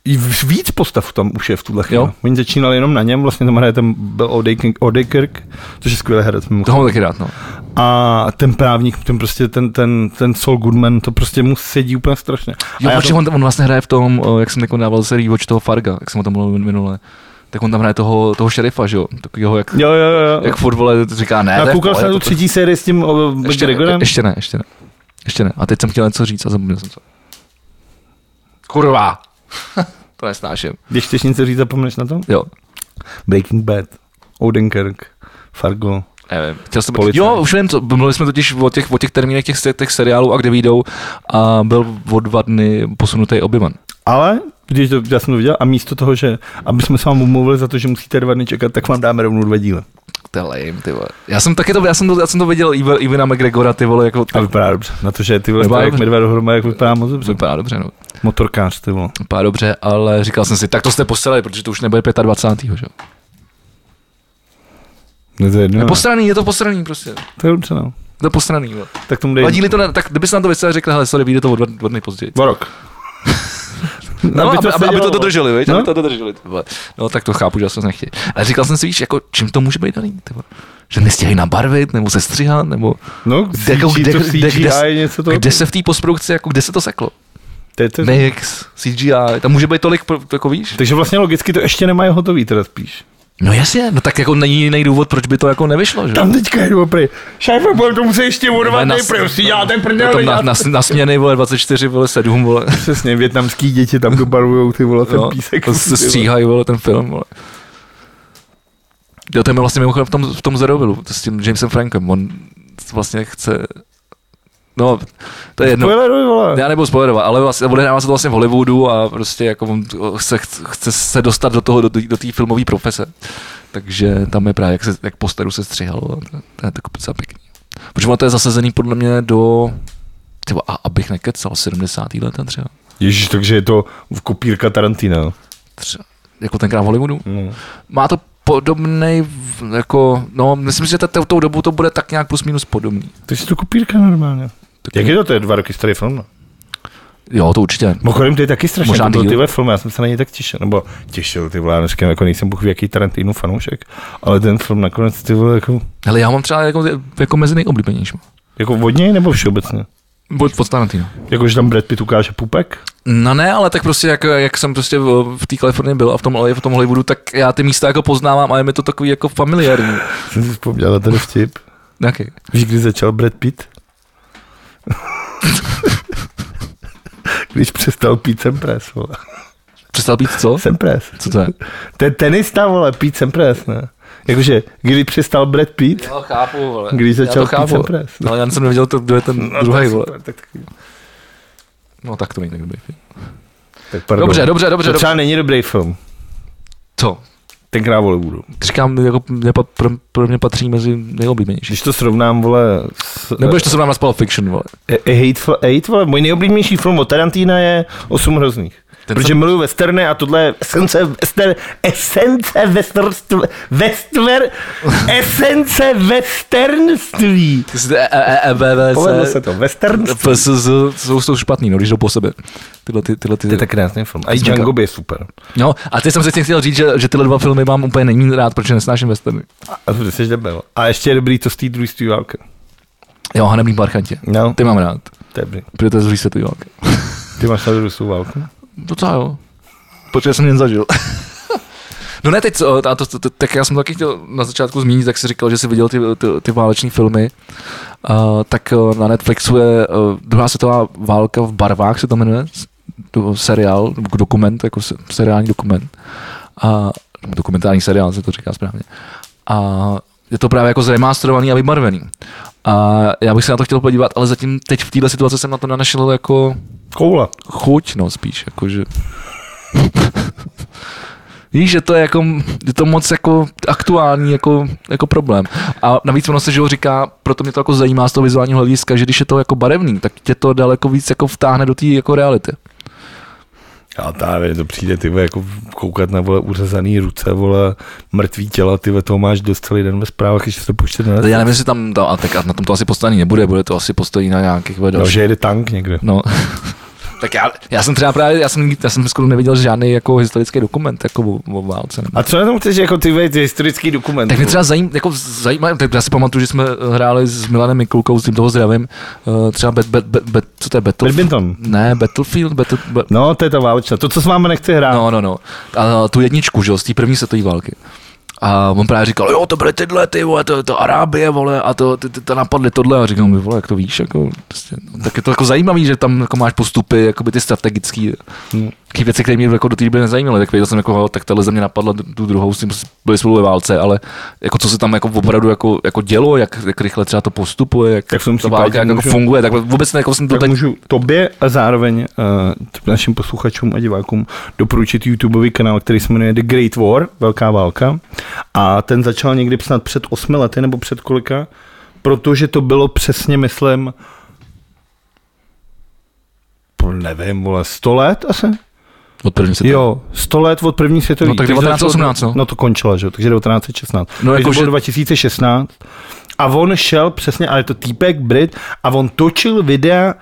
A: I v- víc postav tam už je v tuhle chvíli.
B: Jo.
A: Oni začínali jenom na něm, vlastně tam hraje ten byl Odekirk, Odekirk což je skvělý herec. mimochodem.
B: Toho mám taky rád, no.
A: A ten právník, ten prostě, ten, ten, ten Saul Goodman, to prostě mu sedí úplně strašně.
B: Jo,
A: a já
B: protože
A: to-
B: on, on vlastně hraje v tom, o, jak jsem jako dával se rewatch toho Farga, jak jsem o tom mluvil minule. Tak on tam hraje toho, toho šerifa, že jo. Takového, jak,
A: Jo, jo, jo.
B: jak furt vole říká, ne, to
A: a
B: je v
A: koukal
B: pohodě,
A: jsem na tu
B: to prostě-
A: třetí sérii s tím o,
B: ještě,
A: McGregorem?
B: ještě ne, ještě ne. Ještě ne. A teď jsem chtěl něco říct a zapomněl jsem to. Kurva. to nesnáším.
A: Když chceš něco říct, zapomeneš na to?
B: Jo.
A: Breaking Bad, Odenkirk, Fargo.
B: Nevím, chtěl jsem
A: Policajt.
B: Jo, už vím, co, mluvili jsme totiž o těch, o těch termínech těch, se- těch seriálů a kde vyjdou a byl o dva dny posunutý Obi-Wan.
A: Ale když to, já jsem to viděl a místo toho, že aby jsme s vámi umluvili za to, že musíte dva dny čekat, tak vám dáme rovnou dva díly.
B: To je lame, ty vole. Já jsem taky to, já jsem to, já jsem to viděl Iva- Ivana McGregora, ty vole, jako
A: A
B: tak,
A: vypadá dobře. Na to, že ty vole,
B: Vypadá
A: vypadá jak
B: dobře.
A: my dva dohromady, jak vypadá moc dobře.
B: vypadá dobře, no.
A: Motorkář, ty vole.
B: Vypadá dobře, ale říkal jsem si, tak to jste posrali, protože to už nebude 25. že? jo.
A: Ne, to je jedno.
B: No. Posraný, je to posraný prostě.
A: To je dobře, no.
B: Je to posraný, vole.
A: Tak tomu dej.
B: Vadili to, ne, tak kdyby se na to vysel řekl, hele, sorry, vyjde to o dva, dva dny později.
A: Dva rok.
B: No, aby, to aby, aby to
A: sedělo.
B: dodrželi, viď?
A: No.
B: Aby to dodrželi, ty vole. No, tak to chápu, že já jsem se nechtěl. Ale říkal jsem si, víš, jako, čím to může být daný, ty vole? Že nestíhají nabarvit, nebo sestřihat, nebo...
A: No,
B: Kde, jako,
A: CG,
B: kde,
A: to
B: kde,
A: CGI,
B: kde, se-
A: něco to.
B: kde se v té postprodukci, jako, kde se to seklo?
A: To je to-
B: Mix, CGI, tam může být tolik, pro- jako víš?
A: Takže vlastně logicky to ještě nemají hotový teda spíš.
B: No jasně, no tak jako není jiný důvod, proč by to jako nevyšlo, že?
A: Tam teďka jdu prej. Šéfe, budem to muset ještě urvat,
B: na-
A: ne, prostě děláte prdel.
B: Potom Jako na,
A: já-
B: na, na směny, vole, 24, vole, 7, vole.
A: Přesně, větnamský děti tam dobarvujou ty vole ten
B: No,
A: písek.
B: to se stříhají, vole, ten film, vole. Jo, to je vlastně mimochodem v tom, v tom Zerovilu, to s tím Jamesem Frankem, on vlastně chce, no, to je jedno.
A: Spoileruj, vole.
B: Já nebudu spoilerovat, ale vlastně, odehrává se to vlastně v Hollywoodu a prostě jako on chce, chce se dostat do toho, do, té- do té filmové profese. Takže tam je právě, jak, se, jak posteru se střihalo, a to, to je tak docela pěkný. Protože ono to je zasazený podle mě do, třeba, a, abych nekecal, 70. let třeba.
A: Ježíš, takže je to kopírka Tarantina.
B: třeba. Jako tenkrát v Hollywoodu.
A: No.
B: Má to podobný, jako, no, myslím, že ta- ta- tou dobu to bude tak nějak plus minus podobný.
A: Takže je to kopírka normálně.
B: Tak
A: Jak je to, to je dva roky starý film? no?
B: Jo, to určitě.
A: Mimochodem, to je taky strašně,
B: Možná
A: to byl
B: díl.
A: tyhle film, já jsem se na něj tak těšil, nebo těšil, ty vole, já neříkám, jako nejsem bůh jaký Tarantinu fanoušek, ale ten film nakonec, ty vole, jako,
B: Hele, já mám třeba jako, jako mezi nejoblíbenějšíma.
A: jako od něj nebo všeobecně?
B: Buď pod Tarantino.
A: Jako, že tam Brad Pitt ukáže pupek?
B: No ne, ale tak prostě jak, jak jsem prostě v, v té Kalifornii byl a v tom, LA v tom Hollywoodu, tak já ty místa jako poznávám a je mi to takový jako familiární.
A: Jsem si vzpomněl na ten vtip.
B: Jaký?
A: Víš, kdy začal Brad Pitt? Když přestal pít sem pres, vole.
B: Přestal být co?
A: Sem pres.
B: Co to je?
A: To je tenista, vole, pít sem pres, ne? Jakože, kdy přestal Brad Pitt,
B: Jo, chápu, vole.
A: Když začal
B: já to chápu.
A: Pizza Press.
B: No, já jsem nevěděl, to, kdo je ten no, druhý, vole.
A: tak,
B: No tak to není tak dobrý. film.
A: tak pardon.
B: Dobře, dobře,
A: To
B: dobře, dobře.
A: třeba není dobrý film.
B: Co?
A: Tenkrát vole budu.
B: Říkám, jako, nepa, pro, pro, mě patří mezi nejoblíbenější.
A: Když to srovnám, vole, s, eh,
B: Nebudeš to srovnávat s Pulp Fiction, vole.
A: e, e, Hateful Eight, vole, můj nejoblíbenější film od Tarantina je Osm hrozných.
B: Ten
A: Protože
B: jsem-
A: miluji westerny a tohle je esence, wester, esence westernství, westver, esence westernství.
B: Ty jsi e- e- e- EBVC,
A: Povedlo se to, westernství.
B: FSZ, jsou, jsou špatný, no, když jdou po sebe. Tyhle, ty, tyhle, ty,
A: To je tak krásný film. A i
B: Jsme
A: Django
B: tam.
A: by je super.
B: No, a teď jsem se chtěl říct, že, že tyhle dva filmy mám úplně není rád, protože nesnáším westerny.
A: A to jsi debil. A ještě je dobrý to z té druhé světové války.
B: Jo, hanebný parchanti.
A: No,
B: Ty mám rád,
A: to je dobrý.
B: protože to je z druhé světové války.
A: Ty máš na druhou světovou válku?
B: Docela jo. Protože jsem jen zažil. No ne, teď, co, a to, to, to, tak já jsem to taky chtěl na začátku zmínit, tak jsi říkal, že jsi viděl ty, ty, ty váleční filmy. Uh, tak uh, na Netflixu je uh, druhá světová válka v barvách, se to jmenuje, s- do, seriál, nebo dokument, jako se, seriální dokument. A, nebo dokumentární seriál se to říká správně. A je to právě jako zremasterovaný a vybarvený. A já bych se na to chtěl podívat, ale zatím teď v této situaci jsem na to nenašel jako
A: Koule.
B: chuť, no spíš, jakože. Víš, že to je jako, je to moc jako aktuální jako, jako problém. A navíc ono se, že ho říká, proto mě to jako zajímá z toho vizuálního hlediska, že když je to jako barevný, tak tě to daleko víc jako vtáhne do té jako reality.
A: A tady to přijde, ty vole, jako koukat na vole uřezaný ruce, vole mrtvý těla, ty vole, toho máš dost celý den ve zprávách, když se to pouště
B: Ale já
A: na
B: nevím, jestli tam, ta, a tak a na tom to asi postavený nebude, bude to asi postavený na nějakých no,
A: No, že jede tank někde.
B: No. tak já, já, jsem třeba právě, já jsem, já jsem skoro neviděl žádný jako historický dokument jako o, o válce. Nebo.
A: A co na tom chceš, jako ty, vole, ty historický dokument?
B: Tak mě třeba zajím, jako zajímá, tak já si pamatuju, že jsme eh, hráli s Milanem Mikulkou, s tím toho zdravím, eh, třeba bet, bet, bet, bet, co to je, Battle,
A: Badminton.
B: ne, Battlefield, battle, ba,
A: No, to je ta válečná. To, co s vámi nechci hrát.
B: no, no, no, a tu jedničku, že jo, z té první světové války. A on právě říkal, jo, to byly tyhle, ty vole, to, to Arábie, vole, a to, ty, ty, to napadly tohle. A říkám, vole, jak to víš, jako, prostě, no, tak je to jako zajímavý, že tam jako máš postupy, jakoby ty strategický,
A: Hmm.
B: ty věci, které mě jako do té doby nezajímaly, tak věděl jsem, jako, "Hele, tak tahle země napadla tu druhou, s tím byli spolu ve válce, ale jako, co se tam jako opravdu jako, jako dělo, jak, jak, rychle třeba to postupuje, jak
A: Tak v tom
B: ta
A: případě
B: válka jak, jako
A: můžu-
B: funguje, tak vůbec ne, jako jsem to
A: Tak
B: teď...
A: můžu tobě a zároveň uh, našim posluchačům a divákům doporučit YouTubeový kanál, který se jmenuje The Great War, Velká válka. A ten začal někdy snad před osmi lety nebo před kolika, protože to bylo přesně, myslím, po- nevím, vole, 100 let asi?
B: Od první světové.
A: Jo, 100 let od první světové.
B: No tak
A: Takže
B: 1918,
A: začalo-
B: no.
A: No to končilo, že jo, takže 1916.
B: No
A: No
B: jako
A: jako
B: že-
A: 2016. A on šel přesně, ale je to týpek Brit, a on točil videa,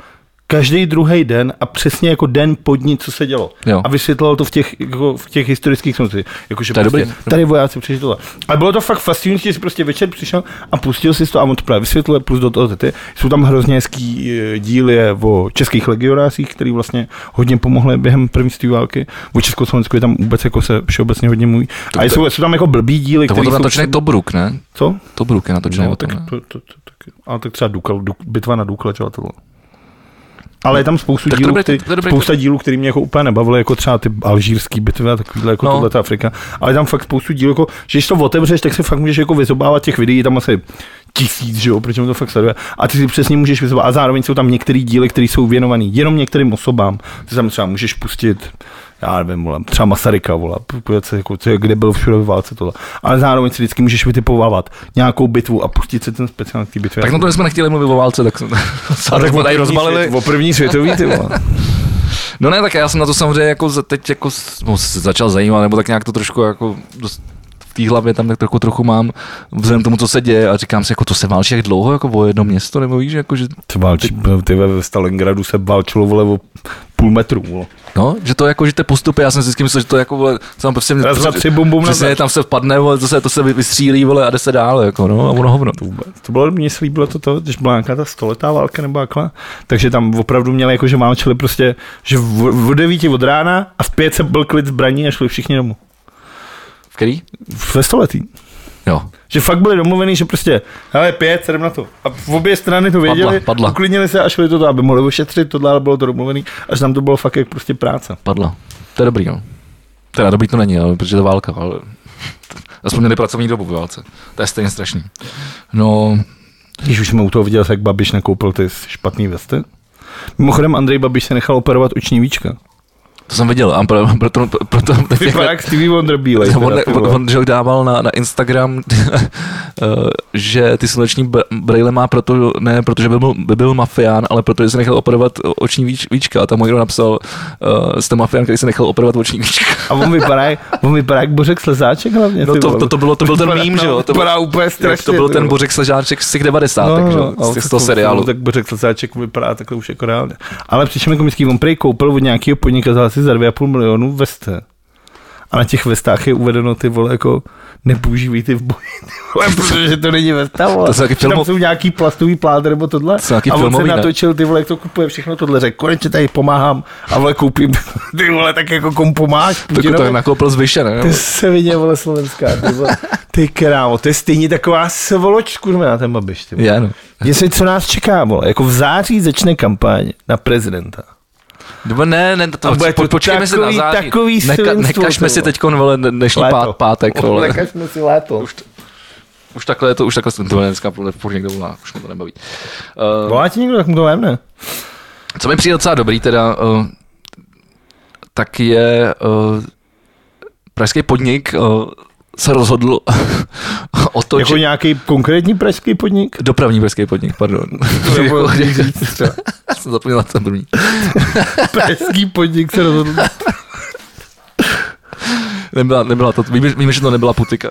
A: každý druhý den a přesně jako den pod ní, co se dělo.
B: Jo.
A: A vysvětloval to v těch, jako v těch historických smyslech. Jakože
B: To je
A: prostě,
B: dobrý.
A: tady vojáci přišli tohle. A bylo to fakt fascinující, že jsi prostě večer přišel a pustil si to a on to právě vysvětluje, plus do toho ty. Jsou tam hrozně hezký eh, díly o českých legionářích, který vlastně hodně pomohli během první světové války. O Československu je tam vůbec jako se všeobecně hodně mluví.
B: To-
A: A
B: to-
A: jsou, jsou tam jako blbý díly,
B: To byl
A: které jsou...
B: natočený Tobruk, ne?
A: Co?
B: Tobruk je natočený o
A: No,
B: tom,
A: tak,
B: ne?
A: to, to, to, tak, ale tak třeba Dukal, Duk, bitva na Dukle, třeba tohle. Ale je tam spoustu
B: Tak to
A: dílů,
B: dobrý-
A: který,
B: to dobrý-
A: spousta dílů, který mě jako úplně nebavily, jako třeba ty alžírský bitvy a takovýhle, jako
B: No.
A: no. ta Afrika. Ale je tam fakt spoustu dílů, jako, že když to otevřeš, tak si fakt můžeš jako vyzobávat těch videí, je tam asi tisíc, že jo, protože on to fakt sleduje. A ty si přesně můžeš vyzobávat. A zároveň jsou tam některé díly, které jsou věnované jenom některým osobám. Ty tam třeba můžeš pustit já nevím, vole, třeba Masaryka, vole, podívat se, jako, co je- kde byl všude ve válce tohle. Ale zároveň si vždycky můžeš vytipovávat nějakou bitvu a pustit si ten speciál k té bitvě.
B: Tak na to jsme nechtěli mluvit o válce, tak jsme
A: A tak
B: jsme tady rozbalili.
A: Svět, o první světový, ty vole.
B: No ne, tak já jsem na to samozřejmě jako za- teď jako s- no, se začal zajímat, nebo tak nějak to trošku jako dost v té hlavě tam tak trochu, trochu mám vzhledem k tomu, co se děje a říkám si, jako to se válčí jak dlouho, jako o jedno město, nebo víš, jako, že,
A: Ty, válči, ty ve Stalingradu se válčilo, vole, o půl metru, vole.
B: no, že to jako, že ty postupy, já jsem si vždycky myslel, že to jako, vole, tam prostě,
A: Raz, dva, tři, bum, bum,
B: přesně,
A: nazad.
B: tam se vpadne, vole, to se, to se vy- vystřílí, vole, a jde se dál, jako, no, a ono hovno.
A: vůbec. To bylo, mně se líbilo to, to, když byla nějaká ta stoletá válka nebo jakhle, takže tam opravdu měli jako, že válčili prostě, že v, v devíti od rána a v pět se byl klid zbraní a šli všichni domů.
B: V který?
A: Ve století.
B: Jo.
A: Že fakt byli domluvený, že prostě, hele, pět, sedm na to. A v obě strany to věděli,
B: padla.
A: uklidnili se a šli toto, aby mohli ošetřit, tohle ale bylo to domluvený, až tam to bylo fakt jak prostě práce.
B: Padla. To je dobrý, no. Teda dobrý to není, ale protože to je válka, ale aspoň měli pracovní dobu ve válce. To je stejně strašný. No,
A: Když už jsme u toho viděli, jak Babiš nakoupil ty špatný vesty. Mimochodem, Andrej Babiš se nechal operovat oční víčka.
B: to jsem viděl a pro- proto, proto, proto
A: Vypadá jak Stevie Wonder bílej. teda,
B: on,
A: jako ty vole.
B: on, on, že dával na, na Instagram, eh, že ty sluneční br- brejle má proto, ne protože by byl, by byl mafián, ale protože se nechal operovat oční víč, víčka. A tam mu někdo napsal, uh, jste mafián, který se nechal operovat oční víčka.
A: A on vypadá, jak- on vypadá jak Bořek Slezáček hlavně.
B: No
A: ty
B: to,
A: vole.
B: to, to, bylo, to byl ten
A: Vypadá-
B: mím, že jo? To,
A: Vypadá úplně
B: jak
A: strašně.
B: to byl
A: ty
B: ten
A: vole.
B: Bořek Sležáček z těch 90. No, že, jo,
A: ale
B: z, z
A: tak
B: toho
A: to- no,
B: seriálu.
A: Tak Bořek Slezáček vypadá takhle už jako reálně. Ale přišel mi komický, on prej koupil od nějakého podnikatele asi za 2,5 milionu veste. A na těch vestách je uvedeno ty vole jako nepoužívejte v boji, ty vole, protože to není vesta, vole.
B: To jsou taky
A: Že tam
B: filmo-
A: jsou nějaký plastový plát nebo tohle.
B: To jsou taky
A: a on se
B: filmový, ne?
A: natočil, ty vole, jak to kupuje všechno tohle, řekl, konečně tady pomáhám a vole koupím, ty vole, tak jako komu pomáháš?
B: Tak to
A: Putinovi?
B: je nakoupil z Vyše, ne?
A: Ty se viděl, vole, slovenská, ty, vole. ty krámo, to je stejně taková svoloč, kurva, na ten babiš, ty vole.
B: Je, no.
A: Jestli co nás čeká, vole, jako v září začne kampaň na prezidenta.
B: Nebo ne, ne, to,
A: A bude
B: po,
A: to
B: počkejme se na
A: takový-
B: září.
A: takový
B: Neka,
A: svinstvo,
B: nekažme
A: ty
B: si
A: vole.
B: teď vole, dne- dnešní pát, pátek, vole.
A: Nekažme si léto. Už
B: Už takhle je to, už takhle jsem to dneska podle furt někdo volá, už mu to nebaví. Uh,
A: Volá ti někdo, tak mu to vemne.
B: co mi přijde docela dobrý teda, uh, tak je uh, pražský podnik uh, se rozhodl otočit...
A: Jako nějaký konkrétní pražský podnik?
B: Dopravní pražský podnik, pardon.
A: To nebo
B: Jako-
A: jak říct třeba.
B: jsem zapomněl na ten první.
A: Pražský podnik se rozhodl.
B: Nebyla, nebyla to, víme, víme, že to nebyla putika.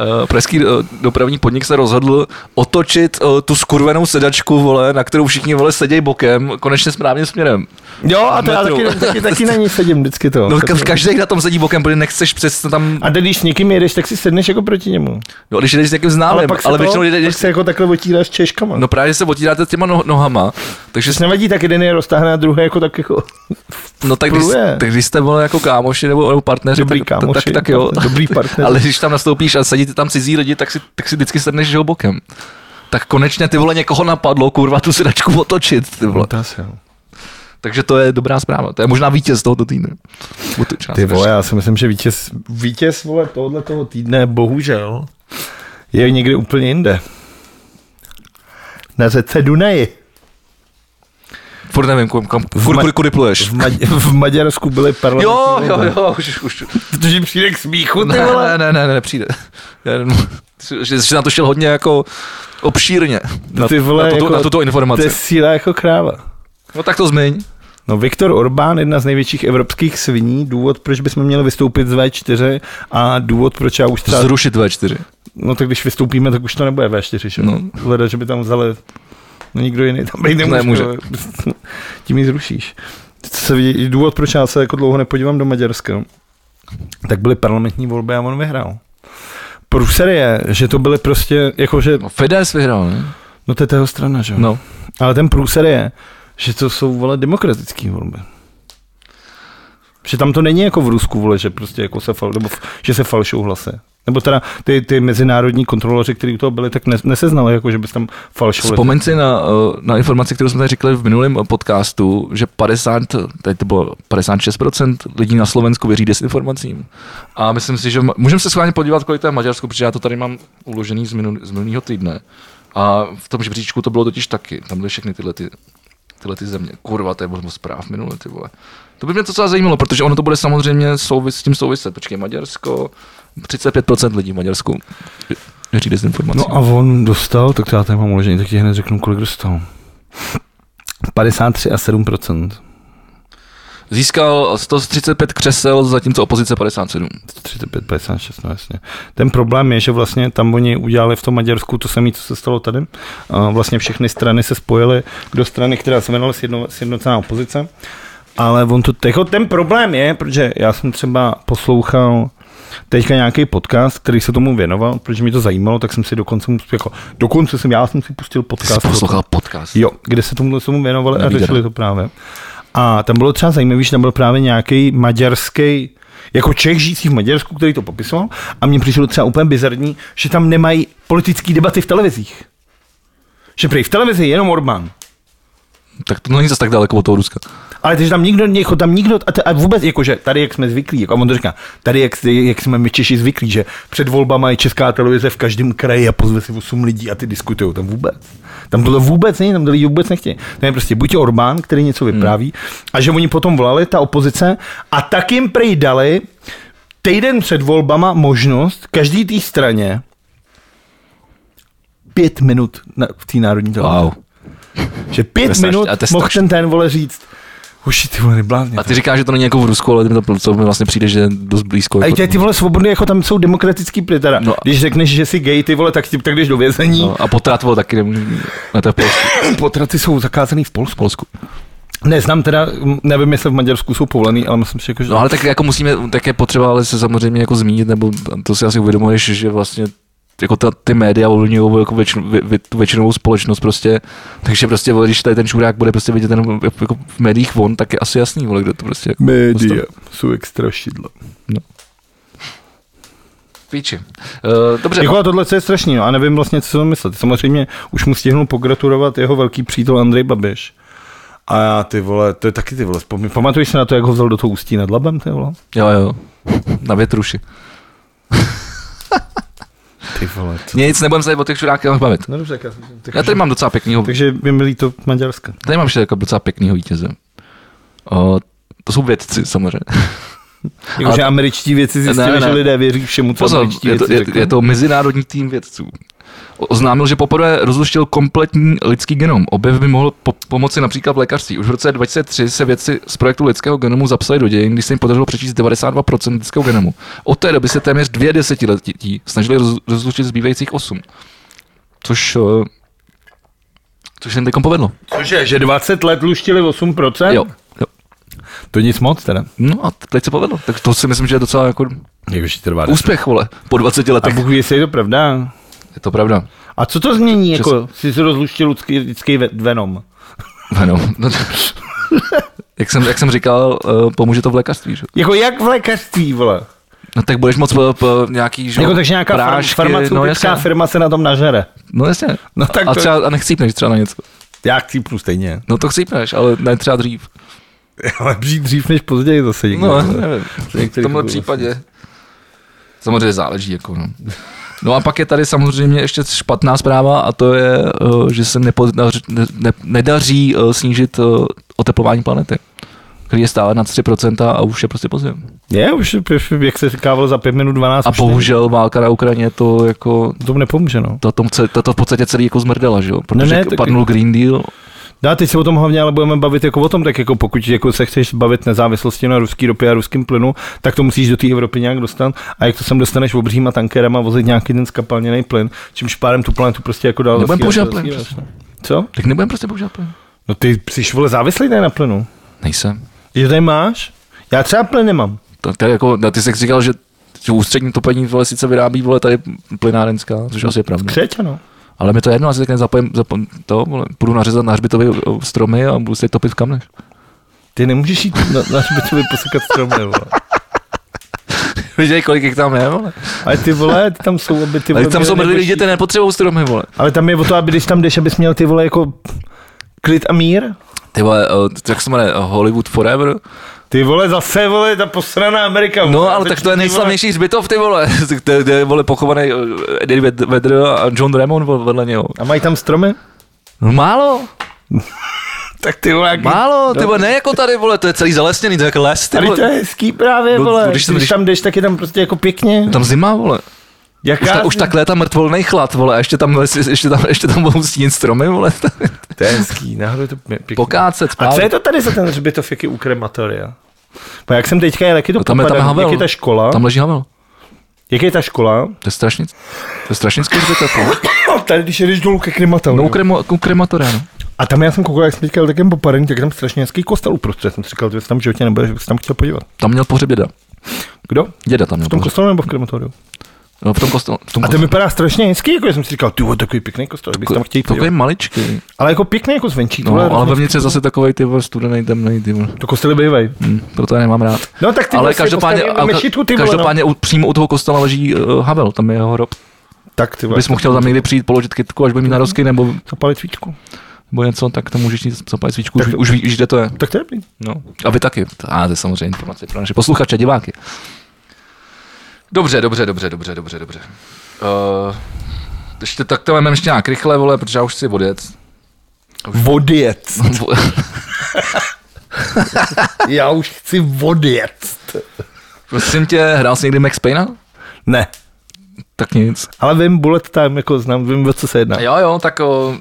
B: Eh, Pražský eh, dopravní podnik se rozhodl otočit eh, tu skurvenou sedačku, vole, na kterou všichni vole sedějí bokem, konečně správným směrem.
A: Jo, a to já
B: Metru.
A: taky, taky, taky na ní sedím vždycky to.
B: No, ka- každý na tom sedí bokem, protože nechceš přes tam,
A: a teď, když s někým jedeš, tak si sedneš jako proti němu.
B: no, když jdeš s někým známým, ale,
A: pak se,
B: ale
A: to,
B: většinou
A: pak
B: jdeš,
A: se jako takhle otíráš češkama.
B: no právě se otíráte těma no- nohama, takže
A: Což nevadí, tak jeden je roztáhne a druhý jako tak jako
B: No tak když,
A: Pluje.
B: tak když jste byli jako kámoši nebo, nebo partneři,
A: Dobrý
B: tak,
A: kámoši,
B: tak, tak jo.
A: partner- dobrý partneři.
B: Ale když tam nastoupíš a sedíte tam cizí lidi, tak si, tak si vždycky sedneš že jo, bokem. Tak konečně ty vole někoho napadlo, kurva, tu sedačku otočit, ty vole.
A: no.
B: Takže to je dobrá zpráva. To je možná vítěz tohoto týdne. Otoč nás,
A: Ty
B: prosím.
A: vole, já si myslím, že vítěz, vítěz vole tohohle toho týdne, bohužel, je někde úplně jinde. Na řece Dunaji.
B: Furt nevím, kam, kam, kur,
A: Ma-
B: kur, kudy pluješ.
A: V, Ma- v Maďarsku byly parlamentní
B: Jo, jo,
A: volby.
B: jo, už, už.
A: Protože přijde k smíchu, No ty
B: Ne,
A: vole.
B: ne, ne, ne, ne, přijde. Já jenom- Že jsi na to šel hodně jako obšírně. Na,
A: Ty vole,
B: na, tuto,
A: jako-
B: na tuto
A: To
B: informaci.
A: je síla jako kráva.
B: No tak to zmiň.
A: No Viktor Orbán, jedna z největších evropských sviní, důvod, proč bychom měli vystoupit z V4 a důvod, proč já už třeba...
B: Zrušit V4.
A: No tak když vystoupíme, tak už to nebude V4, že? jo?
B: No.
A: Hleda, že by tam vzali No nikdo jiný tam být nemůže.
B: Nemůže.
A: ale Tím ji zrušíš. Se vidí, důvod, proč já se jako dlouho nepodívám do Maďarska, tak byly parlamentní volby a on vyhrál. Průser je, že to byly prostě, jakože,
B: No, Fidesz vyhrál, ne?
A: no to je tého strana, že jo?
B: No.
A: Ale ten průser je, že to jsou vole demokratické volby. Že tam to není jako v Rusku, vole, že prostě jako se, fal, nebo, f- že se falšou hlasy. Nebo teda ty, ty mezinárodní kontroloři, kteří u toho byli, tak ne, neseznali, jako že bys tam falšovali.
B: Vzpomeň si na, eh, na informaci, kterou jsme tady říkali v minulém podcastu, že 50, teď to bylo 56% lidí na Slovensku věří desinformacím. A myslím si, že m- můžeme se schválně podívat, kolik to je v Maďarsku, protože já to tady mám uložený z, minul, z minulého týdne. A v tom žebříčku to bylo totiž taky. Tam byly všechny tyhle ty tyhle ty země. Kurva, to je moc zpráv minule, ty vole. To by mě to docela zajímalo, protože ono to bude samozřejmě souvis, s tím souviset. Počkej, Maďarsko, 35% lidí v Maďarsku věří dezinformacím.
A: No a on dostal, tak to já tady mám uložený, tak ti hned řeknu, kolik dostal. 53 a 7
B: Získal 135 křesel, zatímco opozice 57.
A: 35, 56, no jasně. Ten problém je, že vlastně tam oni udělali v tom Maďarsku to samé, co se stalo tady. A vlastně všechny strany se spojily do strany, která se jmenovala Sjedno- Sjednocená opozice. Ale on to, jako ten problém je, protože já jsem třeba poslouchal teďka nějaký podcast, který se tomu věnoval, protože mě to zajímalo, tak jsem si dokonce, mus- jako, dokonce jsem, já jsem si pustil
B: Ty jsi
A: podcast.
B: poslouchal podcast.
A: Jo, kde se tomu, tomu věnovali a
B: Nevíde,
A: řešili
B: ne?
A: to právě. A tam bylo třeba zajímavé, že tam byl právě nějaký maďarský, jako Čech žijící v Maďarsku, který to popisoval. A mně přišlo třeba úplně bizarní, že tam nemají politické debaty v televizích. Že prý v televizi je jenom Orbán.
B: Tak to není zase tak daleko od toho Ruska.
A: Ale takže tam nikdo, jako tam nikdo, a, t- a vůbec jakože tady, jak jsme zvyklí, jako a on to říká, tady, jak, jak jsme my Češi zvyklí, že před volbama je česká televize v každém kraji a pozve si 8 lidí a ty diskutují, tam vůbec. Tam tohle vůbec není, tam to lidi vůbec nechtějí. To je prostě buď Orbán, který něco vypráví, a že oni potom volali, ta opozice, a tak jim prej dali týden před volbama možnost každý té straně pět minut na, v té národní televizi.
B: Wow.
A: Že
B: To je
A: pět
B: strašný-
A: minut
B: a to je
A: mohl
B: strašný.
A: ten ten vole říct, hoši ty vole, neblázně.
B: A ty říkáš, že to není jako v Rusku, ale ty mi to, co mi vlastně přijde, že je dost blízko.
A: A
B: jako-
A: ty, ty vole svobodný, jako tam jsou demokratický pli, teda. No.
B: No.
A: Když řekneš, že jsi gay, ty vole, tak, ti- tak jdeš do vězení. No.
B: No, a potrat vole, taky nemůžu. Ne, to je v Polsku.
A: Potraty jsou zakázaný v
B: V
A: Polsku.
B: Polsku.
A: Neznám teda, m, nevím, jestli v Maďarsku jsou povolený, ale myslím si, jako, že...
B: No ale tak jako musíme, tak je potřeba ale se samozřejmě jako zmínit, nebo to si asi uvědomuješ, že vlastně jako ta, ty média ovlivňují jako většinu, vě, vě, tu většinovou společnost prostě, takže prostě, vole, když tady ten čurák bude prostě vidět ten, jako v médiích von, tak je asi jasný, vole, kdo to prostě jako dostal.
A: jsou extra šidlo.
B: Píči. Uh, dobře,
A: Jako a tohle co je strašný, no, a nevím vlastně, co jsem myslet. Samozřejmě už mu stihnul pogratulovat jeho velký přítel Andrej Babiš. A já, ty vole, to je taky ty vole, vzpomín- pamatuješ se na to, jak ho vzal do toho ústí nad labem, ty vole?
B: Jo, jo. Na větruši.
A: Ty vole, co?
B: Nic, nebudem se tady o těch šurákách bavit.
A: No dobře, tak já jsem- tak-
B: Já tady mám docela pěknýho,
A: takže by mi líto Maďarska.
B: tady mám ještě jako docela pěknýho vítěze. O, to jsou vědci samozřejmě.
A: Jako,
B: Ale-
A: že američtí věci zjistili,
B: Ne,
A: že
B: ne.
A: lidé věří všemu, co
B: Pozor,
A: američtí
B: je to,
A: věci
B: je,
A: řeknou.
B: je to mezinárodní tým vědců. O- Oznámil, že poprvé rozluštil kompletní lidský genom. Objev by mohl po- pomoci například v lékařství. Už v roce 2003 se vědci z projektu lidského genomu zapsali do dějin, když se jim podařilo přečíst 92% lidského genomu. Od té doby se téměř dvě desetiletí snažili roz- rozluštit zbývajících 8. Což, eh, což se jim teď povedlo.
A: Cože, že 20 let luštili 8%?
B: Jo. jo.
A: To nic moc teda.
B: No a teď se povedlo. Tak to si myslím, že je docela jako
A: Jakože trvá.
B: úspěch, vole, po 20
A: A
B: letech.
A: Bůh ví, jestli je to pravda.
B: Je to pravda.
A: A co to změní,
B: Že
A: jako, si se rozluštil lidský, lidský ve- venom?
B: Ano. No, jak, jsem, jak jsem říkal, eh, pomůže to v lékařství. Že?
A: Jako jak v lékařství, vole?
B: No tak budeš moc eh, p- nějaký že? jo,
A: Jako takže nějaká Prášky,
B: no,
A: farmaceutická
B: jasně,
A: no, firma se na tom nažere.
B: no jasně.
A: No tak
B: a,
A: to-
B: třeba, a nechcípneš třeba na něco.
A: Já chcípnu stejně.
B: No to chcípneš, ale ne třeba dřív.
A: Ale přijít dřív než později zase někdo.
B: No,
A: vole.
B: nevím. V
A: některých
B: tomhle
A: oblastech.
B: případě. Samozřejmě záleží. Jako, no. no a pak je tady samozřejmě ještě špatná zpráva a to je, eh, že se nepodař, ne, ne, nedaří eh, snížit eh, oteplování planety, který je stále na 3% a už je prostě pozdě.
A: Je, už, jak se říkávalo, za 5 minut 12.
B: A
A: už není.
B: bohužel válka na Ukrajině to jako
A: To mu nepomůže, no.
B: to, tomu, ce- to, to v podstatě celý jako zmrdela, že jo? Protože
A: ne,
B: ne,
A: tak-
B: ne, padnul Green Deal.
A: No a teď se o tom hlavně ale budeme bavit jako o tom, tak jako pokud jako se chceš bavit nezávislosti na ruský ropě a ruským plynu, tak to musíš do té Evropy nějak dostat. A jak to sem dostaneš obříma tankerama vozit nějaký ten skapalněný plyn, čímž pádem tu planetu prostě jako dál.
B: Nebudem
A: zasíráš,
B: používat
A: zasíráš,
B: plyn,
A: ne? Co?
B: Tak nebudem prostě používat plyn.
A: No ty jsi vole závislý tady na plynu.
B: Nejsem.
A: Že tady máš? Já třeba plyn nemám.
B: To, to je jako, a ty jsi říkal, že že ústřední topení vole sice vyrábí vole tady plynárenská, což asi je pravda.
A: Křeť, ano.
B: Ale mi to je jedno, asi tak nezapojím, zapojím to, vole, půjdu nařezat na hřbitový o, stromy a budu se topit v kamnech.
A: Ty nemůžeš jít na, na šbetově posekat stromy, vole.
B: Víš, kolik jich tam je, vole.
A: Ale ty vole, ty tam jsou, aby ty
B: Ale
A: vole,
B: tam
A: měli
B: jsou mrtví
A: nejbližší-
B: lidi, ty nepotřebují stromy, vole.
A: Ale tam je o to, aby když tam jdeš, abys měl ty vole jako klid a mír.
B: Ty vole, o, jak se jmenuje, Hollywood Forever?
A: Ty vole, zase vole, ta posraná Amerika.
B: No,
A: vole,
B: ale
A: teď
B: tak to je
A: ty vole-
B: nejslavnější hřbitov, ty vole. Kde- Kde je, vole, pochovaný eh, Eddie Ved- Vedder a John Ramon vole, vedle něho.
A: A mají tam stromy?
B: No málo,
A: Tak ty vole, jaký...
B: málo, ty vole, ne jako tady, vole, to je celý zalesněný, to je jak les, ty
A: Tady to
B: vole.
A: je hezký právě,
B: No,
A: vole.
B: když
A: Když,
B: jsem- když-
A: tam jdeš, tak je tam prostě jako pěkně.
B: Tam zima, vole. Už, ta, už takhle je tam mrtvolnej chlad, vole, a ještě tam, ještě tam, ještě tam budou stínit stromy, vole.
A: To je hezký, náhodou je to pě- pěkný.
B: Pokácet,
A: A co je
B: spát.
A: to tady za ten hřbitov, jaký u krematoria? Po jak jsem teďka jel, jak je to
B: No tam je tam
A: popadan,
B: Havel.
A: jak je ta škola,
B: Tam leží Havel.
A: jak je ta škola,
B: To je strašně, to je strašnický hřbitov. vole.
A: no, tady když jedeš dolů ke krematoriu.
B: No, u kremo- u krematoria, no.
A: a tam já jsem koukal, jak jsem teďka jel takem popadan, tak je tam strašně hezký kostel uprostřed, jsem si říkal, že se tam v životě nebudeš, že bych se tam chtěl podívat.
B: Tam měl pohřeb děda.
A: Kdo? V
B: Děda tam měl
A: tom
B: pohřeb.
A: kostelu nebo v krematoriu?
B: No, v tom kostelu. V tom
A: A ten vypadá strašně hezký, jako já jsem si říkal, ty vole, takový pěkný kostel, bych se tam chtěl
B: Takový
A: podívat.
B: maličký.
A: Ale jako pěkný jako zvenčí,
B: No, ale vevnitř je zase takovej ty vole, studený, temnej, ty vole.
A: to kostely bývají.
B: Hm, proto já nemám rád.
A: No tak ty
B: ale
A: vlastně
B: každopádně,
A: postavíme
B: ale
A: mešitku, ty vole, no.
B: každopádně u, přímo u toho kostela leží uh, Havel, tam je jeho hrob.
A: Tak ty vole,
B: Kdybys mu chtěl tam někdy přijít položit kytku, až by
A: Mhm.
B: mít narozky nebo,
A: zapalit svíčku. nebo
B: nebo něco, tak to můžeš jít zapálit svíčku,
A: Tak
B: už,
A: to-
B: už víš, kde to je.
A: Tak to je dobrý.
B: No. A vy taky. A to je samozřejmě informace pro naše posluchače, diváky. Dobře, dobře, dobře, dobře, dobře, dobře. Uh, ještě tak to mám ještě nějak rychle, vole, protože já už chci odjet.
A: Vodjec. Já už chci vodjet.
B: Prosím tě, hrál jsi někdy Max Payna?
A: Ne,
B: Tak nic.
A: ale vím bullet time, jako znám, vím, o co se jedná.
B: Jo, jo, tak o,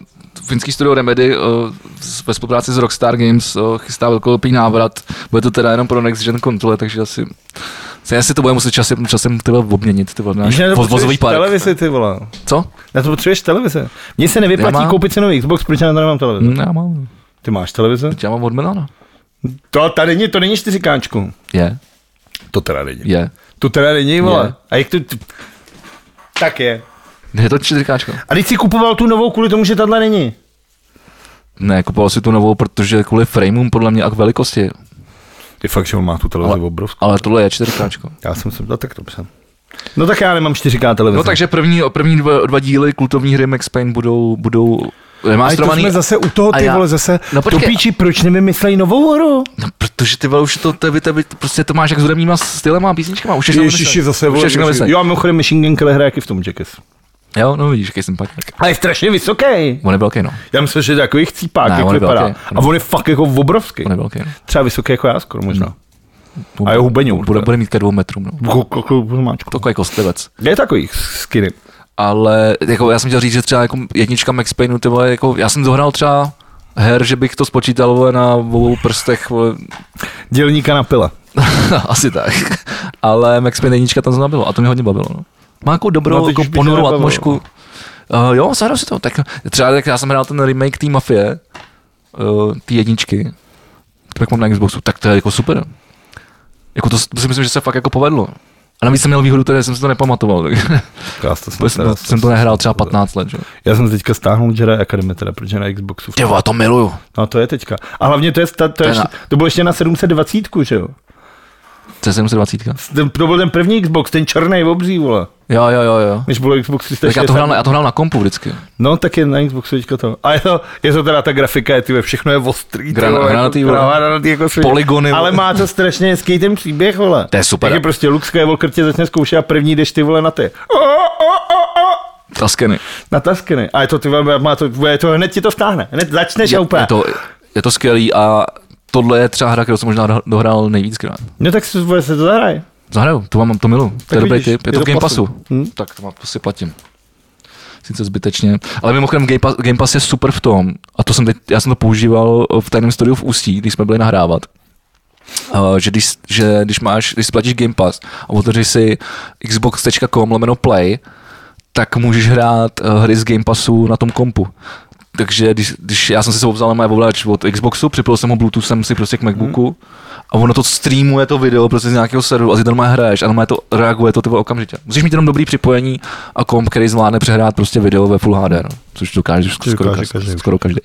B: finský studio Remedy o, s- ve spolupráci s Rockstar Games o, chystá velkolepý návrat. Bude to teda jenom pro Next Gen konzole, takže asi se asi to bude muset časem, časem tyhle obměnit, ty vole, náš
A: Víš, na to
B: vo- vozový
A: potřebuješ
B: park.
A: televizi, ty vole.
B: Co?
A: Na to potřebuješ televize. Mně se nevyplatí
B: Já mám-
A: koupit si nový Xbox, protože já na to nemám televizi.
B: Hm, Já mám,
A: Ty máš televize?
B: já mám od Milana.
A: To, tady není, to není 4K.
B: Je,
A: To teda není.
B: je.
A: To teda není,
B: Je.
A: vole. A jak to... t- Tak je.
B: Je to čtyřkáčko.
A: A když jsi kupoval tu novou kvůli tomu, že tahle není.
B: Ne, kupoval si tu novou, protože kvůli frameům podle mě a k velikosti.
A: Ty fakt, že on má tu televizi
B: Ale-
A: obrovskou.
B: Ale tohle je čtyřkáčko.
A: Já jsem se ptal, tak dobře. No tak já nemám 4K televizi.
B: No takže první, první dva, dva díly kultovní hry Max Payne budou, budou
A: Ale to
B: remasterovaný.
A: jsme zase u toho,
B: A
A: ty
B: já-
A: vole, zase
B: No
A: no,
B: počkej.
A: to píči, proč nevymyslej novou hru?
B: No, protože ty vole, už to, tebe, tebe, prostě to máš jak s hudebníma stylema a písničkama, už je už je všechno
A: jo, a mimochodem Machine Gun Kelly hraje jaký v tom Jackass.
B: Jo, no vidíš, jaký jsem pak.
A: Ale je strašně vysoký.
B: On je velký, no.
A: Já myslím, že je takový chcípák,
B: Ne,
A: jak
B: on je
A: vypadá.
B: velký.
A: A on je fakt jako obrovský.
B: On je No. velký, no.
A: Třeba vysoký jako já skoro možná.
B: Bude,
A: A je hubeňour,
B: Bude,
A: ne?
B: bude mít ke dvou metrům, no.
A: Ko- ko- ko- Jako- Máčko.
B: Takový kostlivec.
A: Je takový skinny.
B: Ale jako, já jsem chtěl říct, že třeba jako jednička Max Payne, ty vole, jako, já jsem dohrál třeba her, že bych to spočítal vole, na obou prstech, vole,
A: Dělníka na pile.
B: No, asi tak. Ale Max Payne jednička tam zrovna bylo a to mě hodně bavilo. No. Má jako dobrou,
A: No,
B: no,
A: teď
B: jako
A: už by tě
B: ponurou
A: nebavilo.
B: atmosféru.
A: no.
B: Uh, jo, zahrál si to. Tak, třeba tak já jsem hrál ten remake té Mafie, uh, té jedničky, kterou jak mám na Xboxu, tak to je jako super. Jako to, s- to si myslím, že se fakt jako povedlo. A navíc jsem měl výhodu, které jsem si to nepamatoval. Tak,
A: Já to jsem,
B: protože jsem,
A: teda-
B: to, no, jsem to nehrál třeba 15 let. Že?
A: Já jsem teďka stáhnul Jedi Academy teda, protože na Xboxu.
B: Ty vole, to miluju.
A: No to je teďka. A hlavně to je, sta- to, je,
B: To je na-
A: ještě- to bylo ještě na 720, že jo?
B: To je 720.
A: Ten- To byl ten první Xbox, ten černý obří, vole.
B: Jo, jo, jo, jo.
A: Než bylo Xbox 360.
B: Tak já to, hrál, na- já to hrál na kompu vždycky.
A: No, tak je na Xboxu teďka to. A je to, je to teda ta grafika, je, ty ve, všechno je ostrý. ty
B: Gran-
A: vole,
B: granatý,
A: jako,
B: vole.
A: granatý, jako svět.
B: Polygony, vole.
A: Ale má to strašně hezký ten příběh, vole.
B: To je super.
A: Tak je prostě Luke Skywalker tě začne zkoušet a první jdeš ty vole na ty. O, o, o, o,
B: Traskeny.
A: na taskiny. A je to ty vole, má to, bude to hned ti to stáhne. Hned začneš a úplně.
B: Je to, je to skvělý a tohle je třeba hra, kterou jsem možná doh- dohrál nejvíckrát.
A: No tak se, vole, se to zahraj.
B: Zahraju, to mám, to milu. To je
A: Tak
B: dobrý
A: vidíš,
B: tip, je
A: je
B: to v
A: to
B: Game
A: pasu. Hm?
B: Passu. Tak to, má, to si platím. Sice zbytečně. Ale mimochodem Game Pass, Game Pass je super v tom, a to jsem teď, já jsem to používal v tajném studiu v Ústí, když jsme byli nahrávat, Uh, že, když, že když, máš, když si platíš Game Pass a otevřeš si eh, xbox.com lomeno play, tak můžeš hrát uh, hry z Game Passu na tom kompu. Takže když, když já jsem si sebou vzal na moje ovláč od Xboxu, připojil jsem ho Bluetoothem si prostě k MacBooku
A: Hmm.
B: a ono to streamuje to video prostě z nějakého serveru a ty normálně hraješ a normálně to reaguje to ty vole, okamžitě. Musíš mít jenom dobrý připojení a komp, který zvládne přehrát prostě video ve Full HD, no. což dokáže skoro, skoro,
A: dokáže
B: každý.
A: každý.
B: skoro každý.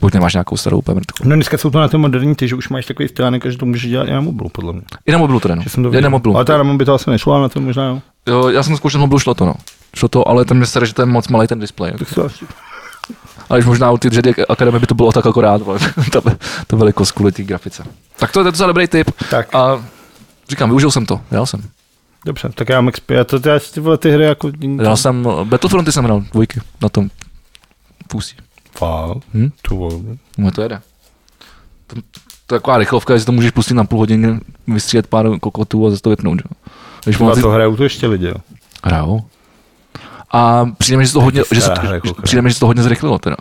B: Pokud nemáš nějakou starou pevnitku.
A: No dneska jsou to na té moderní ty, že už máš takový stránek, že to můžeš dělat i na mobilu, podle mě.
B: I na mobilu teda, no.
A: Že jsem to
B: I na
A: viděl.
B: mobilu.
A: Ale teda na mobilu by to asi nešlo, ale na to možná jo.
B: Jo, já jsem zkoušel, na mobilu šlo to, no. Šlo to, ale ten mě staré, že to je moc malý ten displej.
A: Tak to asi.
B: Ale už možná u ty Jedi Akademie by to bylo tak akorát, vole, ta, ta velikost kvůli té grafice. Tak to je docela dobrý tip.
A: Tak.
B: A říkám, využil jsem to, hrál jsem.
A: Dobře, tak já mám XP. Já to já si ty vole ty hry jako...
B: Hrál jsem, eh, Battlefronty jsem hrál, dvojky, na tom fusí.
A: Fál.
B: Hm?
A: Tu vole.
B: No to jede. To, to je taková rychlovka, že to můžeš pustit na půl hodiny, vystřílet pár kokotů a zase to vypnout. jo. Když
A: Třeba
B: mám ty-
A: to hrajou to ještě lidi, jo.
B: Hrajou. A přijde mi, že se to hodně, že se,
A: stará hra,
B: že-
A: kouká.
B: přijde mi, že se to hodně zrychlilo teda.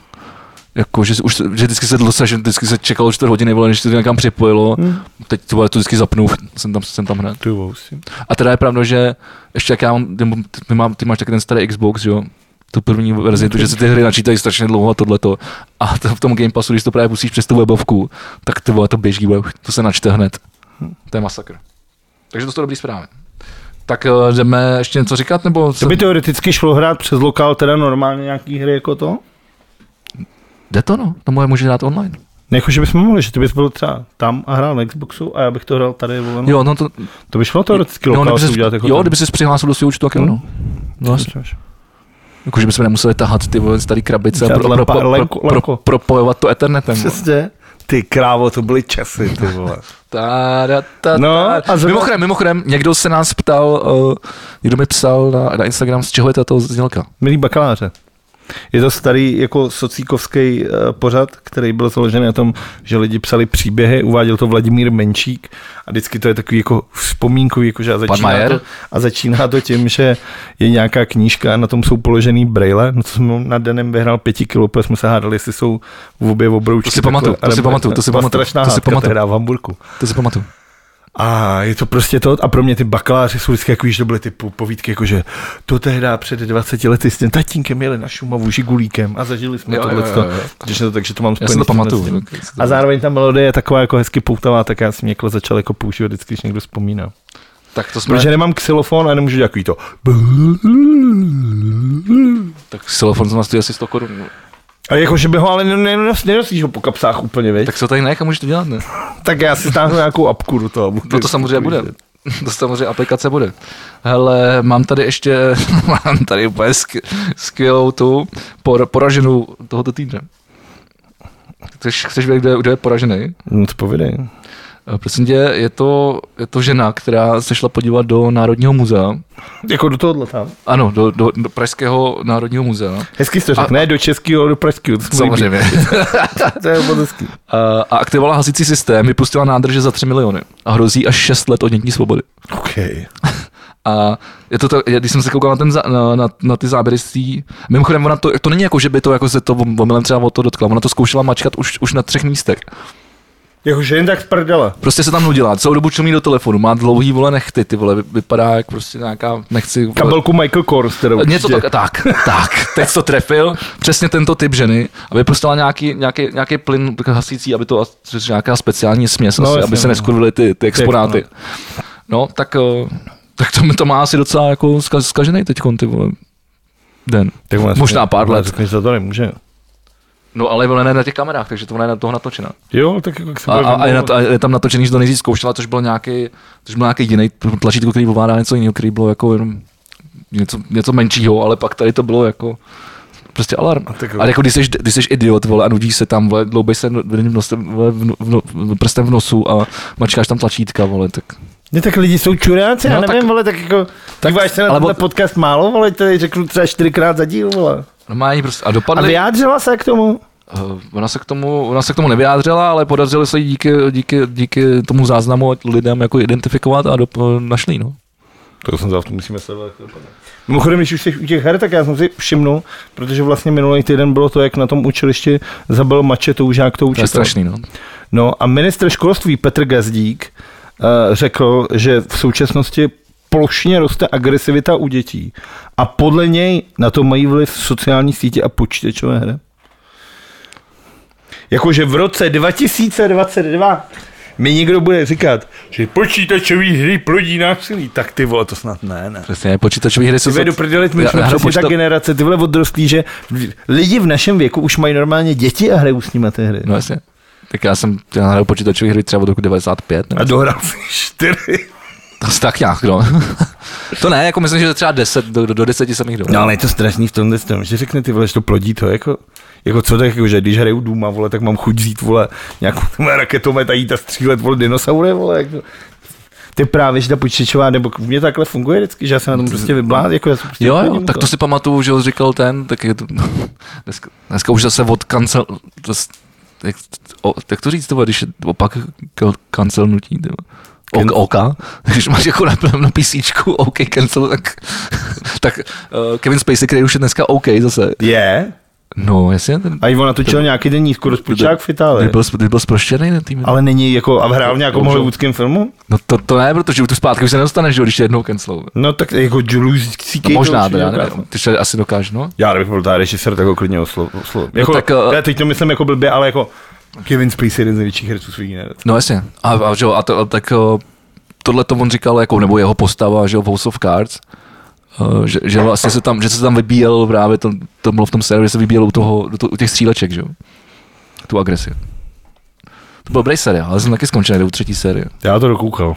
B: Jako, že, se už, že vždycky se dlosa, že vždycky se čekalo čtyři hodiny, vole, než se to někam připojilo. Hmm. Teď to, vole, to vždycky zapnu, jsem tam, jsem tam hned.
A: Tu vole si.
B: A teda je pravda, že ještě jak já mám, ty, ty, mám, ty máš taky ten starý Xbox, jo, tu první
A: Hmm.
B: verzi, protože se ty hry načítají strašně dlouho a tohleto. A to v tom Game Passu, když to právě pusíš přes tu webovku, tak ty vole, to běží, vole, to se načte hned. To je masakr. Takže to jsou dobrý zprávy. Tak eh, jdeme ještě něco říkat, nebo...
A: To
B: se-
A: by teoreticky šlo hrát přes lokál, teda normálně nějaký hry jako to?
B: Jde to no, to moje může dát online.
A: Jako, že bychom mohli, že ty bys byl třeba tam a hrál na Xboxu a já bych to hrál tady, vole. no.
B: Jo, no to...
A: To by šlo teoreticky
B: jo, no,
A: lokál
B: kdyby
A: si
B: ses-
A: udělat jako Hmm.
B: jo,
A: tam.
B: kdyby se přihlásil do svého účtu, tak jo, no. No, jasně.
A: Potřebuješ.
B: jako, že bychom nemuseli tahat ty vole starý krabice a pro,
A: Žádný
B: pro,
A: lampa-
B: pro, pro,
A: lenko-
B: pro,
A: lenko.
B: propojovat to ethernetem. no. vole.
A: Přesně. Ty krávo, to byly časy, ty vole.
B: Ta, da, ta,
A: No,
B: ta.
A: a zrovna-
B: Mimochodem, mimochodem, někdo se nás ptal, uh, někdo mi psal na, na Instagram, z čeho je tato znělka.
A: Milí bakaláře, je to starý jako socíkovský eh, pořad, který byl založen na tom, že lidi psali příběhy, uváděl to Vladimír Menšík a vždycky to je takový jako vzpomínkový, jakože a začíná,
B: Majer?
A: to, a začíná to tím, že je nějaká knížka a na tom jsou položený brejle, no co jsem na denem vyhrál pěti kilo, protože jsme se hádali, jestli jsou v obě obroučky.
B: To si
A: takhle,
B: pamatuju, to si
A: ale-
B: pamatuju, to si
A: byla
B: pamatuju,
A: strašná
B: to si
A: hádka
B: pamatuju.
A: tehdy v Hamburku.
B: To si pamatuju.
A: A je to prostě to, a pro mě ty bakaláři jsou vždycky jako, že to byly ty po- povídky, jako že to tehdy před 20 lety s tím tatínkem jeli na Šumavu žigulíkem a zažili jsme
B: Jo, jo,
A: tohle.
B: jo, jo.
A: to, takže to mám
B: Já si
A: spojený
B: to
A: s tímhle
B: pamatuju.
A: s tím.
B: tak-
A: A zároveň ta melodie je taková jako hezky poutavá, tak já jsem někdo začal jako používat vždycky, když někdo vzpomíná.
B: Tak to jsme,
A: Protože nemám xylofon a nemůžu dělat takový to.
B: tak silofon z nás stojí asi 100 korun. no.
A: A jako, že by ho ale nenos- nenosíš ho po kapsách úplně, viď? Tak,
B: Tak se tady nech a můžeš to dělat, ne?
A: tak já si stáhnu nějakou apku do toho.
B: No to samozřejmě bude. To samozřejmě aplikace bude. Hele, mám tady ještě, mám tady úplně sk- skvělou tu por- poraženou tohoto týdne. Chceš, chceš vědět, kdo je, kdo je poražený?
A: No to povídej.
B: Eh, Prosím tě, je to, je to žena, která se šla podívat do Národního muzea.
A: Jako do tohohle tam.
B: Ano, do, do, do Pražského Národního muzea.
A: Hezky jsi to řekl, ne do českého, ale do pražského. to se mi líbí.
B: Samozřejmě.
A: To je moc hezký.
B: A, Eh, a aktivovala hasicí systém, vypustila nádrže za 3 miliony a hrozí až 6 let odnětí svobody.
A: OK.
B: A je to, to já když jsem se koukal na, ten, zá- na, na, na ty záběry z tý, mimochodem ona to, to není jako, že by to jako se to omylem třeba o to dotkla, ona to zkoušela mačkat už, už na třech místech.
A: Jakože jen tak z prdele.
B: Prostě se tam nudila, celou dobu čumí do telefonu, má dlouhý vole nechty, ty vole, vy- vypadá jak prostě nějaká, nechci... vole-
A: Kabelku Michael Kors, kterou
B: Něco
A: určitě.
B: tak, tak, tak, teď to trefil, přesně tento typ ženy, aby prostala nějaký, nějaký, nějaký plyn hasící, aby to což je nějaká speciální směs,
A: No,
B: no, asi,
A: jasně,
B: aby se
A: no.
B: neskurvily ty, ty exponáty.
A: Pěkno.
B: No, tak, eh, tak to, to má asi docela jako zka- zkažený teď ty vole, den.
A: Tak ona
B: Možná
A: řekne-
B: pár
A: ona
B: let.
A: Řekne, že za to nemůže.
B: No ale ona ne na těch kamerách, takže to ona je na toho natočena.
A: Jo, tak jako jak se
B: A,
A: bude
B: a, a, je, na
A: vymlouvat.
B: to, a je tam natočený, že to nejdřív zkoušela, což byl nějaký, což byl nějaký jiný tlačítko, který ovládá něco jiného, který bylo jako jenom něco, něco menšího, ale pak tady to bylo jako prostě alarm. A,
A: tak-
B: jako když jsi, když jsi idiot, vole, a nudíš se tam, vole, dloubej se no- jedním nosem, vole, v, no- v, no- prstem v nosu a mačkáš tam tlačítka, vole, tak
A: Ne, tak lidi jsou čuráci, já
B: No, tak-
A: nevím, vole, tak jako... Tak, díváš se na
B: ale
A: tenhle
B: bo-
A: podcast málo, vole, tady řeknu třeba čtyřikrát za díl, vole.
B: normální prostě. A
A: A
B: dopadly,
A: vyjádřila se k tomu?
B: Uh, ona, se k tomu, ona se k tomu nevyjádřila, ale podařilo se jí díky, díky, díky tomu záznamu lidem jako identifikovat a do, našli, no.
A: To jsem za to musíme se Mimochodem, když už jsi u těch her, tak já jsem si všimnul, protože vlastně minulý týden bylo to, jak na tom učilišti zabil mačetou žáktou
B: To je
A: učitel.
B: strašný, no.
A: No a ministr školství Petr Gazdík eh, řekl, že v současnosti plošně roste agresivita u dětí a podle něj na to mají vliv sociální sítě a počítačové hry. Jakože v roce 2022 mi někdo bude říkat, že počítačový hry plodí násilí, tak ty vole, to snad ne, ne.
B: Přesně, počítačové hry
A: Ty
B: jsou...
A: vedu prdělit, my
B: Já-
A: jsme
B: já hru
A: přesně ta
B: počíta-
A: generace, ty vole odrostlí, že lidi v našem věku už mají normálně děti a hrajou s nimi ty hry.
B: No jasně. Tak já jsem já hraju počítačové hry třeba od roku 95. Nebo
A: A dohrál si čtyři.
B: To asi tak nějak, no. to ne, jako myslím, že třeba 10, do, do, do 10 jsem jich dohrál.
A: No ale je to strašný v tomhle tom, že řekne ty vole, že to plodí to, jako, jako co tak, jako, že když hraju Duma, vole, tak mám chuť vzít, vole, nějakou tvoje raketomet a jít a střílet, vole, dinosaury, vole, jako. Ty právě, že ta počítačová, nebo mě takhle funguje vždycky, že já se na tom prostě vyblát, jako já jsem prostě
B: Jo, jo,
A: úplně
B: tak to si pamatuju, že ho říkal ten, tak je to, dneska, dneska už zase od kancel, to, s- jak, o, jak to říct, to, když je opak k- kancelnutí, nebo
A: Ken-
B: Ok, oka, když máš jako na, na písíčku OK cancel, tak, tak uh, Kevin Spacey, který už je dneska OK zase.
A: Je.
B: No, jasně, ten,
A: A Ivo natočil nějaký ten nízkorozpočák v
B: ten
A: Itálii.
B: byl, ten byl zproštěný ten tým.
A: Ale není jako, a hrál v nějakom
B: Bohužel.
A: hollywoodském filmu?
B: No to, to ne, protože tu zpátky už se nedostaneš, že jo, když tě jednou cancelou.
A: No tak jako Julius C.K.
B: No, možná,
A: to
B: teda,
A: určitě
B: nevím,
A: dokáže.
B: ty se asi dokážeš, no.
A: Já bych byl tady režisér, tak ho klidně oslo- oslovím. Jako,
B: tak,
A: no,
B: eh,
A: tak, teď to myslím jako blbě, ale jako Kevin Spacey je jeden z největších herců svých generace.
B: No jasně. A, a, že jo, a, to, a tak eh, tohle to on říkal, jako, nebo jeho postava, že jo, v House of Cards, eh, že, že, vlastně se tam, že se tam vybíjel právě, to, to bylo v tom seriálu, že se vybíjel u, toho, do to, u těch stříleček, že jo, tu agresi. To byl dobrý seriál, ale jsem taky skončil někde u třetí série.
A: Já to dokoukal.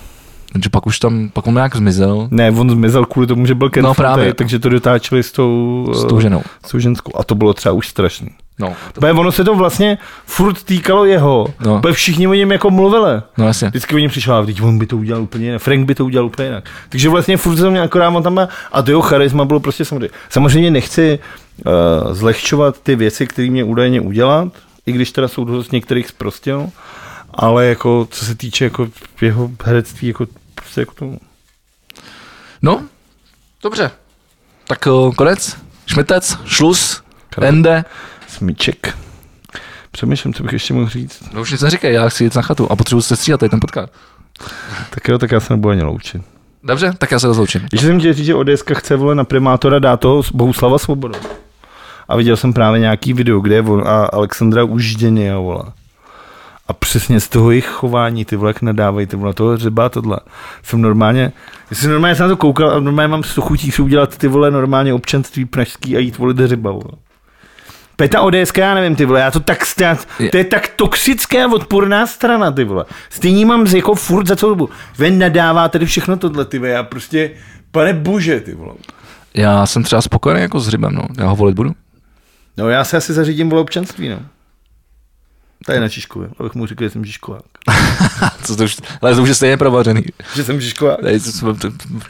B: Takže pak už tam, pak on nějak zmizel
A: Ne, on zmizel kvůli tomu, že byl Kevin
B: No, právě.
A: takže to dotáčeli s tou,
B: s
A: eh,
B: tou ženou.
A: s tou ženskou. A to bylo třeba už strašný.
B: No, to,
A: Protože ono se to vlastně furt týkalo jeho.
B: No.
A: No. všichni o něm jako mluvili.
B: no jasně.
A: Vždycky o něm přišla, teď on by to udělal úplně jinak, Frank by to udělal úplně jinak. Takže vlastně furt jsem měl akorát on tam má, a to jeho charisma bylo prostě samozřejmě. Samozřejmě nechci uh, zlehčovat ty věci, které mě údajně udělat, i když teda jsou dost některých zprostil, ale jako co se týče jako jeho herectví, jako prostě jako tomu.
B: No, dobře. Tak eh, konec, šmitec, šlus,
A: Konec.
B: ende.
A: Smyček. Přemýšlím, co bych ještě mohl říct.
B: No už nic neříkej, já chci jít na chatu a potřebuji se střídat tady ten podcast.
A: Tak jo, tak já se nebudu ani loučit.
B: Dobře, tak já se rozloučím.
A: Ještě jsem chtěl říct, že ODS chce vole na primátora dát toho Bohuslava Svobodu. A viděl jsem právě nějaký video, kde je on a Alexandra Užděně a vole. A přesně z toho jejich chování, ty vole, jak nadávají, ty vole, na toho hřeba a tohle. Jsem normálně, já jsem normálně jsem na to koukal a normálně mám suchu chutí si udělat ty vole normálně občanství pražský a jít volit hřeba, vole. Peta ODS, já nevím, ty vole, já to tak, já, to je tak toxická a odporná strana, ty vole. Stejně mám z jako furt za celou dobu. Ven nadává tady všechno tohle, ty vole, já prostě, pane bože, ty vole.
B: Já jsem třeba spokojený jako s rybem, no. Já ho volit budu.
A: No já se asi zařídím vole občanství, no. Tady na Žižkově, abych mu řekl, že jsem Žižkovák.
B: Co to už, ale to už je stejně provařený.
A: Že jsem Žižkovák.
B: Tady si-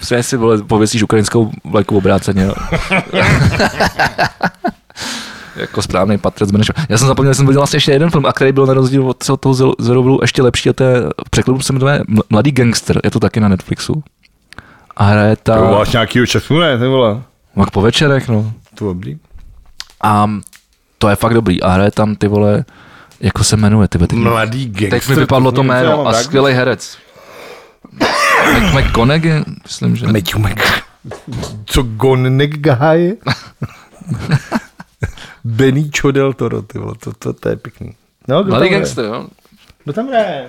B: Stejně si vole, pověsíš ukrajinskou vlajku obráceně. No. jako správný patrec Benešov. Já jsem zapomněl, že jsem viděl vlastně ještě jeden film, a který byl na rozdíl od celého toho Zero- Zero Blue ještě lepší, a to je překlepu se jmenuje Ml- Mladý gangster, je to taky na Netflixu. A hraje
A: To
B: ta,
A: máš nějakýho času, ne, ty vole.
B: jak po večerech, no.
A: To dobrý.
B: A to je fakt dobrý. A hraje tam ty vole, jako se jmenuje, ty vole, teď-
A: Mladý gangster.
B: Teď mi vypadlo to jméno a skvělý herec. Mc- McConaughey, myslím, že.
A: Meťumek. Co Gonek Gahaj? Beníčo del Toro, ty vole, to, to, to je pěkný. No, kdo
B: Mladý
A: tam hraje?
B: gangster, jo?
A: Kdo tam hraje?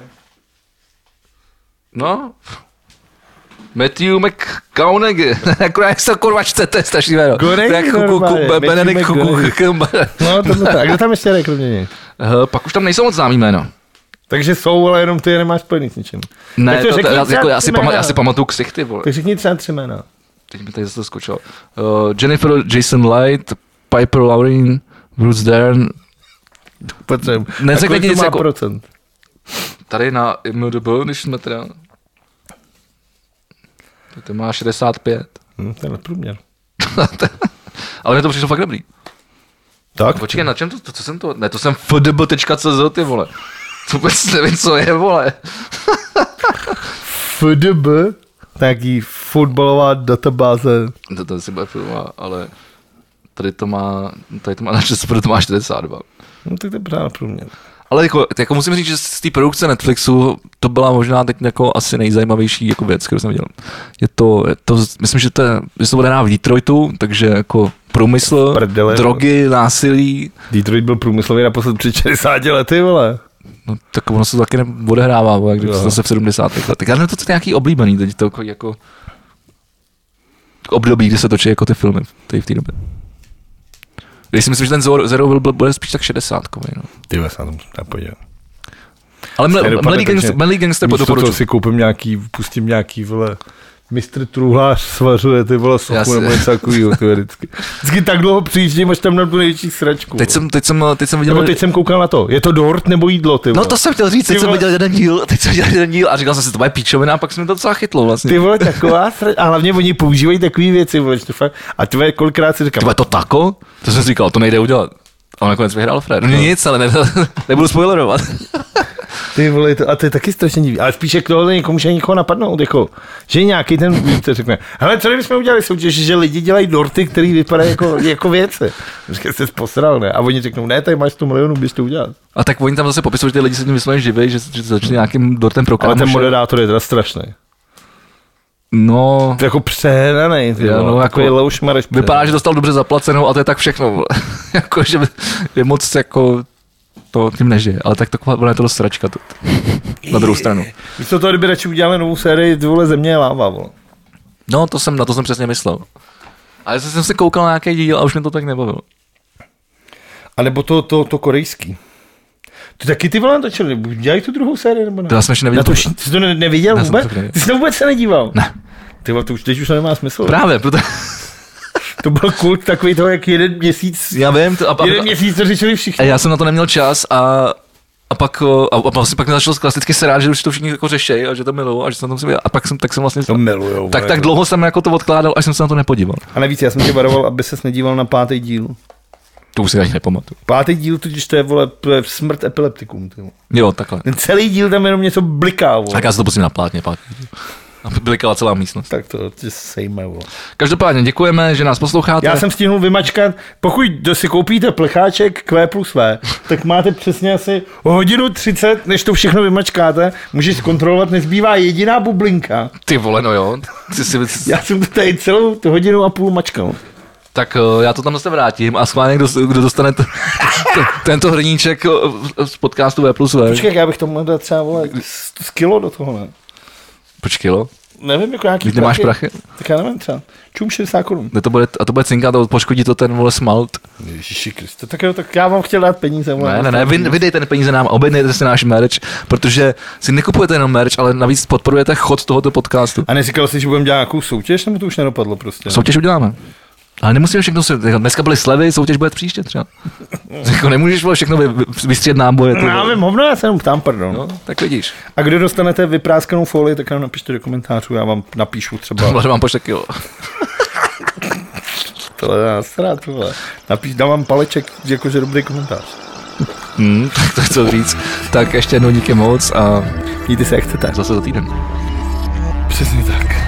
B: No. Matthew McConaughey. Akorát jak se to kurva čtete, strašný jméno. To je
A: Konec
B: jak Kuku-
A: normálně,
B: Kuku-
A: Matthew
B: Benedict
A: McConaughey.
B: Kuku-
A: No, tohle tak. A kdo tam ještě hraje, kromě něj?
B: Eh, Pak už tam nejsou moc známý jméno.
A: Takže jsou, ale jenom ty je nemáš spojený s ničím.
B: Ne,
A: Tak to
B: to, to,
A: řekni
B: já,
A: třeba
B: jako, já,
A: tři
B: si pamatuju,
A: jména.
B: já si pamatuju ksichty, vole.
A: Tak řekni třeba tři jména.
B: Teď mi tady zase skočilo. Eh, Jennifer Jason Light, Piper Laurin, Bruce Dern,
A: Potřebuji.
B: Neřekli ti
A: to
B: nic
A: má
B: jako-
A: procent?
B: tady na IMDB, když jsme teda... Tak To má 65.
A: Hm, tenhle průměr.
B: Ale mě to přišlo fakt dobrý.
A: Tak?
B: Počkej, na čem to, to co jsem to? Ne, to jsem fdb.cz, ty vole. To vůbec nevím, co je, vole.
A: FDB, nějaký fotbalová databáze.
B: To, to si bude filma, ale tady to má, tady to má na ČSPR, to má 42.
A: No tak to je pořád průměr.
B: Ale jako, jako, musím říct, že z té produkce Netflixu to byla možná teď jako asi nejzajímavější jako věc, kterou jsem viděl. Je to, je to myslím, že to, je, že se to bude hrát v Detroitu, takže jako průmysl,
A: Prdele.
B: drogy, násilí,
A: Detroit byl průmyslový naposled před 60 lety, vole.
B: no tak ono se to taky neodehrává, vole, když
A: Jo.
B: to zase v 70. letech. Já nevím, to co je nějaký oblíbený, teď to jako, jako období, kdy se točí jako ty filmy tady v té době. Když si myslím, že ten Zero Zero Will byl- bude spíš tak 60 no.
A: Ty vole, se na to musím tam podívat.
B: Ale
A: Tady
B: mle-
A: dopadne
B: Mladý
A: tak,
B: gangster,
A: že
B: mladý gangster
A: Místo toho
B: doporučuji.
A: si koupím nějaký, pustím nějaký, vole, Mistr Truhlář svařuje ty vole
B: Já
A: sochu
B: si-
A: nebo něco takového, ty vole, vždycky. Vždycky tak dlouho přijíždím, až tam na tu největší sračku.
B: Teď jsem, teď jsem, teď jsem viděl...
A: Nebo teď jsem koukal na to, je to dort nebo jídlo, ty vole.
B: No to jsem chtěl říct, teď
A: Ty
B: jsem
A: vole.
B: viděl jeden díl, teď jsem viděl jeden díl a říkal jsem si, to bude píčovina a pak jsem to docela chytlo vlastně.
A: Ty vole, taková sra... A hlavně oni používají takové věci, vole, že to fakt... A ty vole, kolikrát si
B: Ty
A: říkám,
B: bude to tako? To jsem si říkal, to nejde udělat. A on nakonec vyhrál Fred. No nic, ale ne, nebudu spoilerovat.
A: ty vole, to... a to je taky strašně divný. Ale spíš jak tohle někomu může někoho napadnout, jako, že nějaký ten více řekne, hele, co kdybychom udělali soutěž, že lidi dělají dorty, který vypadají jako, jako věci. Říká, jsi posral, ne? A oni řeknou, ne, tady máš 100 milionů, běž to udělat.
B: A tak oni tam zase popisují, že ty lidi se tím vysloveně živí, že, že to začne nějakým dortem pro
A: Ale
B: kámoše.
A: ten moderátor je teda strašný.
B: No,
A: To je jako přehnaný, ty
B: Jo,
A: vole.
B: no, jako-
A: takový louš mareš.
B: vypadá, že dostal dobře zaplacenou a to je tak všechno. vole. jako, že je moc jako to tím nežije, ale tak taková vole, je to dost sračka to, na druhou stranu.
A: Místo toho, kdyby radši udělali novou sérii, ty vole, země je láva, vole.
B: No, to jsem, na to jsem přesně myslel. Ale zase jsem se koukal na nějaký díl a už mě to tak nebavilo.
A: A nebo to, to, to korejský. To taky ty vole natočili, dělají tu druhou sérii nebo ne?
B: To já jsem ještě neviděl.
A: Na to, vš- ty jsi to ne- neviděl
B: Já jsem
A: vůbec?
B: to neviděl.
A: Ty jsi to vůbec se nedíval?
B: Ne.
A: Ty vole, to už, teď už to nemá smysl.
B: Právě, proto
A: To byl kult takový toho, jak jeden měsíc,
B: já vím, to, a, a,
A: jeden měsíc to řešili
B: a,
A: všichni.
B: já jsem na to neměl čas a a pak, o, a, a vlastně pak mě začalo klasicky se rád, že už to všichni jako řešejí a že to milují a že se na tom musím A pak jsem, tak jsem vlastně,
A: To milujou.
B: tak,
A: vole.
B: tak dlouho jsem jako to odkládal, až jsem se na to nepodíval.
A: A navíc já jsem tě varoval, aby ses nedíval na pátý díl.
B: To už si ani nepamatuju.
A: Pátý díl totiž to je, vole, to je smrt epileptikům. Ty. vole.
B: Jo, takhle.
A: Ten celý díl tam jenom něco bliká, vole.
B: Tak já se to pustím na plátně pak. A blikala celá místnost.
A: Tak to tě sejme, vole.
B: Každopádně děkujeme, že nás posloucháte.
A: Já jsem stihnul vymačkat, pokud do- si koupíte plecháček Q plus V, tak máte přesně asi hodinu 30, než to všechno vymačkáte, můžeš zkontrolovat, nezbývá jediná bublinka.
B: Ty vole, no jo. Ty si,
A: Já jsem to tady celou tu hodinu a půl mačkal.
B: Tak eh, já to tam zase vrátím a schválně, kdo, kdo dostane t- t- tento hrníček eh, z podcastu V plus V.
A: Počkej, já bych tomu dal třeba vole, z, z kilo do toho, ne?
B: Počkej, jo.
A: Nevím, jako nějaký
B: Když nemáš prachy.
A: Tak já nevím třeba. Čum 60 korun.
B: Ne, to bude, a to bude cinka, to poškodí to ten vole smalt.
A: Ježiši Kriste, tak jo, tak já vám chtěl dát peníze. Vole, Prostě-
B: Ne, ne, ne, vy, vy dejte peníze nám, objednejte si náš merch, protože si nekupujete jenom merch, ale navíc podporujete chod tohoto podcastu.
A: A neříkal jsi, že budeme dělat nějakou soutěž, nebo to už nedopadlo prostě?
B: Soutěž uděláme. Ale nemusíme všechno se, jako dneska byly slevy, soutěž bude příště třeba. Jako nemůžeš vole, všechno vy, vy, vystřet náboje. ty
A: Já
B: vole.
A: vím, hovno, já se jenom ptám, pardon.
B: No, tak vidíš.
A: A kdo dostanete vypráskanou folii, tak nám napište do komentářů, já vám napíšu třeba.
B: Vole, mám pošlek, jo.
A: Tohle je nástra, tohle. Napiš, dám vám paleček, jakože dobrý komentář.
B: Hmm, tak to chci říct. Tak ještě jednou díky moc a
A: Mějte se, jak chcete.
B: zase za týden.
A: Přesně tak.